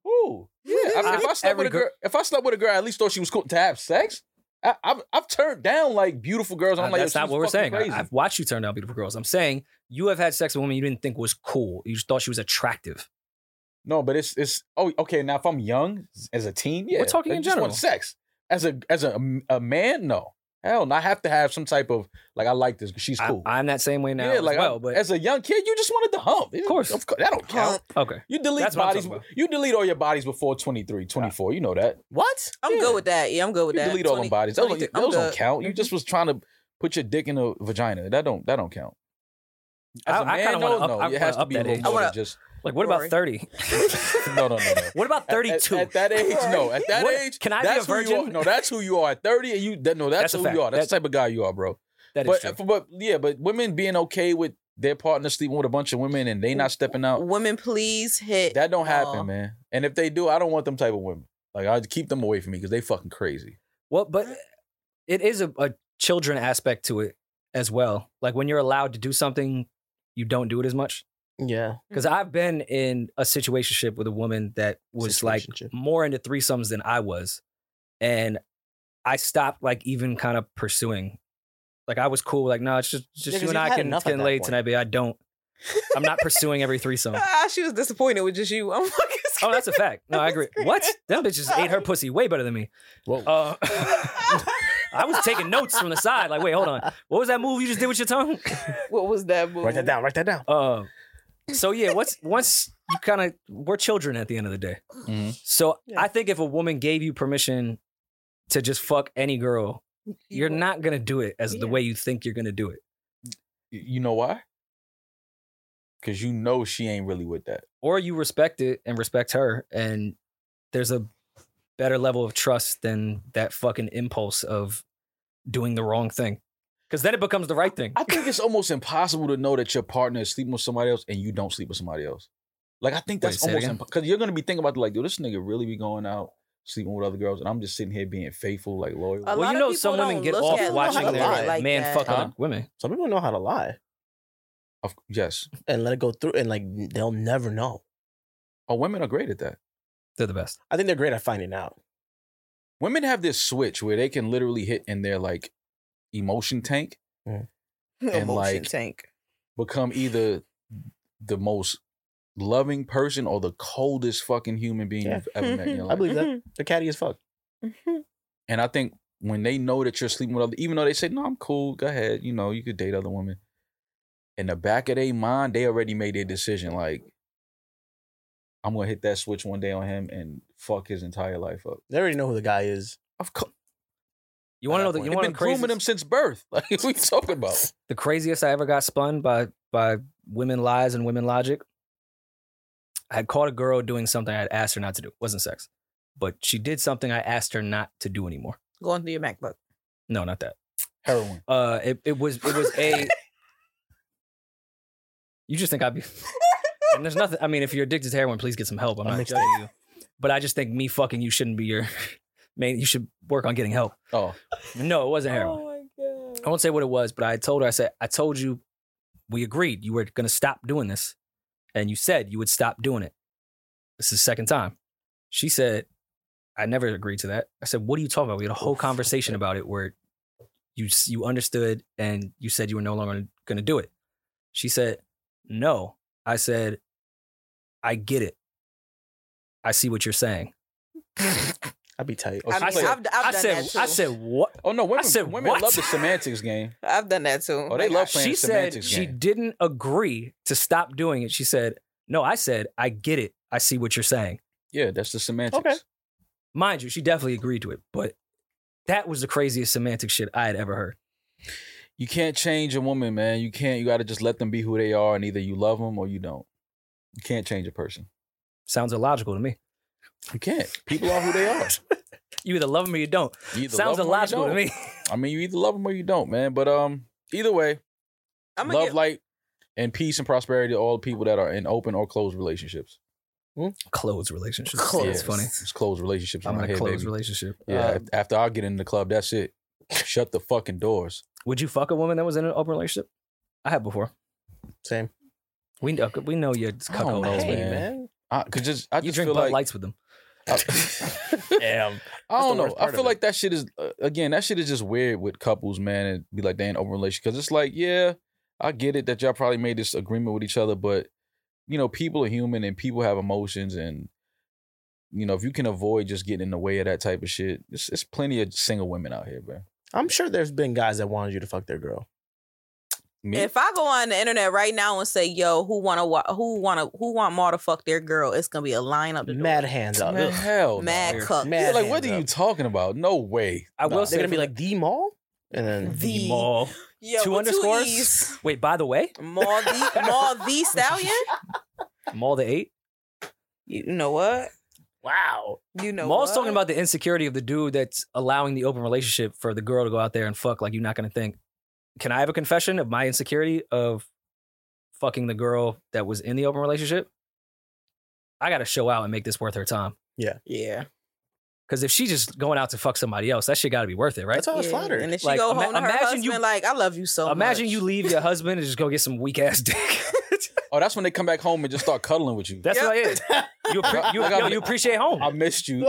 ooh, yeah. I mean, if I slept
Every
with a girl, if I slept with a girl, I at least thought she was cool to have sex. I, I've I've turned down like beautiful girls. I'm
Uh,
like,
that's
yo, she
not
was
what we're
fucking
saying.
Crazy.
I, have watched you turn down beautiful girls. I'm saying you have had sex with a woman you didn't think was cool. You just thought she was attractive.
No, but it's it's oh okay. Now if I'm young as a teen, yeah,
We're talking
I
in
just want
general.
sex as a as a, a man, no, hell, no. I have to have some type of like I like this. She's cool.
I, am that same way now
yeah,
as
like
well.
I,
but
as a young kid, you just wanted to hump. Of
course.
of course that don't count.
okay,
You delete
That's what I'm
bodies.
talking about.
You delete all your bodies before 23, 24. You know that.
What?
I'm
Yeah.
good with that. Yeah, I'm good with
You
that.
delete all them
20
bodies. Those,
23
don't-
I'm
those don't
good.
count. You
Mhm.
just was trying to put your dick in a vagina. That don't that don't count.
I-
As a
I kinda
man,
wanna
no,
up-
no,
I
it
wanna
has to
up
be a
that
little
age.
more
I
than
wanna-
just
like what about
Rory.
thirty?
no, no, no, no.
What
At-
about
at-
thirty-two?
At, that age, no. At that
What-
age,
can I be
that's
a
who you
virgin?
are. No, that's who you are. At thirty, and you that, no, that's,
That's a
who
fact.
you are. That's the type of guy you are, bro.
That is
But
true.
but yeah, but women being okay with their partner sleeping with a bunch of women and they not stepping out,
Women, please hit.
that don't happen,
Aw.
man. And if they do, I don't want them type of women. Like I keep them away from me because they fucking crazy.
Well, but it is a, a children aspect to it as well. Like when you're allowed to do something, you don't do it as much.
Yeah.
Because I've been in a situationship with a woman that was like
Situationship.
more into threesomes than I was, and I stopped like even kind of pursuing. Like I was cool. Like no, it's just it's just
Yeah, 'cause
you and
you've
I
had
can
enough at
can
that
lay
point.
tonight, babe. I don't. I'm not pursuing every threesome.
Ah, she was disappointed with just you. I'm fucking.
Oh, that's a fact. No, I agree. What? That bitch just ate her pussy way better than me.
Whoa.
Uh, I was taking notes from the side. Like, wait, hold on. What was that move you just did with your tongue?
what was that move?
Write that down. Write that down.
Uh, so yeah, once once you kind of we're children at the end of the day.
Mhm.
So
Yeah.
I think if a woman gave you permission to just fuck any girl, you're not gonna do it as the
Yeah.
way you think you're gonna do it,
Y- You know why? Because you know she ain't really with that.
or you respect it and respect her, and there's a better level of trust than that fucking impulse of doing the wrong thing, because then it becomes the right thing.
I think it's almost impossible to know that your partner is sleeping with somebody else and you don't sleep with somebody else. Like I think
Wait,
that's
say it
almost
again?
because you're gonna be thinking about like, dude, this nigga really be going out sleeping with other girls, and I'm just sitting here being faithful, like loyal.
A
well,
lot
you
of
know,
people
some women
don't
get
look
off
at it
watching
like
their
that.
Like
man
that.
fuck
Huh?
other women.
Some people know how to lie
Of- yes,
and let it go through, and like they'll never know.
oh, women are great at that.
They're the best.
I think they're great at finding out.
Women have this switch where they can literally hit in their like emotion tank, and,
Emotion
like-
tank.
become either the most loving person or the coldest fucking human being
Yeah.
you've ever met in your
I
life.
believe that. They're catty as fuck.
And I think when they know that you're sleeping with other, even though they say, no, I'm cool, go ahead, you know, you could date other women. In the back of their mind, they already made their decision. Like, I'm gonna hit that switch one day on him and fuck his entire life up.
They already know who the guy is.
Of course,
You want to know the you
they've
want to
been
know the craziest-
grooming him since birth. Like, what are you talking about?
the craziest I ever got spun by by women lies and women logic. I had caught a girl doing something I had asked her not to do. It wasn't sex, but she did something I asked her not to do anymore.
Going through your MacBook.
No, not that.
Heroin.
Uh, it, it was it was a. you just think I'd be. And there's nothing. I mean, if you're addicted to heroin, please get some help. I'm
I'm
not
mixed up.
judging you, but I just think me fucking you shouldn't be your main. You should work on getting help.
Oh,
No, it wasn't heroin.
Oh my
I won't say what it was, but I told her, I said, I told you, we agreed you were going to stop doing this. And you said you would stop doing it. This is the second time. She said, I never agreed to that. I said, What are you talking about? We had a whole
Oof.
conversation about it where you, you understood and you said you were no longer going to do it. She said, No. I said, I get it. I see what you're saying.
I'd be tight.
Oh,
I
she
mean,
played-
I've, I've
I
done
said,
that too.
I said, What?
oh no, women,
said,
women
"What?"
love the semantics game.
I've done that too.
Oh, they love playing
she said
semantics
she
game.
didn't agree to stop doing it. She said, "No, I said I get it. I see what you're saying."
Yeah, that's the semantics.
Okay.
Mind you, she definitely agreed to it, but that was the craziest semantic shit I had ever heard.
You can't change a woman, man. You can't. You got to just let them be who they are, and either you love them or you don't. You can't change a person.
Sounds illogical to me.
You can't. People are who they are.
You either love them or you don't.
You either love
Sounds
'em or you
illogical to
don't.
me.
I mean, you either love them or you don't, man. But um, either way,
I'm
love,
gonna give,
light, and peace and prosperity to all the people that are in open or closed relationships.
Closed relationship.
Closed.
It's funny.
It's closed relationships.
I'm
around
in a
here,
closed
baby.
relationship.
Yeah.
Uh,
af- after I get in the club, that's it. Shut the fucking doors.
would you fuck a woman that was in an open relationship? I have before.
Same. Oh,
We know, we know you're
I don't
cuckold.
know,
Hey,
man. I could just I
You
just
drink
feel
Bud
like
Lights with them.
Damn.
I
That's
don't know.
the worst
I
part
feel
of it.
like that shit is uh, again that shit is just weird with couples, man, and be like they in open relationship because it's like yeah, I get it that y'all probably made this agreement with each other, but you know people are human and people have emotions and you know if you can avoid just getting in the way of that type of shit, it's, it's plenty of single women out here, man.
I'm sure there's been guys that wanted you to fuck their girl.
Me,
If I go on the internet right now and say, "Yo, who wanna wa- who wanna who want Ma to fuck their girl?" It's gonna be a line up the door.
Mad hands up.
man,
Ugh.
hell,
mad
weird.
cuck.
No. Yeah,
Mad
like what
hands
are you
up.
talking about? No way.
I will
Nah.
say
They're gonna be
for-
like the mall, and then
The-
Mall.
Yo,
Two
with
underscores?
E's.
Wait, by the way,
Ma the Ma the stallion.
Maul the eight.
You know what?
wow,
You know.
Maul's
what?
talking about the insecurity of the dude that's allowing the open relationship for the girl to go out there and fuck. Like you're not gonna think. Can I have a confession of my insecurity of fucking the girl that was in the open relationship? I gotta show out and make this worth her time.
yeah.
Because if she's just going out to fuck somebody else, that shit gotta be worth it, right?
that's how I was
yeah.
flattered.
And then she
Like,
go
ima-
home to her
imagine
husband
you-
like, "I love you so
Imagine
much."
you leave your husband and just go get some weak ass dick.
Oh, that's when they come back home and just start cuddling with you.
That's
Yep.
what it is. You, appre- you,
I gotta
yo,
be-
you appreciate home.
I missed you.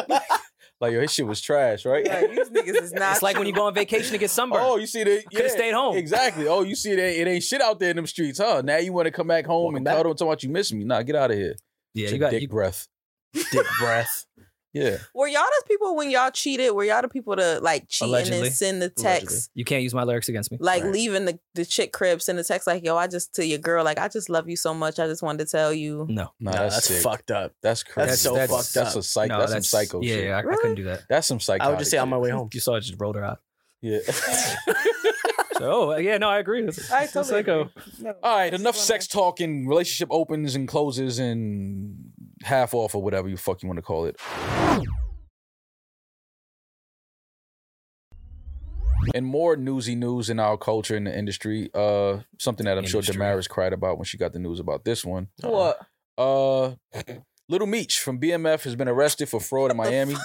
like yo, his shit was trash, right?
Like, these niggas is not.
it's like when you go on vacation to get sunburned.
Oh, you see the
Could have stayed home.
Exactly. Oh, you see it ain't, it ain't shit out there in them streets, huh? Now you want to come back home
Welcome
and
back.
cuddle and talk about you miss me. Nah, get out of here.
Yeah,
It's
you
a
got
dick
you,
breath.
Dick breath.
Yeah.
Were y'all the people when y'all cheated? Were y'all the people to like cheat and
Allegedly.
then send the
Allegedly.
text?
you can't use my lyrics against me.
Like
Right.
leaving the, the chick crib, send a text like, yo, I just to your girl, like, I just love you so much. I just wanted to tell you.
No,
Nah,
Nah,
that's,
that's
sick.
fucked up.
That's crazy.
so
that's,
fucked
That's
up.
a psych.
no,
that's, some psycho
yeah,
shit.
Yeah, I, I
Really?
couldn't do that.
That's some psycho.
I would just say on my way home.
You saw I just rolled her out.
Yeah.
So, oh yeah, no, I agree. That's,
I
that's
totally
psycho. Oh,
agree. No.
All right, enough sex talk and relationship opens and closes and half off or whatever you fuck you want to call it. And more newsy news in our culture in the industry. Uh, something that I'm sure
Industry.
Damaris cried about when she got the news about this one.
Uh-huh.
What?
Uh, Little Meech from BMF has been arrested for fraud in Miami.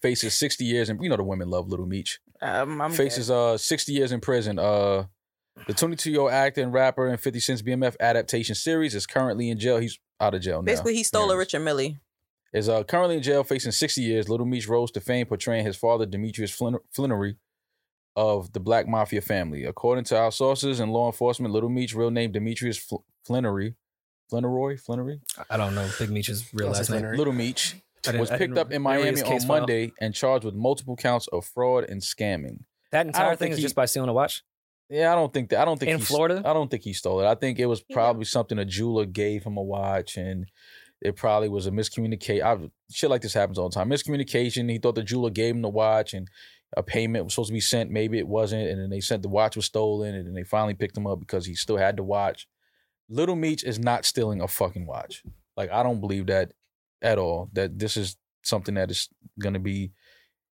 Faces 60 years, and you know the women love Little Meech
Um, I'm
faces uh 60 years in prison. Uh the 22 year old actor and rapper in 50 Cent's BMF adaptation series is currently in jail. He's out of jail now.
dead. Basically, he stole
Yeah.
a Richard Millie.
Is uh, currently in jail facing 60 years. Little Meech rose to fame portraying his father, Demetrius Flin- Flannery, of the Black Mafia family. According to our sources and law enforcement, Little Meech, real name Demetrius Fl- Flannery, Flanneroy, Flannery,
I don't know Big Meech's real
That's
last name.
Flannery.
Little Meech,
I didn't-
was
I
picked
didn't
up in
really read his
Miami on
case file.
Monday and charged with multiple counts of fraud and scamming.
That entire thing
think
is
he-
just by stealing a watch.
Yeah, I don't think that. I don't think Oh,
In
he s-
Florida?
I don't think he stole it. I think it was
He did.
probably something a jeweler gave him a watch, and it probably was a miscommunication. I, shit like this happens all the time. Miscommunication. He thought the jeweler gave him the watch, and a payment was supposed to be sent. Maybe it wasn't, and then they sent the watch was stolen, and then they finally picked him up because he still had the watch. Little Meech is not stealing a fucking watch. Like I don't believe that at all. That this is something that is going to be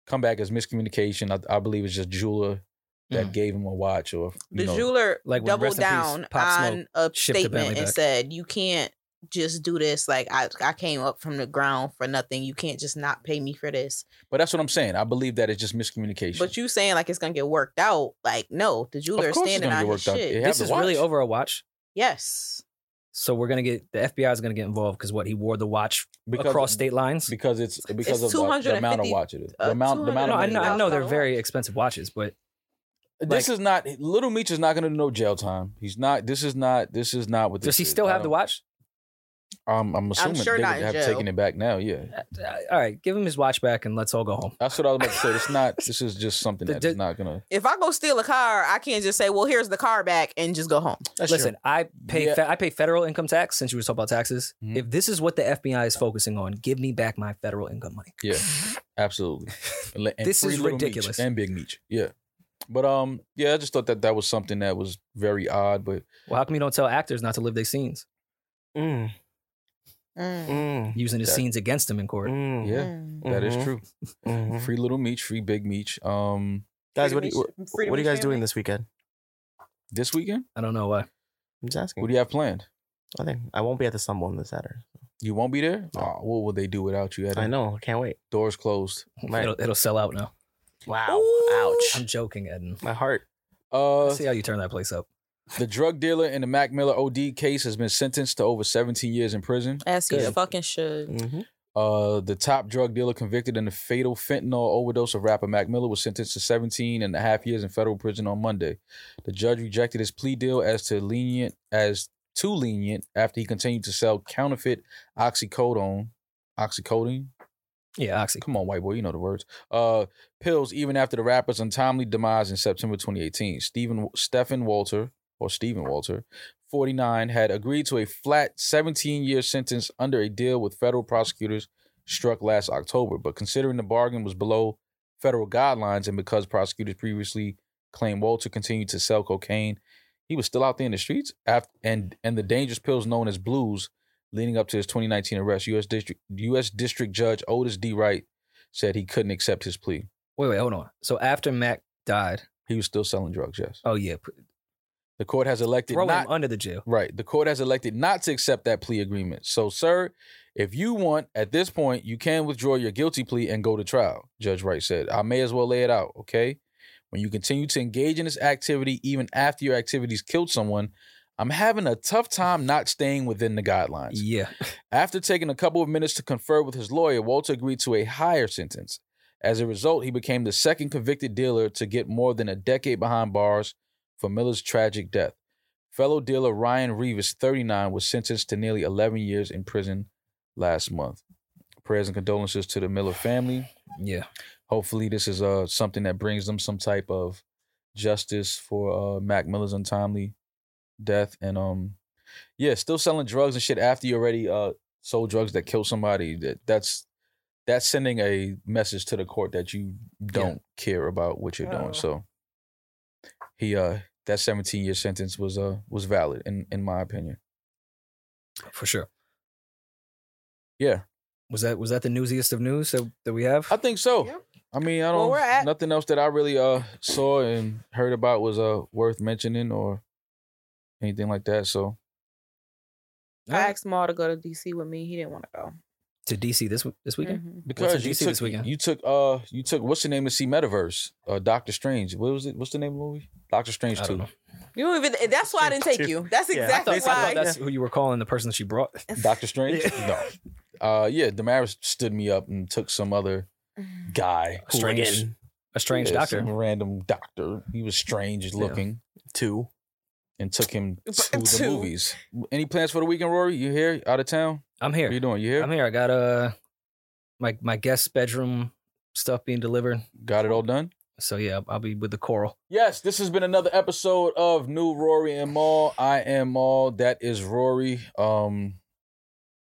come back as miscommunication. I, I believe it's just jeweler that
Mm.
gave him a watch or you
The
know,
jeweler
like when
doubled
Rest in Peace,
down
Pop Smoke
on a
shipped the Bentley
statement and
back.
said, "You can't just do this. Like I, I came up from the ground for nothing. You can't just not pay me for this."
But that's what I'm saying. I believe that it's just miscommunication.
But you saying like it's gonna get worked out? Like no, the jeweler
Of
is
course it's
standing
gonna
on
get
his
worked out.
shit.
It They have
This
the
is really
watch.
over a watch.
Yes.
So we're gonna get the FBI is gonna get involved because what he wore the watch across state lines.
because it's because
It's
of the- the, amount of
250
watch it is. The
uh,
amount the
I
amount
know,
of
I
money
know, I
it
know they're
$200
very
watch.
expensive watches, but
is. This is not Little Meech is not going to no jail time. He's not. This is not. This is not what.
does
This
he
is.
still
I
have the
don't-
watch?
Um, I'm assuming
sure
they
not
would
in
have
jail.
taken it back now. Yeah,
Uh, All right, give him his watch back and let's all go home.
that's what I was about to say. It's not. This is just something
The
that's
di-
not gonna.
If I go steal a car, I can't just say, "Well, here's the car back," and just go home.
That's
Listen, I pay
Yeah.
fe- I pay federal income tax since you were talking about taxes.
Mhm.
If this is what the FBI is focusing on, give me back my federal income money.
Yeah, absolutely. And let- and
This
free
is
Little Meech
ridiculous.
and Big Meech. Yeah, but um, yeah, I just thought that that was something that was very odd. But
Well, how come you don't tell actors not to live their scenes?
true. Mm.
Mm.
Mm,
using his
That-
scenes against him in court.
mm,
Yeah,
Mm.
that is
mhm,
true.
mhm.
Free little Meech, free Big Meech. Um,
Guys, what, do
Freedom
you, what,
is-
what
freedom
are you
is
guys doing
family.
this weekend?
this weekend,
I don't know why.
I'm just asking.
what do you have planned?
I think I won't be at the Sun Bowl this Saturday.
You won't be there.
No.
Aw, what would they do without you? Eddie?
I know. I can't wait.
Doors closed.
Right.
It'll, it'll sell out now.
Wow.
Ooh.
Ouch.
I'm joking, Eden.
My heart.
Uh,
See how you turn that place up.
the drug dealer in the Mac Miller OD case has been sentenced to over 17 years in prison.
As you
Good.
fucking should.
Mm-hmm.
Uh, the top drug dealer convicted in the fatal fentanyl overdose of rapper Mac Miller was sentenced to 17 and a half years in federal prison on Monday. The judge rejected his plea deal as to lenient as too lenient after he continued to sell counterfeit oxycodone, oxycodone,
Yeah, Oxy.
Come on, white boy, you know the words. Uh, pills, even after the rapper's untimely demise in September 2018. Stephen Stephen Walter, or Stephen Walter, 49, had agreed to a flat 17 year sentence under a deal with federal prosecutors struck last October. But considering the bargain was below federal guidelines and because prosecutors previously claimed Walter continued to sell cocaine, he was still out there in the streets after, and, and the dangerous pills known as blues leading up to his 2019 arrest. U.S. District, U.S. District Judge Otis D. Wright said he couldn't accept his plea.
Wait, wait, hold on. So after Mac died,
He was still selling drugs, yes.
oh yeah, p-
The court has elected
throw
not
him under the jail.
Right. The court has elected not to accept that plea agreement. So, sir, if you want, at this point, you can withdraw your guilty plea and go to trial, Judge Wright said. I may as well lay it out, okay? When you continue to engage in this activity, even after your activities killed someone, I'm having a tough time not staying within the guidelines.
Yeah,
After taking a couple of minutes to confer with his lawyer, Walter agreed to a higher sentence. As a result, he became the second convicted dealer to get more than a decade behind bars for Miller's tragic death. Fellow dealer Ryan Reeves, 39, was sentenced to nearly 11 years in prison last month. Prayers and condolences to the Miller family.
yeah.
Hopefully, this is uh, something that brings them some type of justice for uh, Mac Miller's untimely death. And um, yeah, still selling drugs and shit after you already uh sold drugs that killed somebody. That that's that's sending a message to the court that you don't care about what you're
Oh.
doing. So he uh that 17 year sentence was uh was valid in in my opinion.
for sure.
Yeah,
Was that was that the newsiest of news that, that we have?
I think so.
Yeah.
I mean, I
Well,
don't.
we're at-
nothing else that I really uh saw and heard about was uh worth mentioning or anything like that. So
I
Alright.
asked Maul to go to DC with me. He didn't want to go.
to DC this this
Mm-hmm.
weekend.
Mm-hmm.
Mhm.
because
in
you
DC
took
this weekend?
you took uh you took what's the name of see Metaverse uh Doctor Strange what was it what's the name of the movie Doctor Strange
I
two
don't know.
You don't even. That's why I didn't take you. That's
Yeah, I
I
exactly
thought, I thought
why.
that's who you were calling the person that you brought.
Doctor Strange
Yeah.
no uh yeah Damaris stood me up and took some other
Mm-hmm.
guy
A strange, a strange
Yeah,
doctor.
some random doctor he was strange looking
Two.
and took him
But-
to the
to-
movies any plans for the weekend Rory you here out of town
I'm
what are you
here.
doing you here
I'm here. I got uh my my guest bedroom stuff being delivered.
got it all done.
So yeah, I'll- I'll be with the coral.
Yes, this has been another episode of New Rory and Maul. I am Maul. That is Rory. Um,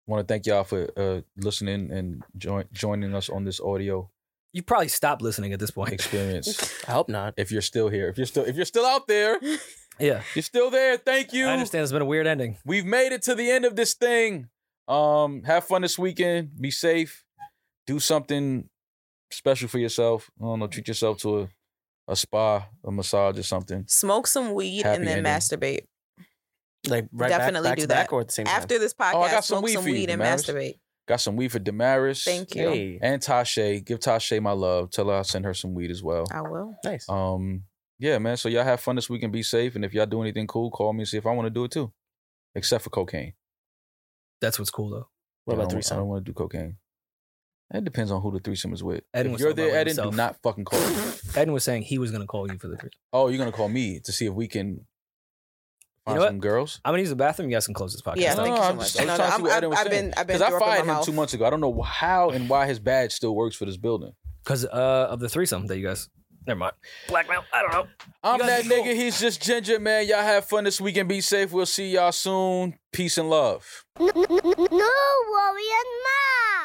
want to thank y'all for uh, listening and join, joining us on this audio
You probably stopped listening at this point.
experience.
I hope not.
if you're still here, if you're still if you're still out there,
yeah,
you're still there. Thank you.
I understand. It's been a weird ending.
We've made it to the end of this thing. Um, have fun this weekend. Be safe. Do something special for yourself. I don't know. Treat yourself to a a spa, a massage, or something.
Smoke some weed
Happy
and then
ending.
masturbate.
Like right back-
Definitely
back,
do
to back
that.
or at the same time?
After this podcast,
I got some
smoke
weed
Oh, some
for you,
weed and
Damaris.
masturbate.
Got some weed for Damaris.
Thank you.
Hey,
and Tasha. Give Tasha my love. Tell her I send her some weed as well.
I will.
nice.
Um, yeah, man. So y'all have fun this week and be safe. And if y'all do anything cool, call me and see if I want to do it too. Except for cocaine.
That's what's cool though.
I
what about
don't- I
threesome?
don't want to do cocaine. That depends on who the threesome is with.
Eden
if
was
you're
talking
there,
about
Eden, do
himself.
not fucking call me.
Eden was saying he was gonna call you for the.
oh, you're gonna call me to see if we can find
know what?
some girls.
I'm gonna use the bathroom. You guys can close this podcast.
Yeah,
No,
thank
no,
you so
I'm
much.
just- I'm trying to see what Eden was
I've
saying.
been, I've been
Because I
throw up in
fired
my
him
mouth.
two months ago. I don't know how and why his badge still works for this building.
Because uh, of the threesome that you guys. Never mind. Blackmail. I don't know.
I'm
guys
that
be cool.
nigga. He's just ginger, man. Y'all have fun this weekend. Be safe. We'll see y'all soon. Peace and love.
No, worry and ma.